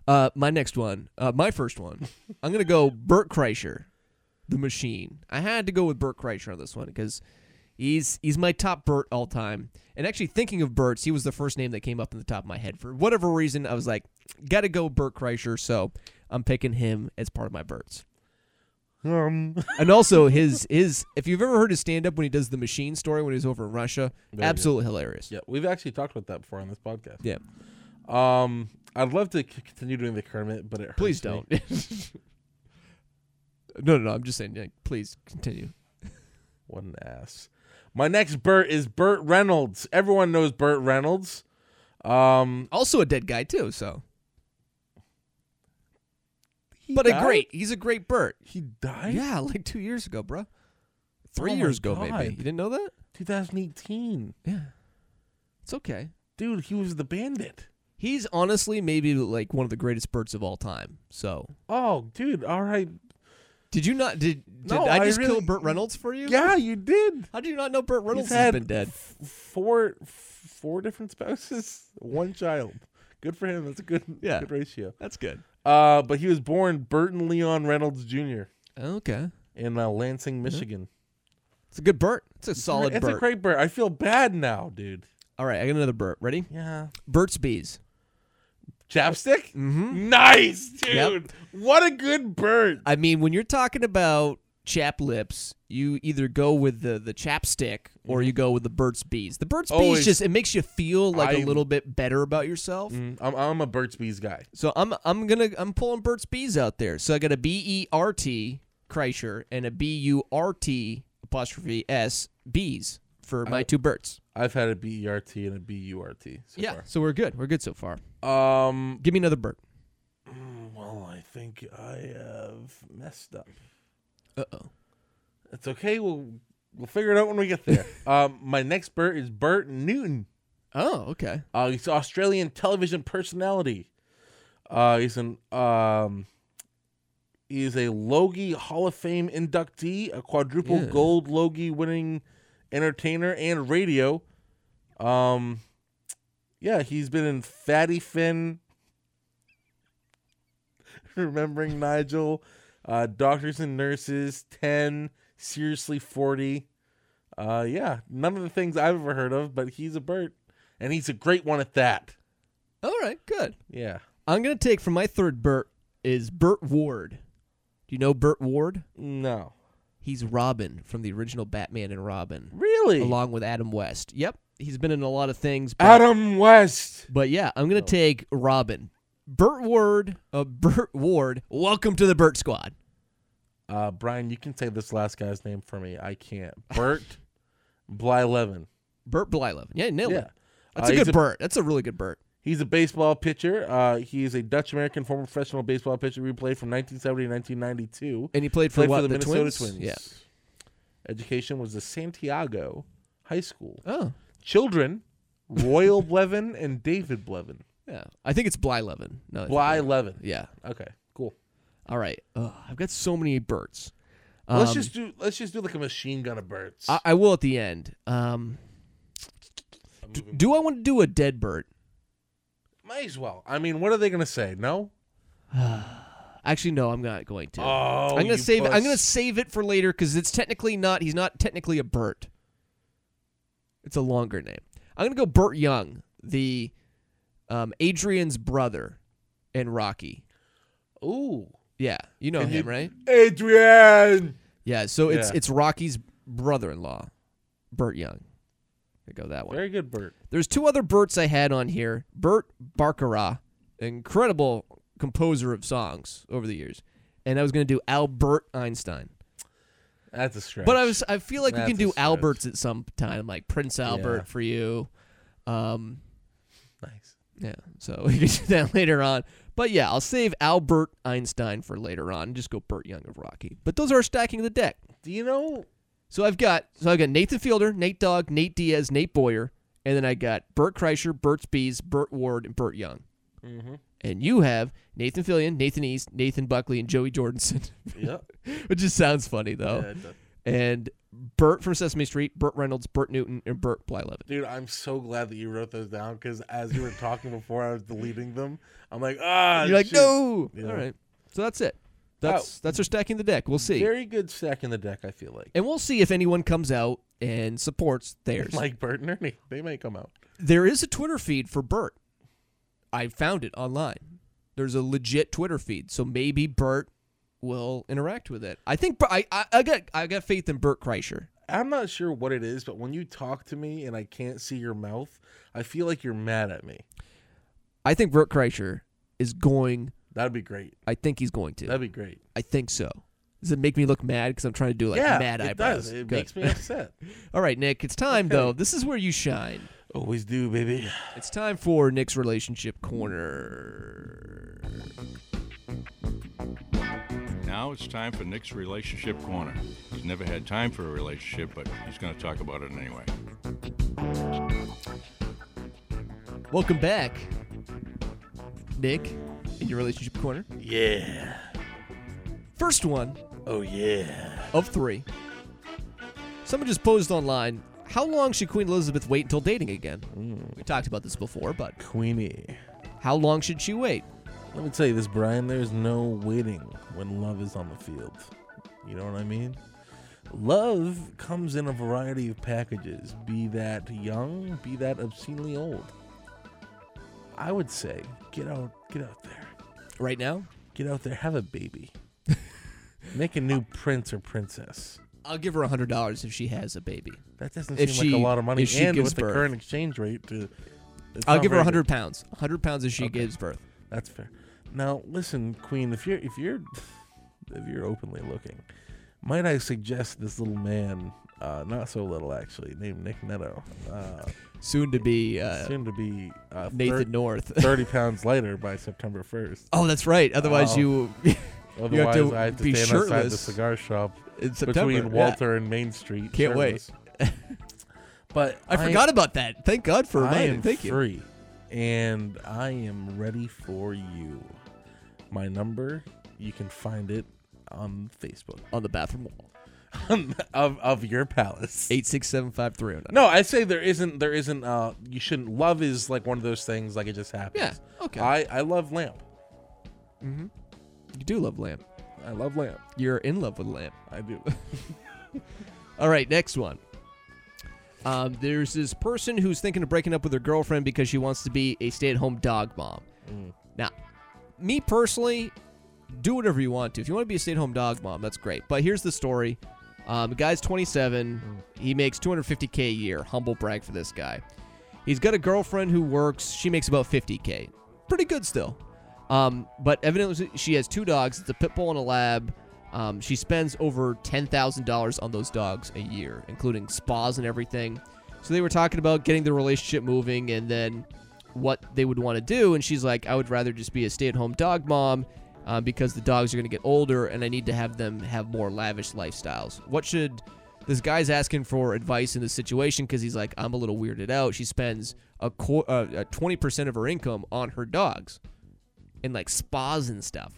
Speaker 1: Uh, my next one, uh, my first
Speaker 2: [laughs]
Speaker 1: one. I'm gonna go Burt Kreischer, the Machine. I had to go with Burt Kreischer on this one because he's he's my top Burt all time. And actually, thinking of Burt's, he was the first name that came up in the top of my head. For whatever reason, I was like, gotta go Burt Kreischer. So I'm picking him as part of my Burt's.
Speaker 2: Um, [laughs]
Speaker 1: and also his his if you've ever heard his stand up when he does the machine story when he was over in Russia, absolutely hilarious.
Speaker 2: yeah, we've actually talked about that before on this podcast.
Speaker 1: Yeah.
Speaker 2: Um, I'd love to c- continue doing the Kermit, but it hurts
Speaker 1: Please
Speaker 2: me.
Speaker 1: don't. [laughs] no, no, no. I'm just saying. Like, please continue.
Speaker 2: What an ass. My next Burt is Burt Reynolds. Everyone knows Burt Reynolds. Um,
Speaker 1: Also a dead guy too. So,
Speaker 2: he
Speaker 1: but a
Speaker 2: died?
Speaker 1: great. He's a great Bert.
Speaker 2: He died.
Speaker 1: Yeah, [laughs] like two years ago, bro. Three
Speaker 2: Oh my
Speaker 1: years ago,
Speaker 2: God.
Speaker 1: maybe. You didn't know that?
Speaker 2: 2018.
Speaker 1: Yeah. It's okay.
Speaker 2: Dude, he was the bandit.
Speaker 1: He's honestly maybe like one of the greatest Berts of all time. So,
Speaker 2: Oh, dude. All right.
Speaker 1: did you not? Did did
Speaker 2: No,
Speaker 1: I
Speaker 2: I
Speaker 1: just kill
Speaker 2: really-
Speaker 1: Burt Reynolds for you?
Speaker 2: Yeah, you did.
Speaker 1: How do you not know Burt Reynolds has
Speaker 2: had
Speaker 1: been dead?
Speaker 2: F- four, f- four different spouses, [laughs] one child. Good for him. That's a good,
Speaker 1: Yeah.
Speaker 2: good ratio.
Speaker 1: That's good.
Speaker 2: Uh, but he was born Burton Leon Reynolds Jr.
Speaker 1: Okay.
Speaker 2: in uh, Lansing, Michigan.
Speaker 1: It's a good Burt. It's a Mm-hmm. solid
Speaker 2: It's
Speaker 1: Burt.
Speaker 2: a great Burt. I feel bad now, dude.
Speaker 1: All right, I got another Burt. Ready?
Speaker 2: Yeah.
Speaker 1: Burt's Bees.
Speaker 2: Chapstick? Nice, dude.
Speaker 1: Mm-hmm. Yep.
Speaker 2: What a good bird.
Speaker 1: I mean, when you're talking about chap lips, you either go with the the chapstick or you go with the Burt's Bees. The Burt's
Speaker 2: Mm-hmm. Always-
Speaker 1: Bees just it makes you feel like a
Speaker 2: I-
Speaker 1: little bit better about yourself.
Speaker 2: Mm, I'm, I'm a Burt's Bees guy.
Speaker 1: So I'm I'm gonna I'm pulling Burt's Bees out there. So I got a B E R T Kreischer and a B U R T apostrophe S Bees for my two Burts.
Speaker 2: I've had a B E R T and a B U R T Oh. so
Speaker 1: yeah. So we're good. We're good so far.
Speaker 2: far. Um,
Speaker 1: Give me another Burt.
Speaker 2: Mm, well, I think I have messed up.
Speaker 1: Uh oh.
Speaker 2: It's okay. We'll We'll figure it out when we get there. um, my next Bert is Bert Newton.
Speaker 1: Oh, okay.
Speaker 2: Uh, he's an Australian television personality. Uh, he's an um, he is a Logie Hall of Fame inductee, a quadruple
Speaker 1: Yeah.
Speaker 2: gold Logie winning entertainer and radio. Um, yeah, he's been in Fatty Finn, [laughs] Remembering Nigel, uh, Doctors and Nurses, Ten, Seriously Forty. Uh, yeah, none of the things I've ever heard of, but he's a Bert, and he's a great one at that.
Speaker 1: All right, good.
Speaker 2: Yeah.
Speaker 1: I'm gonna take for my third Bert is Bert Ward. Do you know Bert Ward?
Speaker 2: No.
Speaker 1: He's Robin from the original Batman and Robin,
Speaker 2: Really?
Speaker 1: along with Adam West. Yep, he's been in a lot of things. But,
Speaker 2: Adam West.
Speaker 1: but yeah, I'm gonna take Robin. Bert Ward, uh, Bert Ward. Welcome to the Bert Squad.
Speaker 2: Uh, Brian, you can say this last guy's name for me. I can't. [laughs] Bert Blyleven.
Speaker 1: Bert Blyleven. Yeah, nailed
Speaker 2: Yeah.
Speaker 1: it. That's
Speaker 2: Uh,
Speaker 1: a
Speaker 2: he's
Speaker 1: good Bert. That's a really good Bert.
Speaker 2: He's a baseball pitcher. Uh, he is a Dutch American former professional baseball pitcher who played from 1970 to 1992.
Speaker 1: And he played for
Speaker 2: Played
Speaker 1: what?
Speaker 2: for the, Minnesota
Speaker 1: twins?
Speaker 2: Twins.
Speaker 1: Yeah.
Speaker 2: Education was the Santiago High School.
Speaker 1: Oh,
Speaker 2: Children
Speaker 1: [laughs]
Speaker 2: Royal Blevin and David Blevin.
Speaker 1: yeah. I think it's Blyleven. No, I think-
Speaker 2: Bly Levin.
Speaker 1: Yeah.
Speaker 2: Okay, cool.
Speaker 1: All right. Ugh, I've got so many Berts.
Speaker 2: let's
Speaker 1: Um,
Speaker 2: just do let's just do like a machine gun of birds.
Speaker 1: I, I will at the end. Um, d- do I want to do a dead Bert?
Speaker 2: Might as well. I mean, what are they gonna say? No.
Speaker 1: Actually, no. I'm not going to.
Speaker 2: Oh,
Speaker 1: I'm gonna
Speaker 2: you
Speaker 1: save. It. I'm
Speaker 2: puss.
Speaker 1: gonna save it for later because it's technically not. He's not technically a Bert. It's a longer name. I'm gonna go Bert Young, the um, Adrian's brother, in Rocky.
Speaker 2: Ooh,
Speaker 1: Yeah, you know
Speaker 2: And
Speaker 1: him,
Speaker 2: you-
Speaker 1: right?
Speaker 2: Adrian.
Speaker 1: Yeah. So it's
Speaker 2: Yeah.
Speaker 1: it's Rocky's brother-in-law, Bert Young. I go that one.
Speaker 2: Very good, Bert.
Speaker 1: There's two other Berts I had on here. Bert Barkera, incredible composer of songs over the years. And I was going to do Albert Einstein.
Speaker 2: That's a stretch.
Speaker 1: But I was I feel like we can
Speaker 2: That's a
Speaker 1: do
Speaker 2: stretch.
Speaker 1: Alberts at some time, like Prince Albert
Speaker 2: Yeah.
Speaker 1: for you. Um
Speaker 2: nice.
Speaker 1: yeah, so [laughs] we can do that later on. But yeah, I'll save Albert Einstein for later on and just go Bert Young of Rocky. But those are stacking the deck.
Speaker 2: Do you know?
Speaker 1: So I've got so I've got Nathan Fielder, Nate Dogg, Nate Diaz, Nate Boyer, and then I got Bert Kreischer, Bert Spees, Bert Ward, and Bert Young.
Speaker 2: Mhm.
Speaker 1: And you have Nathan Fillion, Nathan East, Nathan Buckley, and Joey Jordanson, [laughs]
Speaker 2: Yep. [laughs]
Speaker 1: which just sounds funny though.
Speaker 2: Yeah, it does.
Speaker 1: And Bert from Sesame Street, Bert Reynolds, Bert Newton, and Bert Blyleven.
Speaker 2: Dude, I'm so glad that you wrote those down because as you were talking before, I was deleting them. I'm like, ah.
Speaker 1: You're like,
Speaker 2: shit.
Speaker 1: no.
Speaker 2: Yeah. Oh.
Speaker 1: All right. So that's it. That's that's our stacking the deck. We'll see,
Speaker 2: Very good stack in the deck. I feel like.
Speaker 1: and we'll see if anyone comes out and supports theirs.
Speaker 2: Like Bert and Ernie, they might come out.
Speaker 1: There is a Twitter feed for Bert. I found it online. There's a legit Twitter feed, so maybe Bert will interact with it. I think I I, I got I got faith in Bert Kreischer.
Speaker 2: I'm not sure what it is, but when you talk to me and I can't see your mouth, I feel like you're mad at me.
Speaker 1: I think Bert Kreischer is going.
Speaker 2: That'd be great.
Speaker 1: I think he's going to.
Speaker 2: That'd be great.
Speaker 1: I think so. Does it make me look mad because I'm trying to do like
Speaker 2: yeah,
Speaker 1: mad
Speaker 2: it
Speaker 1: eyebrows?
Speaker 2: does. It
Speaker 1: Good.
Speaker 2: makes me upset.
Speaker 1: All right, Nick. It's time though. This is where you shine.
Speaker 2: [laughs] Always do, baby.
Speaker 1: It's time for Nick's relationship corner.
Speaker 3: Now it's time for Nick's relationship corner. He's never had time for a relationship, but he's going to talk about it anyway.
Speaker 1: Welcome back, Nick, in your relationship corner.
Speaker 2: Yeah.
Speaker 1: First one
Speaker 2: Oh yeah.
Speaker 1: of three. Someone just posed online. How long should Queen Elizabeth wait until dating again? We talked about this before, but
Speaker 2: Queenie.
Speaker 1: how long should she wait?
Speaker 2: Let me tell you this, Brian. There's no waiting when love is on the field. You know what I mean? Love comes in a variety of packages, be that young, be that obscenely old. I would say, get out, get out there,
Speaker 1: Right now?
Speaker 2: get out there, have a [laughs] baby, make a new prince or princess.
Speaker 1: I'll give her $100 if she has a baby.
Speaker 2: That doesn't
Speaker 1: If
Speaker 2: seem like
Speaker 1: she-
Speaker 2: a lot of money,
Speaker 1: if she
Speaker 2: and
Speaker 1: gives
Speaker 2: with the
Speaker 1: birth.
Speaker 2: current exchange rate, to, it's
Speaker 1: I'll
Speaker 2: not
Speaker 1: give her
Speaker 2: very good.
Speaker 1: 100 pounds. 100 pounds if she gives birth.
Speaker 2: That's fair. Now, listen, Queen, if you're if you're [laughs] if you're openly looking, might I suggest this little man, uh, not so little actually, named Nick Netto, uh,
Speaker 1: Soon to be uh,
Speaker 2: soon to be uh,
Speaker 1: Nathan [laughs]
Speaker 2: thir-
Speaker 1: North.
Speaker 2: thirty pounds lighter by September first.
Speaker 1: oh, that's right. Otherwise,
Speaker 2: Oh.
Speaker 1: [laughs] you [laughs] You have
Speaker 2: Otherwise,
Speaker 1: to
Speaker 2: I have to
Speaker 1: be
Speaker 2: stand outside the
Speaker 1: shirtless
Speaker 2: cigar shop
Speaker 1: in September.
Speaker 2: between
Speaker 1: Yeah.
Speaker 2: Walter and Main Street.
Speaker 1: Can't wait. [laughs]
Speaker 2: shirtless. but
Speaker 1: I forgot about that. Thank God for
Speaker 2: I
Speaker 1: reminding.
Speaker 2: am
Speaker 1: Thank you.
Speaker 2: free, and I am ready for you. My number, you can find it on Facebook [laughs]
Speaker 1: On the bathroom wall.
Speaker 2: of of your palace.
Speaker 1: Eight six seven five three zero nine.
Speaker 2: No, I say there isn't. There isn't. Uh, you shouldn't. Love is like one of those things. Like it just happens.
Speaker 1: Yeah, okay. Mm-hmm.
Speaker 2: I I love lamp.
Speaker 1: You do love Lamb.
Speaker 2: I love lamp.
Speaker 1: You're in love with Lamb. [laughs]
Speaker 2: I do.
Speaker 1: All right, next one. Um, there's this person who's thinking of breaking up with her girlfriend because she wants to be a stay-at-home dog mom. Now, me personally, do whatever you want to. If you want to be a stay-at-home dog mom, that's great. But here's the story: um, the guy's 27. He makes 250k a year. Humble brag for this guy. He's got a girlfriend who works. She makes about 50k. Pretty good still. Um, but evidently, she has two dogs. It's a pit bull and a lab. Um, she spends over $10,000 on those dogs a year, including spas and everything. So they were talking about getting the relationship moving and then what they would want to do. And she's like, I would rather just be a stay at home dog mom uh, because the dogs are going to get older and I need to have them have more lavish lifestyles. What should this guy's asking for advice in this situation because he's like, I'm a little weirded out. She spends a qu- uh, uh, 20% of her income on her dogs and like spas and stuff.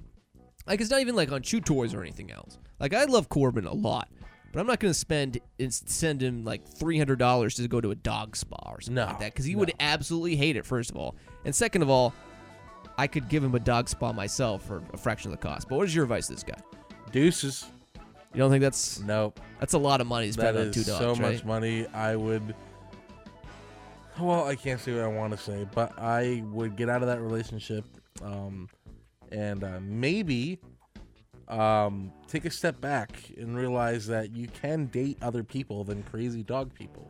Speaker 1: Like it's not even like on chew toys or anything else. Like I love Corbin a lot, but I'm not gonna spend and send him like three hundred dollars to go to a dog spa or something
Speaker 2: No,
Speaker 1: like that because he would absolutely hate it. First of all, and second of all, I could give him a dog spa myself for a fraction of the cost. But what is your advice to this guy?
Speaker 2: Deuces.
Speaker 1: You don't think that's
Speaker 2: Nope.
Speaker 1: that's a lot of money to
Speaker 2: That
Speaker 1: spend on
Speaker 2: is
Speaker 1: two dogs,
Speaker 2: so
Speaker 1: right?
Speaker 2: much money. I would. Well, I can't say what I want to say, but I would get out of that relationship, um, and uh, maybe um, take a step back and realize that you can date other people than crazy dog people.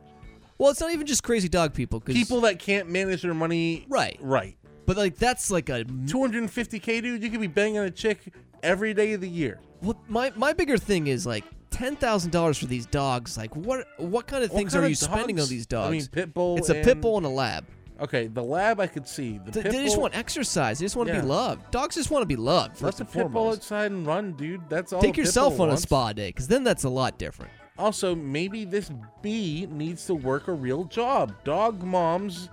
Speaker 1: Well, it's not even just crazy dog people. 'cause-
Speaker 2: People that can't manage their money
Speaker 1: Right.
Speaker 2: Right.
Speaker 1: but like that's like a
Speaker 2: 250k, dude. You could be banging a chick every day of the year.
Speaker 1: What my my bigger thing is like ten thousand dollars for these dogs. Like what what kind of
Speaker 2: What
Speaker 1: things
Speaker 2: kind
Speaker 1: are
Speaker 2: of
Speaker 1: you spending on
Speaker 2: dogs?
Speaker 1: these dogs?
Speaker 2: I mean, pit bull
Speaker 1: It's a
Speaker 2: and-
Speaker 1: pit bull and a lab.
Speaker 2: Okay, the lab I could see. The
Speaker 1: Th-
Speaker 2: pit
Speaker 1: they just
Speaker 2: bull-
Speaker 1: want exercise. They just want to
Speaker 2: Yeah.
Speaker 1: be loved. Dogs just want to be loved.
Speaker 2: Let
Speaker 1: First
Speaker 2: the
Speaker 1: and
Speaker 2: pit bull
Speaker 1: foremost.
Speaker 2: outside and run, dude. That's all.
Speaker 1: Take
Speaker 2: the pit
Speaker 1: yourself
Speaker 2: bull
Speaker 1: on a
Speaker 2: wants.
Speaker 1: spa day, because then that's a lot different.
Speaker 2: Also, maybe this bee needs to work a real job. Dog moms.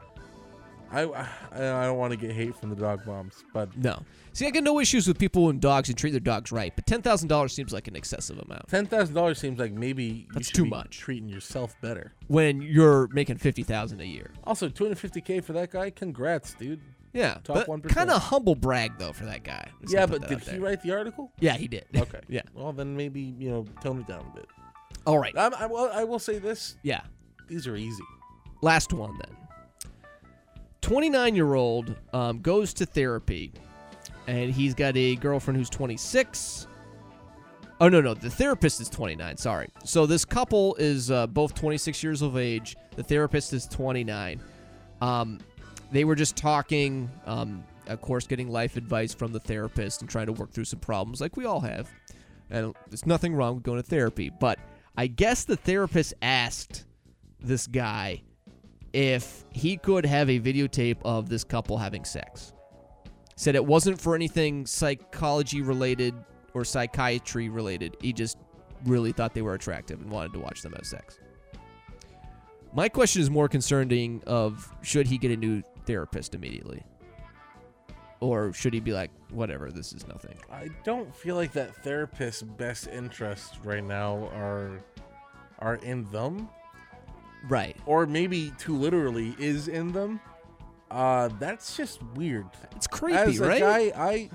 Speaker 2: I I, I don't want to get hate from the dog moms, but
Speaker 1: No, see, I got no issues with people and dogs and treat their dogs right, but ten thousand dollars seems like an excessive amount
Speaker 2: ten thousand dollars seems like maybe
Speaker 1: That's
Speaker 2: you should
Speaker 1: too
Speaker 2: be
Speaker 1: much.
Speaker 2: Treating yourself better.
Speaker 1: when you're making fifty thousand a year.
Speaker 2: Also, two hundred fifty k for that guy. Congrats, dude.
Speaker 1: Yeah,
Speaker 2: Top 1%.
Speaker 1: kind of humble brag though for that guy. Just
Speaker 2: yeah,
Speaker 1: gonna put that
Speaker 2: but did
Speaker 1: out
Speaker 2: he
Speaker 1: there.
Speaker 2: write the article?
Speaker 1: Yeah, he did.
Speaker 2: Okay.
Speaker 1: [laughs] yeah.
Speaker 2: Well, then maybe you know tone it down a bit.
Speaker 1: All right.
Speaker 2: I'm, I will. I will say this.
Speaker 1: Yeah.
Speaker 2: These are easy.
Speaker 1: last one then 29 year old um, goes to therapy and he's got a girlfriend who's 26 oh no no the therapist is 29 sorry so this couple is uh, both 26 years of age the therapist is 29 um, they were just talking um, of course getting life advice from the therapist and trying to work through some problems like we all have and there's nothing wrong with going to therapy but i guess the therapist asked this guy if he could have a videotape of this couple having sex. Said it wasn't for anything psychology related or psychiatry related. He just really thought they were attractive and wanted to watch them have sex. My question is more concerning of should he get a new therapist immediately? Or should he be like, whatever, this is nothing?
Speaker 2: I don't feel like that therapist's best interests right now are are in them,
Speaker 1: Right.
Speaker 2: or maybe too literally is in them. Uh, that's just weird.
Speaker 1: It's creepy,
Speaker 2: As a
Speaker 1: right?
Speaker 2: guy, I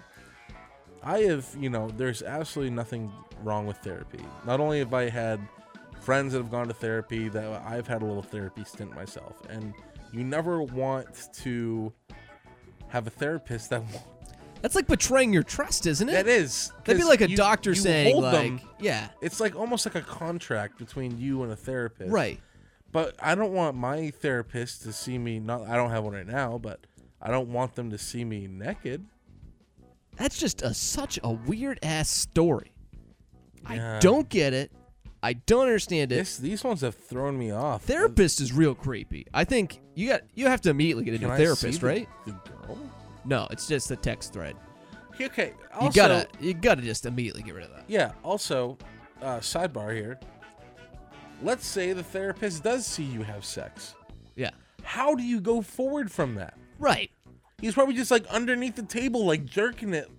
Speaker 2: I have you know, there's absolutely nothing wrong with therapy. Not only have I had friends that have gone to therapy, that I've had a little therapy stint myself, and you never want to have a therapist that
Speaker 1: That's like betraying your trust, isn't it?
Speaker 2: that is
Speaker 1: That'd be
Speaker 2: 'cause
Speaker 1: like a
Speaker 2: you-
Speaker 1: doctor
Speaker 2: you
Speaker 1: saying,
Speaker 2: hold
Speaker 1: like,
Speaker 2: them
Speaker 1: yeah,
Speaker 2: it's like almost like a contract between you and a therapist.
Speaker 1: right.
Speaker 2: But I don't want my therapist to see me not I don't have one right now, but I don't want them to see me naked.
Speaker 1: That's just a such a weird ass story. I
Speaker 2: Yeah.
Speaker 1: don't get it. I don't understand it.
Speaker 2: This these ones have thrown me off.
Speaker 1: therapist is real creepy. I think you got you have to immediately get a
Speaker 2: Can
Speaker 1: new
Speaker 2: I see
Speaker 1: therapist,
Speaker 2: the-
Speaker 1: right?
Speaker 2: The girl?
Speaker 1: No, it's just a text thread.
Speaker 2: Okay. Also,
Speaker 1: You gotta, you gotta just immediately get rid of that.
Speaker 2: Yeah. Also, uh, sidebar here. Let's say the therapist does see you have sex.
Speaker 1: Yeah.
Speaker 2: How do you go forward from that?
Speaker 1: Right.
Speaker 2: He's probably just like underneath the table, like jerking it.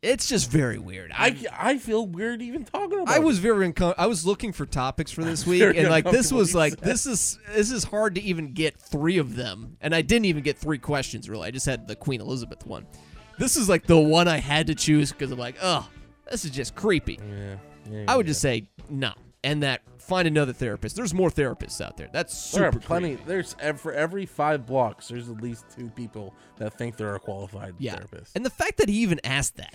Speaker 1: It's just very weird. I,
Speaker 2: I, I feel weird even talking about.
Speaker 1: I
Speaker 2: it.
Speaker 1: was very uncomfortable. I was looking for topics for
Speaker 2: [laughs]
Speaker 1: this week,
Speaker 2: very
Speaker 1: and like this
Speaker 2: uncomfortable
Speaker 1: was
Speaker 2: you [laughs]
Speaker 1: like
Speaker 2: said.
Speaker 1: this is this is hard to even get three of them, and I didn't even get three questions really. I just had the Queen Elizabeth one. This is like the one I had to choose because I'm like, oh, this is just creepy.
Speaker 2: Yeah. yeah,
Speaker 1: I would
Speaker 2: yeah.
Speaker 1: just say no, and that find another therapist. There's more therapists out there. That's
Speaker 2: There
Speaker 1: super
Speaker 2: are plenty.
Speaker 1: creepy.
Speaker 2: There's ev- for every five blocks, there's at least two people that think they're a qualified
Speaker 1: Yeah,
Speaker 2: therapist.
Speaker 1: and the fact that he even asked that,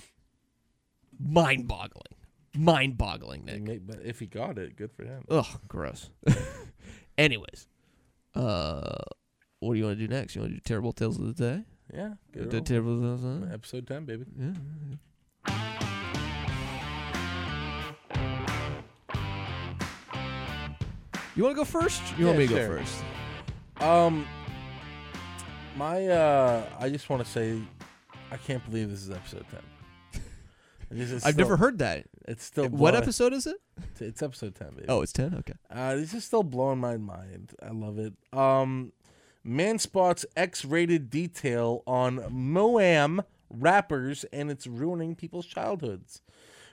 Speaker 1: mind-boggling, mind-boggling, Nick.
Speaker 2: May- but if he got it, good for him.
Speaker 1: Ugh, gross. [laughs] Anyways, uh, what do you want to do next? You want to do terrible tales of the day?
Speaker 2: Yeah. Good
Speaker 1: The
Speaker 2: roll.
Speaker 1: terrible tales of the day?
Speaker 2: Episode ten, baby.
Speaker 1: You want to go first? You want
Speaker 2: Yeah,
Speaker 1: me to
Speaker 2: sure.
Speaker 1: go first?
Speaker 2: Um, my uh, I just want to say, I can't believe this is episode
Speaker 1: [laughs]
Speaker 2: ten. This is
Speaker 1: I've
Speaker 2: still-
Speaker 1: never heard that.
Speaker 2: It's still
Speaker 1: What
Speaker 2: blowing-
Speaker 1: episode is it?
Speaker 2: It's episode ten, baby.
Speaker 1: Oh, it's ten. Okay.
Speaker 2: Uh, this is still blowing my mind. I love it. Um, man spots X-rated detail on Moam wrappers, and it's ruining people's childhoods.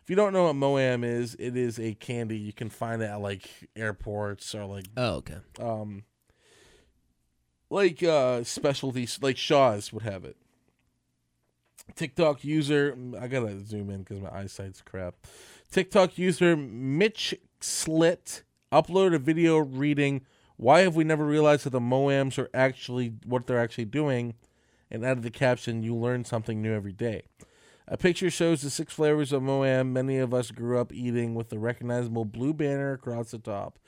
Speaker 2: If you don't know what Moam is, it is a candy you can find at like airports or like
Speaker 1: Oh, okay.
Speaker 2: um like uh specialties like Shaw's would have it. TikTok user, mm, I gotta zoom in because my eyesight's crap. TikTok user Mitch Slit uploaded a video reading "Why have we never realized that the Moams are actually what they're actually doing?" and added the caption, "You learn something new every day." A picture shows the six flavors of Moam many of us grew up eating with the recognizable blue banner across the top.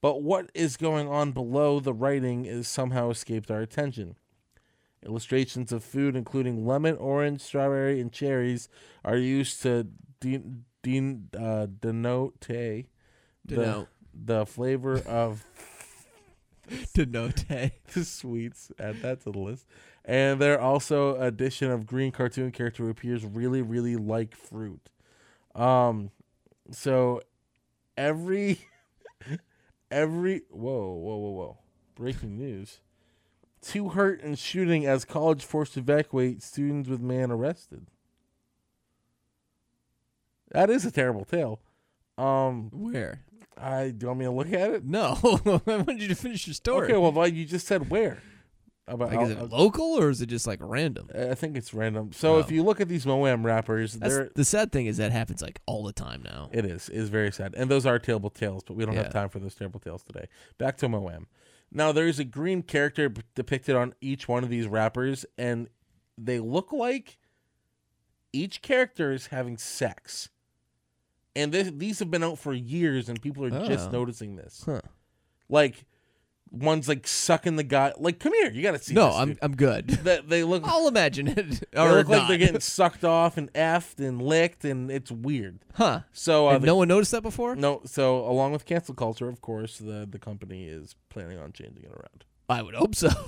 Speaker 2: But what is going on below the writing is somehow escaped our attention. Illustrations of food, including lemon, orange, strawberry, and cherries, are used to de- de- uh, denote the,
Speaker 1: [laughs] Denote.
Speaker 2: the flavor of
Speaker 1: Denote.
Speaker 2: [laughs] the sweets. Add that to the list. And there are also addition of green cartoon character who appears really, really like fruit. Um, so every [laughs] every whoa whoa whoa whoa breaking news. Two hurt in shooting as college forced to evacuate students with man arrested. That is a terrible tale. Um,
Speaker 1: Where?
Speaker 2: I do you want me to look at it?
Speaker 1: No. [laughs] I wanted you to finish your story.
Speaker 2: Okay, well, like you just said where. About,
Speaker 1: like, is it local or is it just like random?
Speaker 2: I think it's random. So if
Speaker 1: Oh.
Speaker 2: you look at these Moam rappers,
Speaker 1: That's,
Speaker 2: they're
Speaker 1: the sad thing is that happens like all the time now.
Speaker 2: it is is very sad, and those are terrible tales. But we don't
Speaker 1: Yeah.
Speaker 2: have time for those terrible tales today. Back to Moam. Now there is a green character b- depicted on each one of these rappers, and they look like each character is having sex. And this, these have been out for years, and people are
Speaker 1: Oh.
Speaker 2: just noticing this.
Speaker 1: Huh.
Speaker 2: Like, one's like sucking the guy. Like, come here, you got to see.
Speaker 1: no,
Speaker 2: this,
Speaker 1: I'm
Speaker 2: dude."
Speaker 1: I'm good.
Speaker 2: [laughs] That they look
Speaker 1: I'll imagine it.
Speaker 2: They
Speaker 1: or
Speaker 2: look like they're
Speaker 1: not.
Speaker 2: getting sucked off and effed and licked, and it's weird.
Speaker 1: Huh.
Speaker 2: So uh,
Speaker 1: And
Speaker 2: the-
Speaker 1: no one noticed that before?
Speaker 2: [laughs] no, so along with cancel culture, of course, the the company is planning on changing it around.
Speaker 1: I would hope so. [laughs]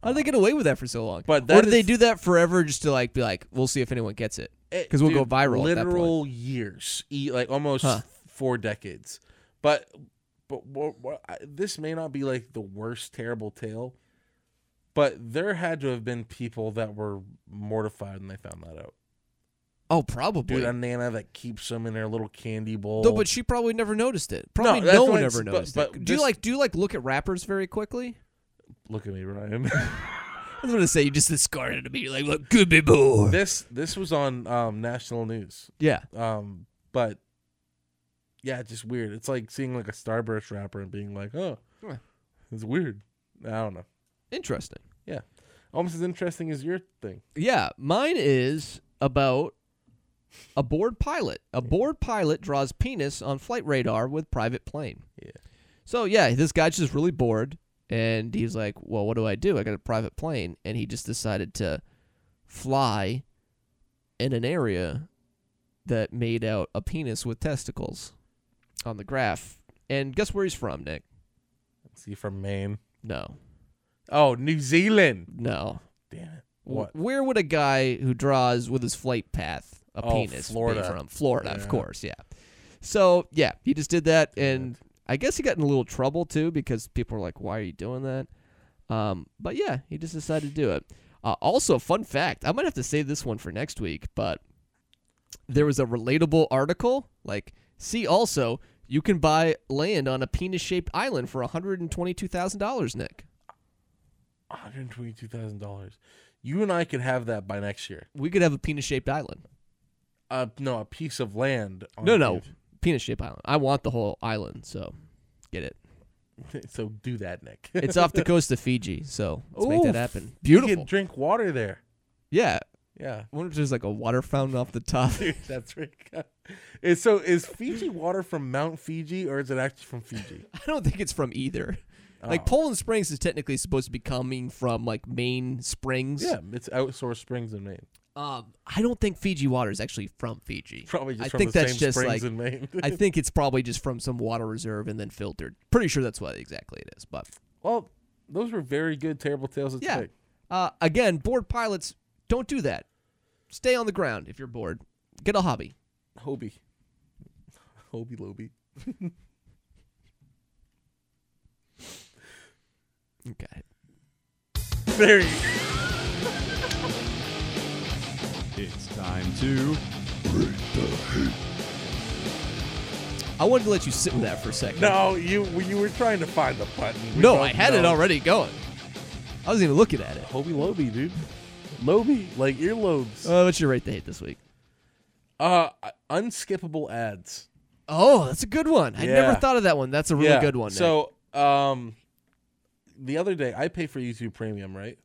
Speaker 1: How did they get away with that for so long?
Speaker 2: But
Speaker 1: or
Speaker 2: that
Speaker 1: did they
Speaker 2: is-
Speaker 1: do that forever just to like be like, we'll see if anyone gets it?
Speaker 2: It-
Speaker 1: 'Cause we'll go
Speaker 2: dude,
Speaker 1: viral at that point.
Speaker 2: Literal years, e- like almost
Speaker 1: Huh.
Speaker 2: four decades. But but what, what, I, this may not be like the worst terrible tale, but there had to have been people that were mortified when they found that out.
Speaker 1: Oh, probably.
Speaker 2: Dude, a nana that keeps them in their little candy bowl.
Speaker 1: no, but she probably never noticed it. Probably
Speaker 2: that's
Speaker 1: no
Speaker 2: what
Speaker 1: one
Speaker 2: it's-
Speaker 1: ever
Speaker 2: but-
Speaker 1: noticed
Speaker 2: but
Speaker 1: it. Do you
Speaker 2: this-
Speaker 1: like do you like look at rappers very quickly?
Speaker 2: look at me, Ryan.
Speaker 1: I was gonna say you just discarded it immediately. Like, look, could be more.
Speaker 2: this this was on um, national news,
Speaker 1: Yeah.
Speaker 2: um, but yeah, it's just weird. It's like seeing like a Starburst rapper and being like, "Oh,
Speaker 1: Huh.
Speaker 2: it's weird." I don't know.
Speaker 1: Interesting.
Speaker 2: Almost as interesting as your thing.
Speaker 1: Yeah, mine is about a bored pilot. A bored pilot draws penis on flight radar with private plane.
Speaker 2: Yeah.
Speaker 1: So yeah, this guy's just really bored, and he's like, "Well, what do I do? I got a private plane," and he just decided to fly in an area that made out a penis with testicles on the graph. And guess where he's from, Nick?
Speaker 2: Is he from Maine?
Speaker 1: No,
Speaker 2: Oh, New Zealand.
Speaker 1: no.
Speaker 2: Damn it!
Speaker 1: W-
Speaker 2: What?
Speaker 1: Where would a guy who draws with his flight path a
Speaker 2: Oh,
Speaker 1: penis be
Speaker 2: Florida.
Speaker 1: from Florida,
Speaker 2: Yeah.
Speaker 1: of course. Yeah. So yeah, he just did that, and I guess he got in a little trouble too because people were like, "Why are you doing that?" Um, but yeah, he just decided to do it. Uh, also, fun fact: I might have to save this one for next week, but there was a relatable article. Like, see, also, you can buy land on a penis-shaped island for one hundred and twenty-two thousand dollars, Nick.
Speaker 2: One hundred twenty-two thousand dollars. You and I could have that by next year.
Speaker 1: We could have a penis-shaped island.
Speaker 2: Uh, no, a piece of land. On
Speaker 1: No, no,
Speaker 2: it.
Speaker 1: penis-shaped island. I want the whole island, so get it.
Speaker 2: [laughs] so do that, Nick.
Speaker 1: It's off the coast of Fiji, so let's make
Speaker 2: Ooh,
Speaker 1: that happen.
Speaker 2: [laughs] You
Speaker 1: Beautiful.
Speaker 2: can drink water there.
Speaker 1: yeah.
Speaker 2: Yeah.
Speaker 1: I wonder if there's like a water fountain off the top.
Speaker 2: Dude, that's really good. Is so is Fiji water from Mount Fiji or is it actually from Fiji?
Speaker 1: [laughs] I don't think it's from either. [laughs]
Speaker 2: Oh.
Speaker 1: Like Poland Springs is technically supposed to be coming from like Maine Springs.
Speaker 2: Yeah, it's outsourced springs in Maine. [laughs]
Speaker 1: Um, I don't think Fiji water is actually from Fiji.
Speaker 2: Probably just
Speaker 1: I
Speaker 2: from
Speaker 1: think
Speaker 2: the
Speaker 1: that's
Speaker 2: same
Speaker 1: just
Speaker 2: springs
Speaker 1: like
Speaker 2: in Maine. [laughs]
Speaker 1: I think it's probably just from some water reserve and then filtered. Pretty sure that's what exactly it is. But
Speaker 2: well, those were very good terrible tales of the
Speaker 1: yeah,
Speaker 2: tape.
Speaker 1: uh, again, bored pilots don't do that. Stay on the ground if you're bored. Get a hobby.
Speaker 2: Hobie. [laughs] Hobie
Speaker 1: [laughs]
Speaker 2: Lobie.
Speaker 1: Okay.
Speaker 2: There you
Speaker 4: It's time to
Speaker 1: I wanted to let you sit with that for a second.
Speaker 2: No, you you were trying to find the button. We
Speaker 1: No,
Speaker 2: both
Speaker 1: I had it
Speaker 2: know.
Speaker 1: already going. I wasn't even looking at it.
Speaker 2: Hobie Lobie, dude. Lobie, like earlobes.
Speaker 1: Uh, what's your rate to hate this week?
Speaker 2: Uh, unskippable ads.
Speaker 1: Oh, that's a good one. I
Speaker 2: Yeah.
Speaker 1: never thought of that one. That's a really
Speaker 2: yeah.
Speaker 1: good one. Nick.
Speaker 2: So, um, the other day I pay for YouTube Premium, right?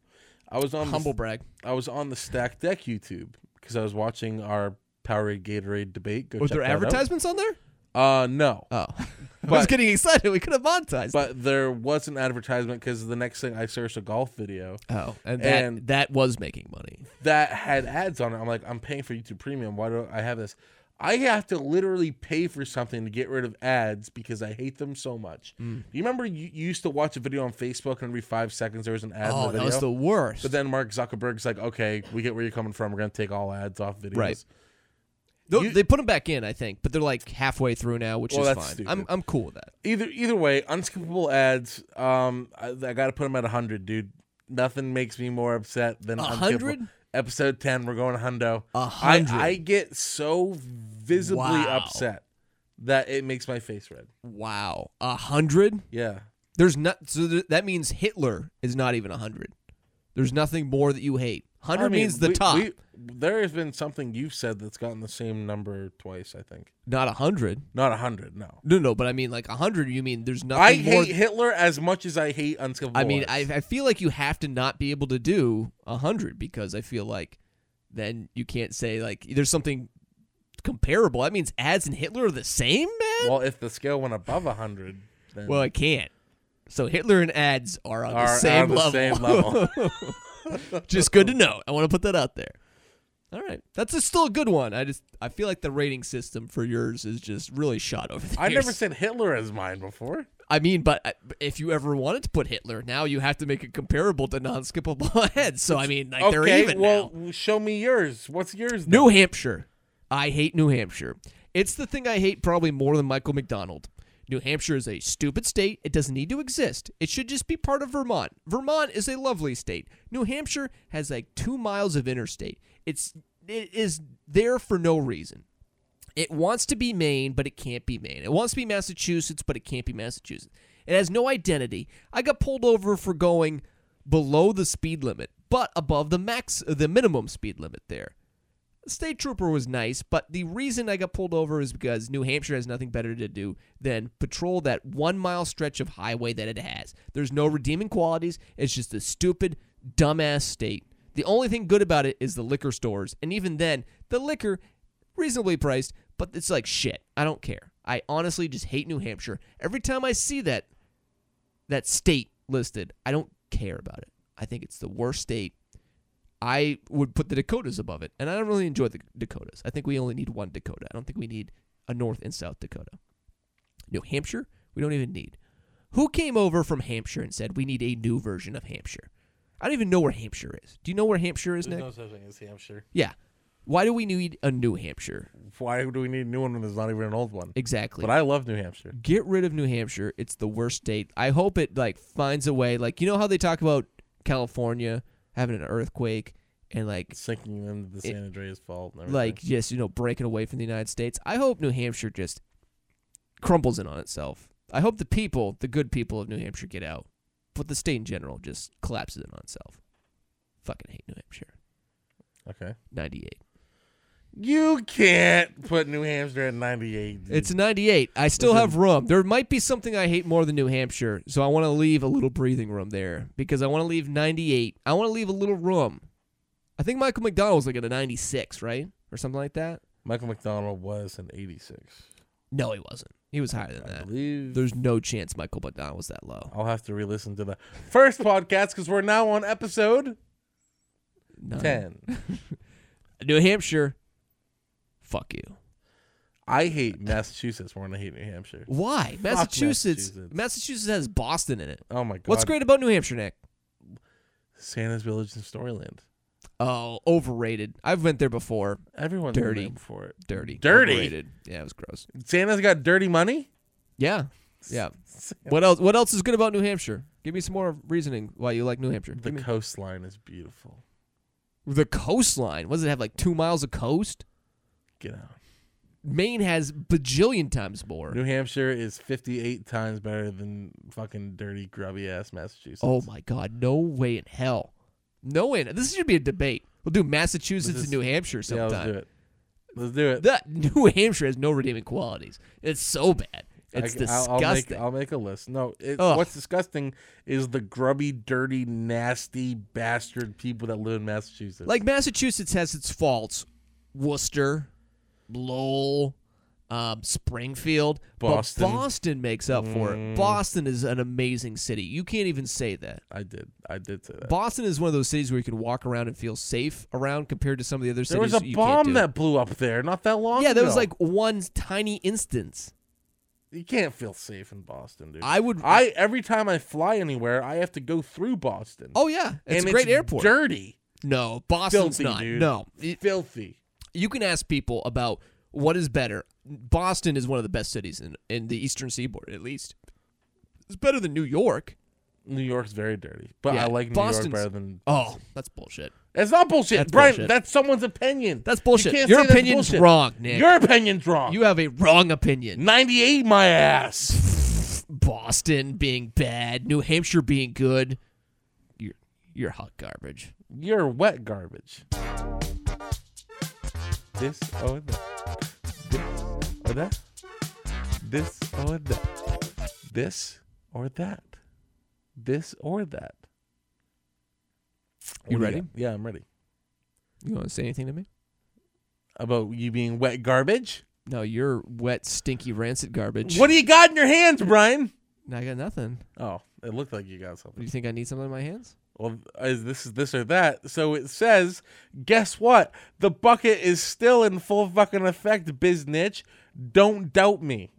Speaker 2: I was on
Speaker 1: humble
Speaker 2: The,
Speaker 1: brag.
Speaker 2: I was on the Stack Deck YouTube because I was watching our Powerade Gatorade debate. Go
Speaker 1: Was
Speaker 2: check
Speaker 1: there
Speaker 2: that out.
Speaker 1: advertisements on there?
Speaker 2: Uh, no.
Speaker 1: [laughs] Oh, I was
Speaker 2: But-
Speaker 1: getting excited. We could have monetized.
Speaker 2: But there was an advertisement because the next thing I searched a golf video
Speaker 1: oh, and that
Speaker 2: and-
Speaker 1: that was making money.
Speaker 2: that had ads on it. I'm like, I'm paying for YouTube Premium. Why do I have this? I have to literally pay for something to get rid of ads because I hate them so much.
Speaker 1: Mm.
Speaker 2: You remember you, you used to watch a video on Facebook and every five seconds there was an ad. in
Speaker 1: Oh,
Speaker 2: the video?
Speaker 1: that was the worst.
Speaker 2: But then Mark Zuckerberg's like, okay, we get where you're coming from. We're gonna take all ads off videos.
Speaker 1: Right. Though
Speaker 2: you-
Speaker 1: they put them back in, I think, but they're like halfway through now, which
Speaker 2: Well,
Speaker 1: is
Speaker 2: that's
Speaker 1: fine.
Speaker 2: stupid.
Speaker 1: I'm I'm cool with that.
Speaker 2: Either either way, unskippable ads. Um, I, I got to put them at hundred, dude. Nothing makes me more upset than
Speaker 1: A
Speaker 2: unskippable-
Speaker 1: hundred?
Speaker 2: Episode ten, we're going hundo.
Speaker 1: A
Speaker 2: I,
Speaker 1: hundred.
Speaker 2: I get so visibly
Speaker 1: Wow.
Speaker 2: upset that it makes my face red.
Speaker 1: Wow, a hundred.
Speaker 2: Yeah.
Speaker 1: There's not so th- that means Hitler is not even 100. There's nothing more that you hate. 100
Speaker 2: I mean,
Speaker 1: means the
Speaker 2: we-
Speaker 1: top,
Speaker 2: we- there has been something you've said that's gotten the same number twice. I think
Speaker 1: not 100.
Speaker 2: not a hundred. No.
Speaker 1: No, no, but I mean like 100 you mean there's nothing
Speaker 2: I
Speaker 1: more
Speaker 2: hate Hitler as much as I hate unskippable.
Speaker 1: I mean
Speaker 2: ads.
Speaker 1: I I feel like you have to not be able to do 100 because I feel like then you can't say like there's something comparable. That means ads and Hitler are the same, man? Well,
Speaker 2: Well, if the scale went above 100, then
Speaker 1: I can't. So Hitler and ads are on
Speaker 2: are
Speaker 1: the same
Speaker 2: on
Speaker 1: level.
Speaker 2: the same
Speaker 1: [laughs]
Speaker 2: level.
Speaker 1: just good to know. I want to put that out there. All right, that's a, still a good one. I just I feel like the rating system for yours is just really shot over the
Speaker 2: I
Speaker 1: years.
Speaker 2: never said Hitler as mine before.
Speaker 1: I mean, but I- if you ever wanted to put Hitler, now you have to make it comparable to non-skippable [laughs] heads. So I mean, like they're
Speaker 2: okay,
Speaker 1: even
Speaker 2: well,
Speaker 1: now.
Speaker 2: show me yours. What's yours? Then?
Speaker 1: New Hampshire. I hate New Hampshire. It's the thing I hate probably more than Michael McDonald. New Hampshire is a stupid state. It doesn't need to exist. It should just be part of Vermont. Vermont is a lovely state. New Hampshire has like two miles of interstate. It's it is there for no reason. It wants to be Maine, but it can't be Maine. It wants to be Massachusetts, but it can't be Massachusetts. It has no identity. I got pulled over for going below the speed limit, but above the max the minimum speed limit there. The state trooper was nice, but the reason I got pulled over is because New Hampshire has nothing better to do than patrol that one mile stretch of highway that it has. There's no redeeming qualities. It's just a stupid, dumbass state. The only thing good about it is the liquor stores, and even then, the liquor reasonably priced, but it's like shit. I don't care. I honestly just hate New Hampshire. Every time I see that that state listed, I don't care about it. I think it's the worst state I would put the Dakotas above it, and I don't really enjoy the Dakotas. I think we only need one Dakota. I don't think we need a North and South Dakota. New Hampshire, we don't even need. Who came over from Hampshire and said we need a new version of Hampshire? I don't even know where Hampshire is. Do you know where Hampshire is,
Speaker 2: There's
Speaker 1: Nick?
Speaker 2: no such thing as Hampshire.
Speaker 1: Yeah. Why do we need a New Hampshire?
Speaker 2: Why do we need a new one when there's not even an old one?
Speaker 1: Exactly.
Speaker 2: But I love New Hampshire.
Speaker 1: Get rid of New Hampshire. It's the worst state. I hope it like finds a way. Like you know how they talk about California having an earthquake and like
Speaker 2: Sinking into the San Andreas Fault. And everything.
Speaker 1: like just you know breaking away from the United States. I hope New Hampshire just crumbles in on itself. I hope the people, the good people of New Hampshire, get out, but the state in general just collapses in on itself. Fucking hate New Hampshire.
Speaker 2: okay,
Speaker 1: Ninety-eight.
Speaker 2: you can't put New Hampshire at 98. dude.
Speaker 1: It's a ninety-eight. I still have room. There might be something I hate more than New Hampshire, so I want to leave a little breathing room there because I want to leave ninety-eight. I want to leave a little room. I think Michael McDonald's like at a ninety-six, right, or something like that.
Speaker 2: Michael McDonald was an 86.
Speaker 1: No, he wasn't. He was higher than
Speaker 2: I
Speaker 1: that.
Speaker 2: believe.
Speaker 1: There's no chance Michael McDonald was that low.
Speaker 2: I'll have to re-listen to the first podcast because we're now on episode
Speaker 1: None.
Speaker 2: 10.
Speaker 1: New Hampshire. Fuck you.
Speaker 2: I hate Massachusetts more than I hate New Hampshire.
Speaker 1: Why? Massachusetts.
Speaker 2: Massachusetts.
Speaker 1: Massachusetts. has Boston in it.
Speaker 2: Oh my god.
Speaker 1: What's great about New Hampshire, Nick?
Speaker 2: Santa's Village and Storyland.
Speaker 1: Oh, overrated. I've went there before.
Speaker 2: Everyone's
Speaker 1: Dirty.
Speaker 2: dirty for it.
Speaker 1: Dirty.
Speaker 2: Dirty?
Speaker 1: Overrated. Yeah, it was gross.
Speaker 2: Santa's got dirty money.
Speaker 1: Yeah. Yeah. What else? What else is good about New Hampshire? Give me some more reasoning why you like New Hampshire.
Speaker 2: The
Speaker 1: Give me-
Speaker 2: coastline is beautiful.
Speaker 1: the coastline. What does it have? Like two miles of coast.
Speaker 2: Get out.
Speaker 1: Maine has bajillion times more.
Speaker 2: New Hampshire is 58 times better than fucking dirty, grubby ass Massachusetts.
Speaker 1: Oh my God! No way in hell. No way. In, this should be a debate. We'll do Massachusetts
Speaker 2: This is-
Speaker 1: and New Hampshire
Speaker 2: yeah,
Speaker 1: sometime.
Speaker 2: let's do it. Let's do it.
Speaker 1: That [laughs] New Hampshire has no redeeming qualities. It's so bad. It's
Speaker 2: I- I'll-
Speaker 1: disgusting.
Speaker 2: I'll make, I'll make a list. No, it,
Speaker 1: Ugh.
Speaker 2: what's disgusting is the grubby, dirty, nasty bastard people that live in Massachusetts.
Speaker 1: like Massachusetts has its faults. Worcester, Lowell, um, Springfield,
Speaker 2: Boston. Mm.
Speaker 1: but Boston makes up for it. Boston is an amazing city. You can't even say that.
Speaker 2: I did, I did say that.
Speaker 1: Boston is one of those cities where you can walk around and feel safe around compared to some of the other
Speaker 2: there
Speaker 1: cities.
Speaker 2: was a
Speaker 1: you can't
Speaker 2: bomb
Speaker 1: do.
Speaker 2: that blew up there not that long.
Speaker 1: Yeah, that was
Speaker 2: ago.
Speaker 1: like one tiny instance.
Speaker 2: you can't feel safe in Boston, dude.
Speaker 1: I would.
Speaker 2: I every time I fly anywhere, I have to go through Boston.
Speaker 1: oh yeah, it's
Speaker 2: and
Speaker 1: a great airport.
Speaker 2: Dirty,
Speaker 1: no, Boston's
Speaker 2: filthy,
Speaker 1: not.
Speaker 2: dude.
Speaker 1: No, It-
Speaker 2: filthy.
Speaker 1: you can ask people about what is better. Boston is one of the best cities in, in the Eastern Seaboard, at least. It's better than New York.
Speaker 2: New York's very dirty, but I
Speaker 1: Yeah,
Speaker 2: like New
Speaker 1: Boston's-
Speaker 2: York better than.
Speaker 1: Oh, that's bullshit.
Speaker 2: It's not bullshit,
Speaker 1: That's
Speaker 2: Brian.
Speaker 1: bullshit.
Speaker 2: That's someone's opinion.
Speaker 1: That's
Speaker 2: You
Speaker 1: bullshit.
Speaker 2: can't
Speaker 1: Your
Speaker 2: say that's
Speaker 1: opinion's
Speaker 2: bullshit.
Speaker 1: wrong, Nick.
Speaker 2: Your opinion's wrong.
Speaker 1: You have a wrong opinion.
Speaker 2: 98, my ass.
Speaker 1: Boston being bad, New Hampshire being good. You're you're hot garbage.
Speaker 2: You're wet garbage. This or that. This or that. This or that. This or that. This or that.
Speaker 1: You
Speaker 2: What do
Speaker 1: ready?
Speaker 2: got? yeah, I'm ready.
Speaker 1: You want to say anything to me?
Speaker 2: About you being wet garbage?
Speaker 1: No, you're wet, stinky, rancid garbage.
Speaker 2: What do you got in your hands, Brian?
Speaker 1: No, I got nothing.
Speaker 2: Oh, it looked like you got something.
Speaker 1: Do you think I need something in my hands?
Speaker 2: Well, is this is this or that? So it says, guess what? The bucket is still in full fucking effect, biznitch. Don't doubt me.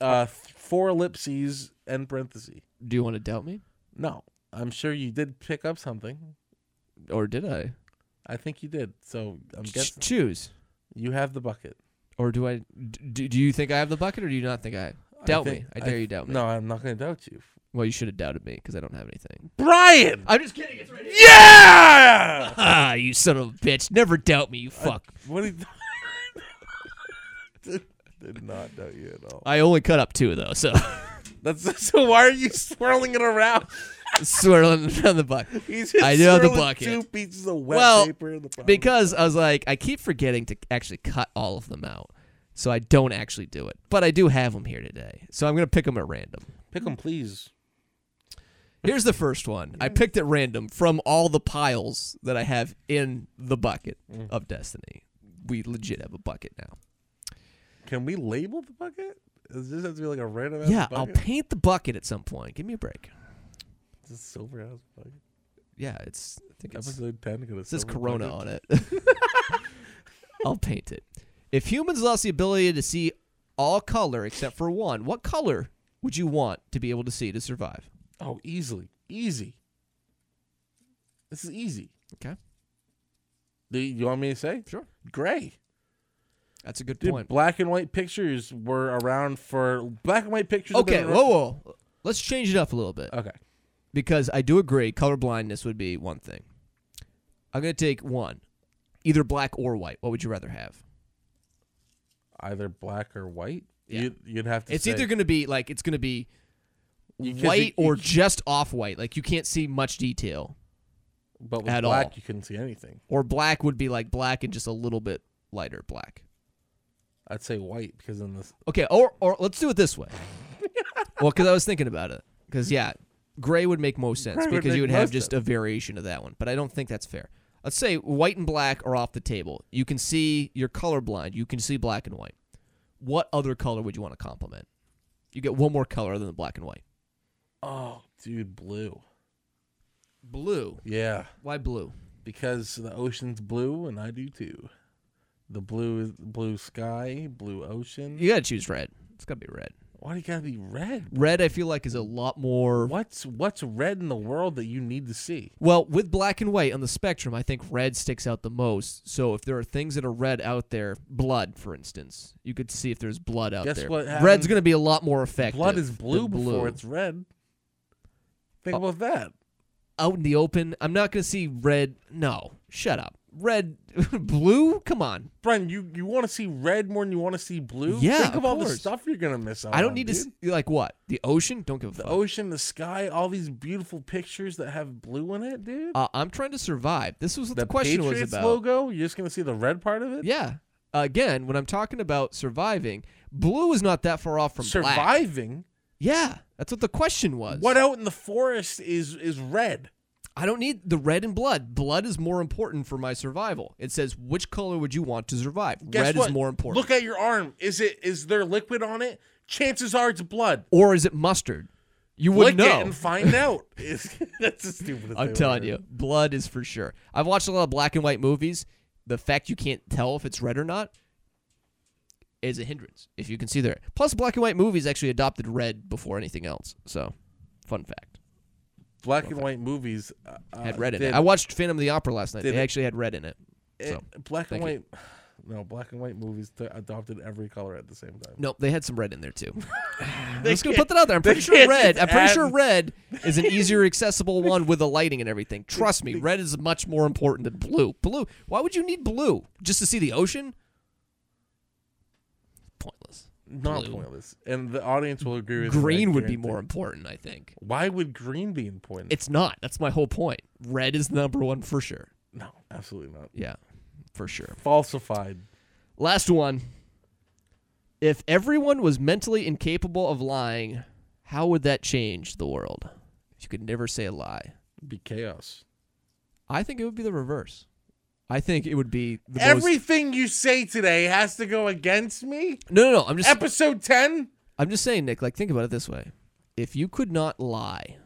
Speaker 2: Uh, four ellipses and parentheses.
Speaker 1: Do you want to doubt me,
Speaker 2: No, I'm sure you did pick up something.
Speaker 1: or did I?
Speaker 2: I think you did. So I'm
Speaker 1: Ch-
Speaker 2: guessing
Speaker 1: choose.
Speaker 2: you have the bucket.
Speaker 1: Or do I? Do, do you think I have the bucket, or do you not think I? Doubt
Speaker 2: think-
Speaker 1: me. I dare you doubt me.
Speaker 2: No, I'm not going to doubt you,
Speaker 1: Well, you should have doubted me because I don't have anything.
Speaker 2: Brian.
Speaker 1: I'm just kidding. It's right here.
Speaker 2: Yeah. [laughs]
Speaker 1: Ah, you son of a bitch! Never doubt me, you fuck.
Speaker 2: What? Are you [laughs] did, did not doubt you at all.
Speaker 1: I only cut up two though, so [laughs]
Speaker 2: That's [laughs] so. Why are you swirling it around?
Speaker 1: swirling on the bucket
Speaker 2: He's just
Speaker 1: I do have the
Speaker 2: swirling
Speaker 1: bucket.
Speaker 2: Two pieces of wet
Speaker 1: Well,
Speaker 2: paper in the bucket.
Speaker 1: because I was like, I keep forgetting to actually cut all of them out, so I don't actually do it. But I do have them here today, so I'm gonna pick them at random.
Speaker 2: pick them, please.
Speaker 1: Here's the first one. I picked at random from all the piles that I have in the bucket of destiny. We legit have a bucket now.
Speaker 2: Can we label the bucket? Does this have to be like a random ass
Speaker 1: yeah, I'll
Speaker 2: bucket?
Speaker 1: paint the bucket at some point. Give me a break.
Speaker 2: It's a silver ass bucket.
Speaker 1: Yeah, it's. I think it's.
Speaker 2: Episode ten. Got a
Speaker 1: It says
Speaker 2: silver
Speaker 1: Corona
Speaker 2: bucket.
Speaker 1: on it. [laughs] I'll paint it. If humans lost the ability to see all color except for one, what color would you want to be able to see to survive?
Speaker 2: Oh, easily, easy. This is easy.
Speaker 1: Okay.
Speaker 2: Do you you want me to say?
Speaker 1: Sure.
Speaker 2: Gray.
Speaker 1: That's a good
Speaker 2: Dude,
Speaker 1: point.
Speaker 2: black and white pictures were around for black and white pictures. have
Speaker 1: Okay,
Speaker 2: been Uh, ar-
Speaker 1: whoa, whoa. Let's change it up a little bit
Speaker 2: Okay.
Speaker 1: because I do agree colorblindness would be one thing. I'm going to take one. Either black or white. What would you rather have?
Speaker 2: Either black or white.
Speaker 1: Yeah.
Speaker 2: You'd, you'd have to.
Speaker 1: It's
Speaker 2: say-
Speaker 1: either going to be like it's going to be
Speaker 2: You- 'cause
Speaker 1: white
Speaker 2: you- you
Speaker 1: or
Speaker 2: c-
Speaker 1: just off white. Like you can't see much detail.
Speaker 2: but with
Speaker 1: at
Speaker 2: black
Speaker 1: all.
Speaker 2: you couldn't see anything.
Speaker 1: Or black would be like black and just a little bit lighter black.
Speaker 2: I'd say white because in this
Speaker 1: Okay, or or let's do it this
Speaker 2: [laughs]
Speaker 1: way. well, because I was thinking about it. Because yeah, gray would make most sense
Speaker 2: Gray would
Speaker 1: because
Speaker 2: make
Speaker 1: you would have
Speaker 2: most
Speaker 1: just a variation of that one. But I don't think that's fair. Let's say white and black are off the table. You can see you're colorblind. You can see black and white. What other color would you want to complement? You get one more color other than black and white.
Speaker 2: oh dude blue.
Speaker 1: Blue.
Speaker 2: Yeah,
Speaker 1: Why blue?
Speaker 2: because the ocean's blue and I do too. The blue is blue sky, blue ocean.
Speaker 1: You gotta choose red. It's gotta be red.
Speaker 2: Why do you gotta be red?
Speaker 1: Red, I feel like, is a lot more.
Speaker 2: What's what's red in the world that you need to see?
Speaker 1: Well, with black and white on the spectrum, I think red sticks out the most. So if there are things that are red out there, blood, for instance, you could see if there's blood out
Speaker 2: Guess
Speaker 1: there.
Speaker 2: what
Speaker 1: Red's
Speaker 2: happened?
Speaker 1: going to be a lot more effective.
Speaker 2: Blood is
Speaker 1: than
Speaker 2: blue before
Speaker 1: blue.
Speaker 2: it's red. Think
Speaker 1: Oh.
Speaker 2: about that.
Speaker 1: out in the open. I'm not going to see red. No, shut up. Red, [laughs] blue. Come on.
Speaker 2: Brian, you, you want to see red more than you want to see blue?
Speaker 1: Yeah,
Speaker 2: Think of,
Speaker 1: of
Speaker 2: all the
Speaker 1: course.
Speaker 2: stuff you're going to miss out
Speaker 1: I don't
Speaker 2: on,
Speaker 1: need
Speaker 2: dude.
Speaker 1: to see, like what the ocean. Don't give a
Speaker 2: The
Speaker 1: fuck.
Speaker 2: ocean, the sky, all these beautiful pictures that have blue in it, dude.
Speaker 1: uh, I'm trying to survive. This was what
Speaker 2: the
Speaker 1: the, question
Speaker 2: Patriots
Speaker 1: was about.
Speaker 2: logo, you're just going to see the red part of it?
Speaker 1: Yeah. Again, when I'm talking about surviving, blue is not that far off from black.
Speaker 2: Surviving?
Speaker 1: Yeah, that's what the question was.
Speaker 2: What out in the forest is is red?
Speaker 1: I don't need the red and blood. Blood is more important for my survival. It says which color would you want to survive?
Speaker 2: Guess
Speaker 1: red is
Speaker 2: what?
Speaker 1: more important.
Speaker 2: Look at your arm. Is it is there liquid on it? Chances are it's blood.
Speaker 1: or is it mustard? You would
Speaker 2: Lick
Speaker 1: know.
Speaker 2: it and find out. [laughs] It's- That's the stupidest
Speaker 1: I'm
Speaker 2: thing I've
Speaker 1: telling
Speaker 2: ever
Speaker 1: you,
Speaker 2: heard.
Speaker 1: blood is for sure. I've watched a lot of black and white movies. The fact you can't tell if it's red or not is a hindrance if you consider it. Plus, black and white movies actually adopted red before anything else. So, fun fact.
Speaker 2: Black and white movies uh,
Speaker 1: had
Speaker 2: uh,
Speaker 1: red in
Speaker 2: did-
Speaker 1: it. I watched Phantom of the Opera last night.
Speaker 2: did
Speaker 1: They
Speaker 2: it-
Speaker 1: actually had red in it.
Speaker 2: Eh,
Speaker 1: So
Speaker 2: black
Speaker 1: thank
Speaker 2: and white. [sighs]
Speaker 1: you.
Speaker 2: No, black and white movies t- adopted every color at the same time.
Speaker 1: nope, they had some red in there [laughs] too. [sighs] I'm just gonna
Speaker 2: can't-
Speaker 1: put that out there. I'm
Speaker 2: they
Speaker 1: pretty sure
Speaker 2: can't
Speaker 1: red.
Speaker 2: just
Speaker 1: I'm pretty
Speaker 2: add-
Speaker 1: sure red is an easier accessible one with the lighting and everything. Trust me, red is much more important than blue. Blue. Why would you need blue just to see the ocean? Pointless.
Speaker 2: Not
Speaker 1: Blue.
Speaker 2: pointless. And the audience will agree with me, I
Speaker 1: Green would be
Speaker 2: guarantee.
Speaker 1: more important, I think.
Speaker 2: Why would green be important?
Speaker 1: It's not. That's my whole point. Red is number one for sure.
Speaker 2: no, absolutely not.
Speaker 1: Yeah, for sure.
Speaker 2: Falsified.
Speaker 1: Last one. If everyone was mentally incapable of lying, how would that change the world? If you could never say a lie.
Speaker 2: Be chaos.
Speaker 1: I think it would be the reverse. I think it would be the most
Speaker 2: Everything you say today has to go against me.
Speaker 1: No, no, no. I'm just
Speaker 2: Episode ten.
Speaker 1: I'm just saying, Nick, like think about it this way. If you could not lie,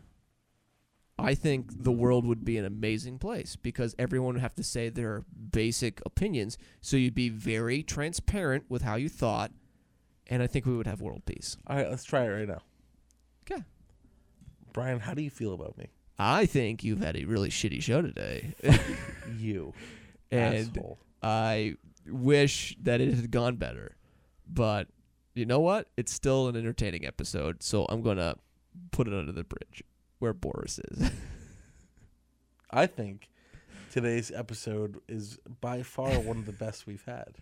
Speaker 1: I think the world would be an amazing place because everyone would have to say their basic opinions, so you'd be very transparent with how you thought, and I think we would have world peace.
Speaker 2: All right, let's try it right now.
Speaker 1: Okay.
Speaker 2: Brian, how do you feel about me?
Speaker 1: I think you've had a really shitty show today.
Speaker 2: You
Speaker 1: and
Speaker 2: asshole.
Speaker 1: I wish that it had gone better. But you know what? It's still an entertaining episode, so I'm going to put it under the bridge where Boris is. [laughs]
Speaker 2: I think today's episode is by far one of the best we've had.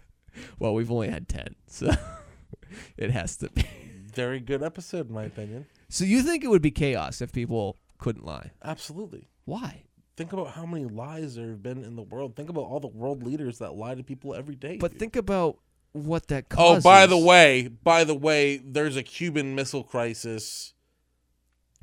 Speaker 1: well, we've only had 10, so [laughs] it has to be.
Speaker 2: Very good episode, in my opinion.
Speaker 1: So you think it would be chaos if people couldn't lie?
Speaker 2: Absolutely.
Speaker 1: Why?
Speaker 2: Think about how many lies there have been in the world. Think about all the world leaders that lie to people every day.
Speaker 1: But
Speaker 2: dude.
Speaker 1: think about what that
Speaker 2: oh,
Speaker 1: causes.
Speaker 2: by the way, by the way, there's a Cuban Missile Crisis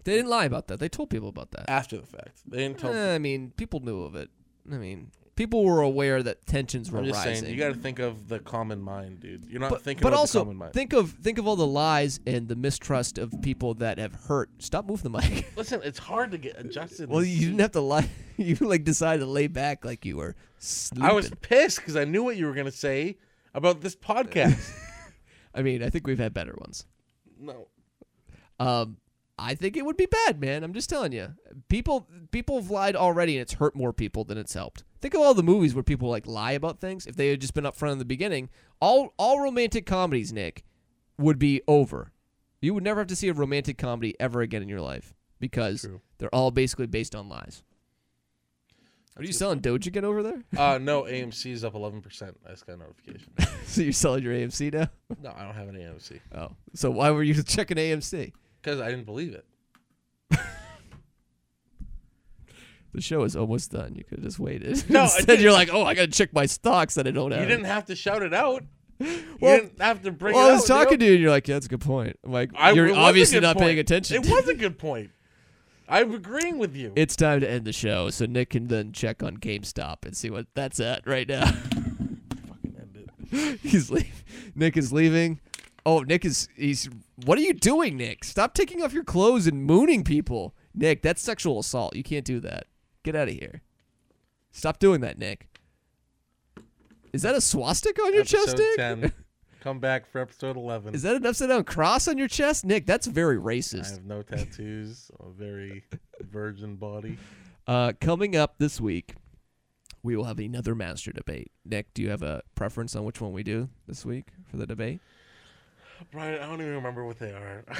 Speaker 1: They didn't lie about that. They told people about that.
Speaker 2: after the fact. They didn't tell.
Speaker 1: Eh, I mean, people knew of it. I mean, people were aware that tensions were
Speaker 2: I'm just
Speaker 1: rising.
Speaker 2: saying, you got to think of the common mind, dude. You're not
Speaker 1: but,
Speaker 2: thinking
Speaker 1: but
Speaker 2: about
Speaker 1: also
Speaker 2: the common mind.
Speaker 1: think of think of all the lies and the mistrust of people that have hurt. Stop moving the mic. [laughs]
Speaker 2: Listen, it's hard to get adjusted.
Speaker 1: well, you didn't have to lie. [laughs] You like decided to lay back like you were sleeping.
Speaker 2: I was pissed because I knew what you were gonna say about this podcast.
Speaker 1: [laughs] I mean, I think we've had better ones.
Speaker 2: no,
Speaker 1: Um, I think it would be bad, man. I'm just telling you. People people have lied already, and it's hurt more people than it's helped. Think of all the movies where people like lie about things. If they had just been upfront in the beginning, all all romantic comedies, Nick, would be over. You would never have to see a romantic comedy ever again in your life because they're all basically based on lies. Are you selling Doge again over there? [laughs]
Speaker 2: Uh, no, AMC's up 11%. I just got a notification.
Speaker 1: so you're selling your AMC now?
Speaker 2: no, I don't have an AMC
Speaker 1: Oh, so why were you [laughs] checking AMC?
Speaker 2: because I didn't believe it.
Speaker 1: The show is almost done. You could have just waited. [laughs]
Speaker 2: No, I
Speaker 1: Instead,
Speaker 2: didn't.
Speaker 1: you're like, oh, I gotta check my stocks that I don't have.
Speaker 2: You didn't have to shout it out. You
Speaker 1: Well-
Speaker 2: didn't have to bring
Speaker 1: Well,
Speaker 2: it
Speaker 1: I was
Speaker 2: out,
Speaker 1: talking
Speaker 2: you
Speaker 1: to you, and you're like, yeah, that's a good point. I'm like,
Speaker 2: know? I- it
Speaker 1: you're
Speaker 2: was a
Speaker 1: obviously
Speaker 2: good
Speaker 1: not paying
Speaker 2: point.
Speaker 1: attention.
Speaker 2: It was a good point. I'm agreeing with you.
Speaker 1: [laughs] It's time to end the show, so Nick can then check on GameStop and see what that's at right now. [laughs] he's leaving. Nick is leaving. Oh, Nick is he's. What are you doing, Nick? Stop taking off your clothes and mooning people, Nick. That's sexual assault. You can't do that. Get out of here. Stop doing that, Nick. Is that a swastika on your chest,
Speaker 2: episode
Speaker 1: Nick?
Speaker 2: 10. Come back for episode 11.
Speaker 1: Is that an upside down cross on your chest, Nick? That's very
Speaker 2: I
Speaker 1: racist.
Speaker 2: have no tattoos. I'm a very virgin body.
Speaker 1: Uh, coming up this week, we will have another master debate. Nick, do you have a preference on which one we do this week for the debate?
Speaker 2: Brian, I don't even remember what they are. [laughs]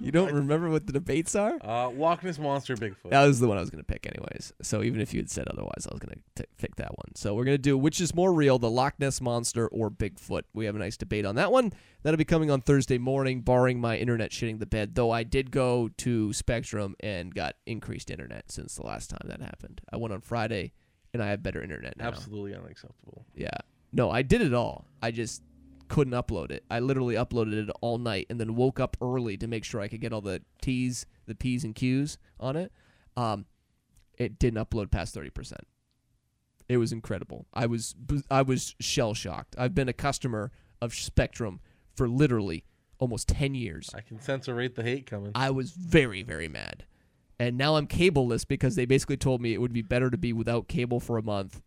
Speaker 1: You don't remember what the debates are?
Speaker 2: Uh, Loch Ness Monster Bigfoot.
Speaker 1: That was the one I was going to pick, anyways. So even if you had said otherwise, I was going to pick that one. So we're going to do which is more real, the Loch Ness Monster or Bigfoot. We have a nice debate on that one. That'll be coming on Thursday morning, barring my internet shitting the bed. Though I did go to Spectrum and got increased internet since the last time that happened. I went on Friday, and I have better internet now.
Speaker 2: Absolutely unacceptable.
Speaker 1: Yeah. No, I did it all. I just couldn't upload it. I literally uploaded it all night and then woke up early to make sure I could get all the T's, the P's, and Q's on it. Um, it didn't upload past 30%. It was incredible. I was bu- I was shell shocked. I've been a customer of Spectrum for literally almost 10 years.
Speaker 2: I can sense or rate the hate coming.
Speaker 1: I was very, very mad. And now I'm cableless because they basically told me it would be better to be without cable for a month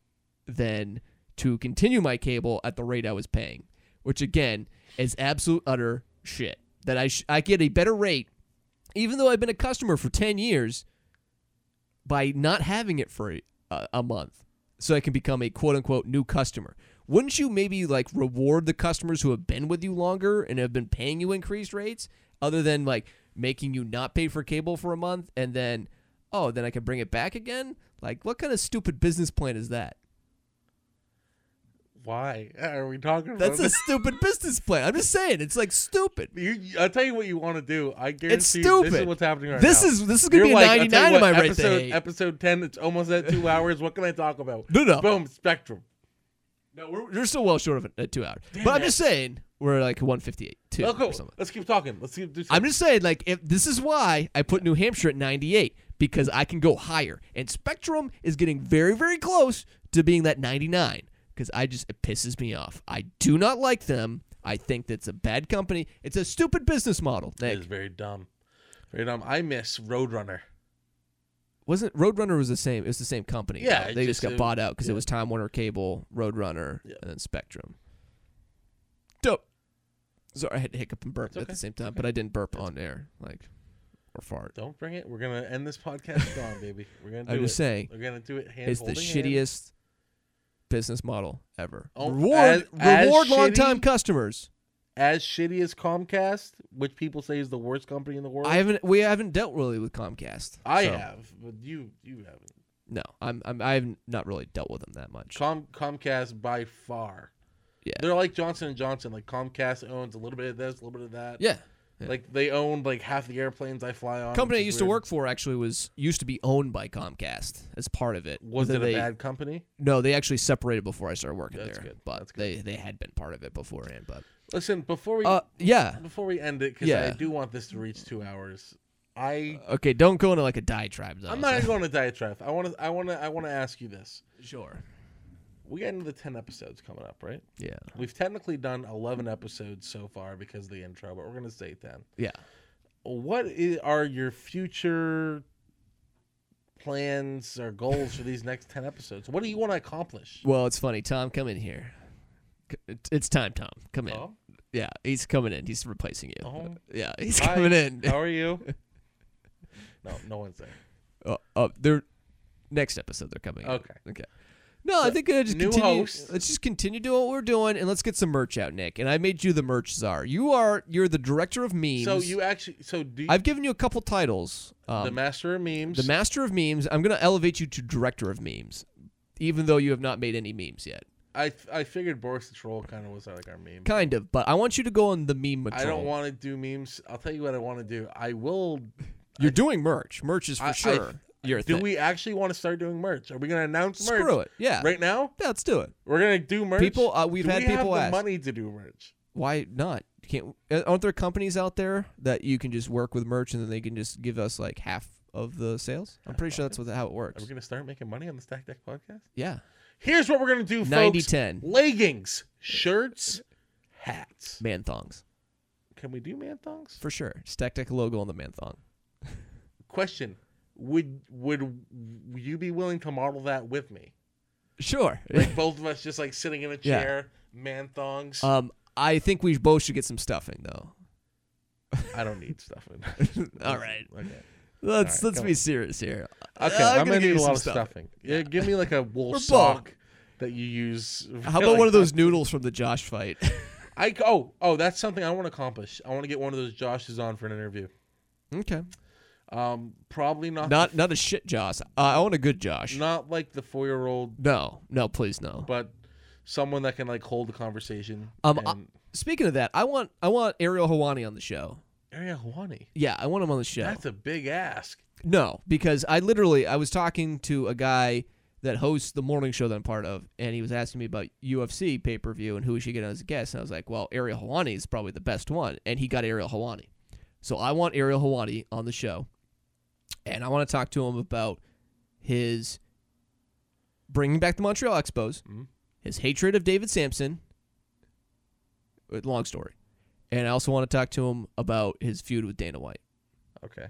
Speaker 1: than to continue my cable at the rate I was paying, which again is absolute utter shit. That I sh- I get a better rate, even though I've been a customer for ten years, by not having it for a, a month, so I can become a quote unquote new customer. Wouldn't you maybe like reward the customers who have been with you longer and have been paying you increased rates, other than like making you not pay for cable for a month and then, oh, then I can bring it back again? Like, what kind of stupid business plan is that?
Speaker 2: Why are we talking
Speaker 1: That's
Speaker 2: about
Speaker 1: a stupid business plan. I'm just saying, it's like stupid.
Speaker 2: this? You, I'll tell you what you want to do. I guarantee
Speaker 1: It's
Speaker 2: you
Speaker 1: stupid.
Speaker 2: this is what's happening right
Speaker 1: This
Speaker 2: now.
Speaker 1: is- this is gonna
Speaker 2: You're
Speaker 1: be a
Speaker 2: like, I'll tell you
Speaker 1: 99 in
Speaker 2: what,
Speaker 1: my rate to
Speaker 2: episode,
Speaker 1: hate.
Speaker 2: Episode 10, it's almost
Speaker 1: [laughs]
Speaker 2: at two hours. What can I talk about?
Speaker 1: No, no.
Speaker 2: Boom, Spectrum.
Speaker 1: No, we're, we're still well short of a, a two hour. but I'm just saying, we're like 158, two
Speaker 2: Oh, cool.
Speaker 1: or something.
Speaker 2: Let's keep talking. Let's keep do
Speaker 1: I'm
Speaker 2: something.
Speaker 1: just saying, like, if this is why I put New Hampshire at 98 because I can go higher, and Spectrum is getting very, very close to being that 99 because I just it pisses me off. I do not like them. I think that's a bad company. It's a stupid business model.
Speaker 2: It
Speaker 1: Nick.
Speaker 2: is very dumb. Very dumb. I miss Roadrunner.
Speaker 1: wasn't Roadrunner was the same. It was the same company.
Speaker 2: Yeah,
Speaker 1: though.
Speaker 2: it
Speaker 1: they just
Speaker 2: just-
Speaker 1: got
Speaker 2: it-
Speaker 1: bought out because it
Speaker 2: yeah.
Speaker 1: was Time Warner Cable, Roadrunner,
Speaker 2: Yeah.
Speaker 1: and then Spectrum. Dope. Sorry, I had to hiccup and burp at the same time, but I didn't burp on air, like or fart.
Speaker 2: Don't bring it. We're gonna end this podcast [laughs] gone, baby. We're gonna do
Speaker 1: I'm
Speaker 2: it.
Speaker 1: just saying,
Speaker 2: We're gonna do it. Hand
Speaker 1: it's the
Speaker 2: holding hand.
Speaker 1: shittiest business model ever.
Speaker 2: Oh,
Speaker 1: reward
Speaker 2: as-
Speaker 1: reward
Speaker 2: as
Speaker 1: long time
Speaker 2: shitty-
Speaker 1: customers.
Speaker 2: As shitty as Comcast, which people say is the worst company in the world.
Speaker 1: I haven't we haven't dealt really with Comcast.
Speaker 2: I
Speaker 1: so-
Speaker 2: have, but you you haven't.
Speaker 1: No, I'm, I'm I've not really dealt with them that much.
Speaker 2: Com- Comcast by far.
Speaker 1: Yeah.
Speaker 2: They're like Johnson and Johnson. Like Comcast owns a little bit of this, a little bit of that.
Speaker 1: yeah. yeah.
Speaker 2: Like they owned like half the airplanes I fly on.
Speaker 1: company I
Speaker 2: which is
Speaker 1: used to
Speaker 2: weird.
Speaker 1: work for actually was used to be owned by Comcast as part of it.
Speaker 2: Was
Speaker 1: Then
Speaker 2: it a
Speaker 1: they-
Speaker 2: bad company?
Speaker 1: No, they actually separated before I started working
Speaker 2: That's
Speaker 1: there.
Speaker 2: good.
Speaker 1: But
Speaker 2: That's
Speaker 1: they they had been part of it beforehand. But
Speaker 2: Listen, before we
Speaker 1: uh, yeah.
Speaker 2: before we end it, because I
Speaker 1: yeah.
Speaker 2: do want this to reach two hours. I
Speaker 1: Okay, don't go into like a diatribe though. [laughs]
Speaker 2: I'm not
Speaker 1: so-
Speaker 2: even going to diatribe. I want to I want to I want to ask you this.
Speaker 1: sure.
Speaker 2: We got into the ten episodes coming up, right?
Speaker 1: Yeah.
Speaker 2: We've technically done 11 episodes so far because of the intro, but we're going to say 10.
Speaker 1: Yeah.
Speaker 2: What i are your future plans or goals for these next 10 episodes? What do you want to accomplish?
Speaker 1: Well, it's funny. Tom, come in here. C- it- It's time, Tom. Come in.
Speaker 2: Oh,
Speaker 1: Yeah, he's coming in. He's replacing you.
Speaker 2: [laughs] Oh.
Speaker 1: Yeah, he's [laughs]
Speaker 2: Hi.
Speaker 1: coming in.
Speaker 2: How are you? no, no one's there.
Speaker 1: Uh, uh, there, Oh, next episode they're coming. out.
Speaker 2: Okay.
Speaker 1: Okay. No, I think uh, just
Speaker 2: new
Speaker 1: continue.
Speaker 2: host.
Speaker 1: Let's just continue doing what we're doing, and let's get some merch out, Nick. And I made you the merch czar. You are you're the director of memes.
Speaker 2: So you actually, so do you,
Speaker 1: I've given you a couple titles. Um,
Speaker 2: the master of memes.
Speaker 1: the master of memes. I'm gonna elevate you to director of memes, even though you have not made any memes yet.
Speaker 2: I I figured Boris the troll kind of was like our meme.
Speaker 1: Kind of, but I want you to go on the meme.
Speaker 2: I
Speaker 1: patrol.
Speaker 2: don't want to do memes. I'll tell you what I want to do. I will.
Speaker 1: You're doing merch. Merch is for
Speaker 2: I- I-
Speaker 1: sure. your
Speaker 2: do
Speaker 1: thing.
Speaker 2: we actually want to start doing merch? Are we gonna announce merch?
Speaker 1: Screw it. Yeah.
Speaker 2: Right now,
Speaker 1: Yeah, let's do it.
Speaker 2: we're gonna do merch.
Speaker 1: People, uh, we've
Speaker 2: do
Speaker 1: had
Speaker 2: we
Speaker 1: people
Speaker 2: have
Speaker 1: ask.
Speaker 2: the money to do merch.
Speaker 1: Why not? Can't uh, aren't there companies out there that you can just work with merch and then they can just give us like half of the sales? I'm pretty sure that's what, how it
Speaker 2: Are
Speaker 1: works.
Speaker 2: we gonna start making money on the Stack Deck podcast?
Speaker 1: Yeah.
Speaker 2: Here's what we're gonna do,
Speaker 1: 90-10.
Speaker 2: folks. leggings, shirts, hats.
Speaker 1: Man thongs.
Speaker 2: Can we do man thongs?
Speaker 1: For sure. Stack Deck logo on the man thong.
Speaker 2: Question: Would would you be willing to model that
Speaker 1: [laughs]
Speaker 2: with me?
Speaker 1: Sure.
Speaker 2: Like both of us just like sitting in a
Speaker 1: Yeah.
Speaker 2: chair, man thongs.
Speaker 1: um I think we both should get some stuffing though. [laughs]
Speaker 2: I don't need stuff. In
Speaker 1: All right.
Speaker 2: Okay.
Speaker 1: Let's
Speaker 2: All right,
Speaker 1: let's
Speaker 2: come
Speaker 1: be serious here. I'm
Speaker 2: Okay, I'm,
Speaker 1: gonna
Speaker 2: gonna,
Speaker 1: give
Speaker 2: need
Speaker 1: you
Speaker 2: a
Speaker 1: some
Speaker 2: lot of
Speaker 1: stuff.
Speaker 2: stuffing. Yeah, give me like a wool
Speaker 1: We're
Speaker 2: sock that you use.
Speaker 1: How about
Speaker 2: like-
Speaker 1: one of those noodles from the Josh fight? [laughs]
Speaker 2: I oh oh, that's something I want to accomplish. I want to get one of those Joshes on for an interview.
Speaker 1: okay.
Speaker 2: Um, probably not
Speaker 1: Not not a shit Josh. Uh, I want a good Josh.
Speaker 2: not like the four year old,
Speaker 1: No, no, please no.
Speaker 2: but someone that can like hold the conversation.
Speaker 1: Um,
Speaker 2: and,
Speaker 1: I- Speaking of that, I want I want Ariel Hawani on the show.
Speaker 2: Ariel Helwani.
Speaker 1: Yeah, I want him on the show.
Speaker 2: That's a big ask.
Speaker 1: no, because I literally I was talking to a guy that hosts the morning show that I'm part of, and he was asking me about UFC pay per view and who we should get on as a guest. And I was like, well, Ariel Hawani is probably the best one, and he got Ariel Hawani. So I want Ariel Hawani on the show, and I want to talk to him about his bringing back the Montreal Expos,
Speaker 2: Mhm.
Speaker 1: his hatred of David Sampson. Uh, Long story. And I also want to talk to him about his feud with Dana White.
Speaker 2: Okay.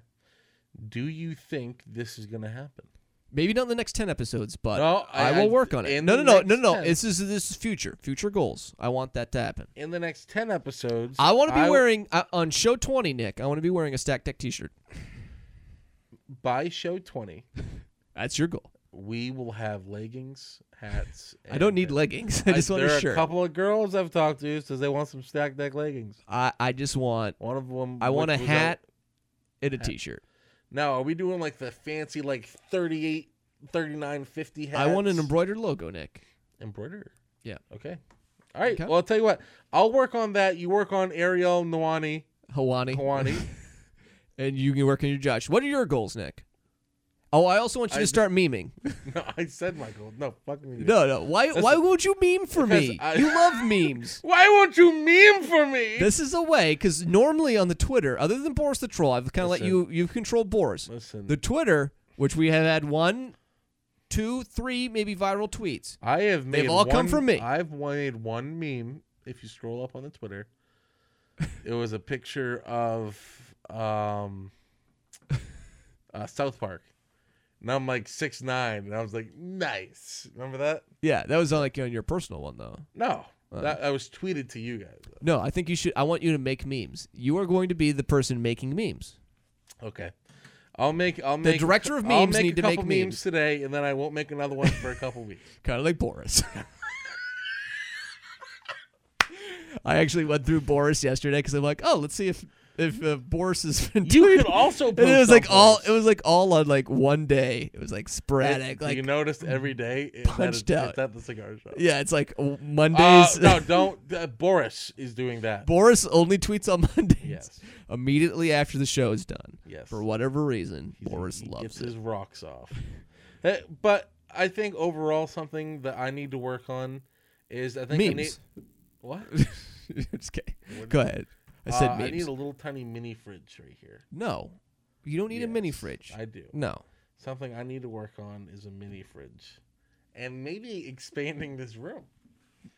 Speaker 2: Do you think this is gonna happen?
Speaker 1: Maybe not in the next ten episodes, but
Speaker 2: No,
Speaker 1: I,
Speaker 2: I-
Speaker 1: will
Speaker 2: I-
Speaker 1: work on it.
Speaker 2: in
Speaker 1: No, no,
Speaker 2: the
Speaker 1: no,
Speaker 2: next
Speaker 1: no, no,
Speaker 2: 10.
Speaker 1: This is this is future, future goals. I want that to happen.
Speaker 2: In the next ten episodes,
Speaker 1: I want to be
Speaker 2: w-
Speaker 1: wearing uh, on show twenty, Nick. I want to be wearing a Stack Deck T-shirt.
Speaker 2: by show twenty.
Speaker 1: That's your goal.
Speaker 2: We will have leggings, hats.
Speaker 1: I don't need
Speaker 2: and-
Speaker 1: leggings. [laughs] I just want
Speaker 2: there
Speaker 1: a
Speaker 2: are
Speaker 1: shirt.
Speaker 2: a couple of girls I've talked to says they want some stack deck leggings.
Speaker 1: I I just want
Speaker 2: One of them.
Speaker 1: I want a
Speaker 2: which was
Speaker 1: hat
Speaker 2: out-
Speaker 1: and a T-shirt.
Speaker 2: Now, are we doing like the fancy like 38, 39, 50 hats?
Speaker 1: I want an embroidered logo, Nick.
Speaker 2: embroider.
Speaker 1: Yeah.
Speaker 2: Okay. All right.
Speaker 1: Okay.
Speaker 2: Well, I'll tell you what. I'll work on that. You work on Ariel
Speaker 1: [laughs]
Speaker 2: Nwani,
Speaker 1: Hawani,
Speaker 2: Hawani.
Speaker 1: and you can work on your Josh. What are your goals, Nick? Oh, I also want you
Speaker 2: I
Speaker 1: to
Speaker 2: d-
Speaker 1: start
Speaker 2: [laughs]
Speaker 1: memeing.
Speaker 2: [laughs] no, I said Michael. No, fuck me.
Speaker 1: No, no. Why? why would you meme
Speaker 2: [laughs]
Speaker 1: for me?
Speaker 2: I-
Speaker 1: you love memes.
Speaker 2: Why won't you meme for me?
Speaker 1: This is a way because normally on the Twitter, other than Boris the troll, I've kind of let
Speaker 2: Listen.
Speaker 1: you you control Boris.
Speaker 2: Listen.
Speaker 1: The Twitter, which we have had one, two, three, maybe viral tweets.
Speaker 2: I have made.
Speaker 1: They've all come
Speaker 2: one-
Speaker 1: from me.
Speaker 2: I've made one meme. If you scroll up on
Speaker 1: [laughs]
Speaker 2: the Twitter, it was a picture of
Speaker 1: [laughs]
Speaker 2: um, uh, South Park, and I'm like six nine, and I was like, nice. Remember that?
Speaker 1: Yeah, that was on like on your personal one though.
Speaker 2: No,
Speaker 1: Uh.
Speaker 2: that I was tweeted to you guys.
Speaker 1: No, I think you should. I want you to make memes. You are going to be the person making memes.
Speaker 2: Okay. I'll make. I'll make.
Speaker 1: director of
Speaker 2: I'll
Speaker 1: memes
Speaker 2: make
Speaker 1: need
Speaker 2: a
Speaker 1: to make
Speaker 2: couple
Speaker 1: memes.
Speaker 2: memes today, and then I won't make another one for a couple
Speaker 1: [laughs]
Speaker 2: weeks.
Speaker 1: Kind of like Boris. I actually went through Boris yesterday because I'm like, oh, let's see if if uh, Boris has [laughs] been
Speaker 2: You
Speaker 1: doing.
Speaker 2: could also.
Speaker 1: and it
Speaker 2: post
Speaker 1: was
Speaker 2: on
Speaker 1: like all
Speaker 2: Boris.
Speaker 1: it was like all on like one day. It was like sporadic. like
Speaker 2: you noticed every day it- that
Speaker 1: punched
Speaker 2: it's-
Speaker 1: out.
Speaker 2: It's at the cigar shop.
Speaker 1: Yeah, it's like w-
Speaker 2: Uh,
Speaker 1: Mondays.
Speaker 2: no, don't. Uh, Boris is doing
Speaker 1: [laughs]
Speaker 2: that.
Speaker 1: Boris only tweets on [laughs] Mondays.
Speaker 2: Yes.
Speaker 1: Immediately after the show is done.
Speaker 2: Yes.
Speaker 1: For whatever reason,
Speaker 2: He's-
Speaker 1: Boris
Speaker 2: he gets
Speaker 1: loves it.
Speaker 2: his rocks off. Eh, but I think overall, something that I need to work on is I think I need
Speaker 1: Memes. [laughs]
Speaker 2: what?
Speaker 1: Just kidding. Go ahead. I said
Speaker 2: Uh, I
Speaker 1: memes.
Speaker 2: need a little tiny mini fridge right here.
Speaker 1: no, you don't need a mini
Speaker 2: Yes,
Speaker 1: fridge.
Speaker 2: I do.
Speaker 1: No.
Speaker 2: Something I need to work on is a mini fridge, and maybe expanding this room.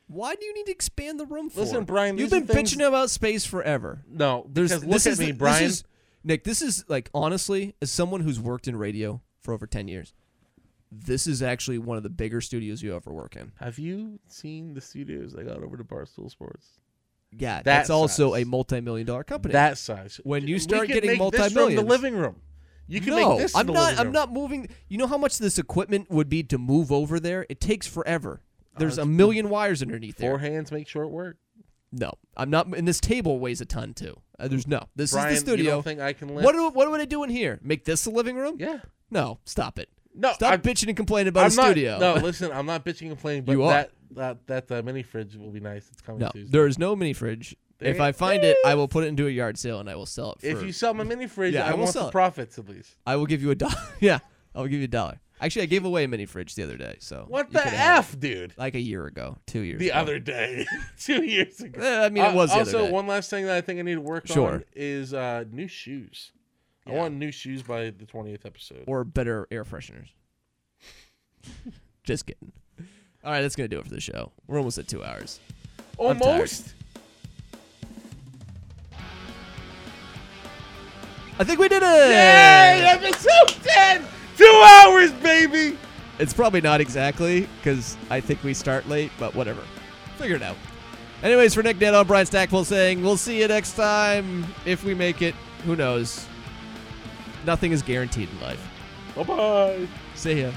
Speaker 1: Why do you need to expand the room for?
Speaker 2: Listen, Brian,
Speaker 1: you've
Speaker 2: these are
Speaker 1: been
Speaker 2: things-
Speaker 1: bitching about space forever.
Speaker 2: No,
Speaker 1: There's
Speaker 2: because
Speaker 1: this
Speaker 2: look
Speaker 1: is
Speaker 2: at
Speaker 1: the-
Speaker 2: me,
Speaker 1: this
Speaker 2: Brian.
Speaker 1: is- Nick, this is like honestly, as someone who's worked in radio for over ten years, this is actually one of the bigger studios you ever work in.
Speaker 2: Have you seen the studios I got over to Barstool Sports?
Speaker 1: Yeah,
Speaker 2: That
Speaker 1: that's also
Speaker 2: size.
Speaker 1: a multi-million dollar company.
Speaker 2: That size.
Speaker 1: When you
Speaker 2: We
Speaker 1: start
Speaker 2: could
Speaker 1: getting
Speaker 2: make this room
Speaker 1: multi-millions.
Speaker 2: the living room. You can
Speaker 1: No,
Speaker 2: make this.
Speaker 1: I'm
Speaker 2: the
Speaker 1: not.
Speaker 2: living
Speaker 1: I'm
Speaker 2: room.
Speaker 1: not moving. You know how much this equipment would be to move over there? It takes forever. There's a million wires underneath
Speaker 2: Uh, Four
Speaker 1: there.
Speaker 2: hands make short work.
Speaker 1: No, I'm not. And this table weighs a ton too. Uh, there's no. This
Speaker 2: Brian,
Speaker 1: is the studio.
Speaker 2: You don't think I can lift?
Speaker 1: what do, what would I do in here? Make this the living room?
Speaker 2: yeah.
Speaker 1: No, stop it.
Speaker 2: No,
Speaker 1: Stop
Speaker 2: I'm-
Speaker 1: bitching and complaining about
Speaker 2: I'm
Speaker 1: a
Speaker 2: not,
Speaker 1: studio. [laughs]
Speaker 2: No, listen, I'm not bitching and complaining, but
Speaker 1: You are.
Speaker 2: that that that uh, mini fridge will be nice. It's coming
Speaker 1: No,
Speaker 2: Tuesday.
Speaker 1: there is no mini fridge. If
Speaker 2: There
Speaker 1: I find it, I will put it into a yard sale and I will sell it. For,
Speaker 2: If you sell my mini fridge,
Speaker 1: Yeah, I
Speaker 2: I,
Speaker 1: will
Speaker 2: want
Speaker 1: sell
Speaker 2: the
Speaker 1: it.
Speaker 2: profits at least.
Speaker 1: I will give you a dollar. [laughs] yeah, I will give you a dollar. Actually, I gave away a mini fridge the other day. So
Speaker 2: What
Speaker 1: you
Speaker 2: the
Speaker 1: could have it.
Speaker 2: f, dude?
Speaker 1: Like a year ago, two years.
Speaker 2: The
Speaker 1: ago.
Speaker 2: other day, [laughs] two years ago.
Speaker 1: Eh, I mean, it was
Speaker 2: Uh,
Speaker 1: the
Speaker 2: also
Speaker 1: other day.
Speaker 2: one last thing that I think I need to work on
Speaker 1: Sure.
Speaker 2: is uh, new shoes. I want new shoes by the twentieth episode.
Speaker 1: or better air fresheners. [laughs] Just kidding. All right, that's gonna do it for the show. We're almost at two hours. I'm tired.
Speaker 2: Almost.
Speaker 1: I think we did it.
Speaker 2: Hey, episode ten. Two hours, baby.
Speaker 1: It's probably not exactly because I think we start late, but whatever. Figure it out. Anyways, for Nick Dad, I'm Brian Stackpole saying we'll see you next time if we make it. Who knows? Nothing is guaranteed in life.
Speaker 2: Bye bye.
Speaker 1: See ya.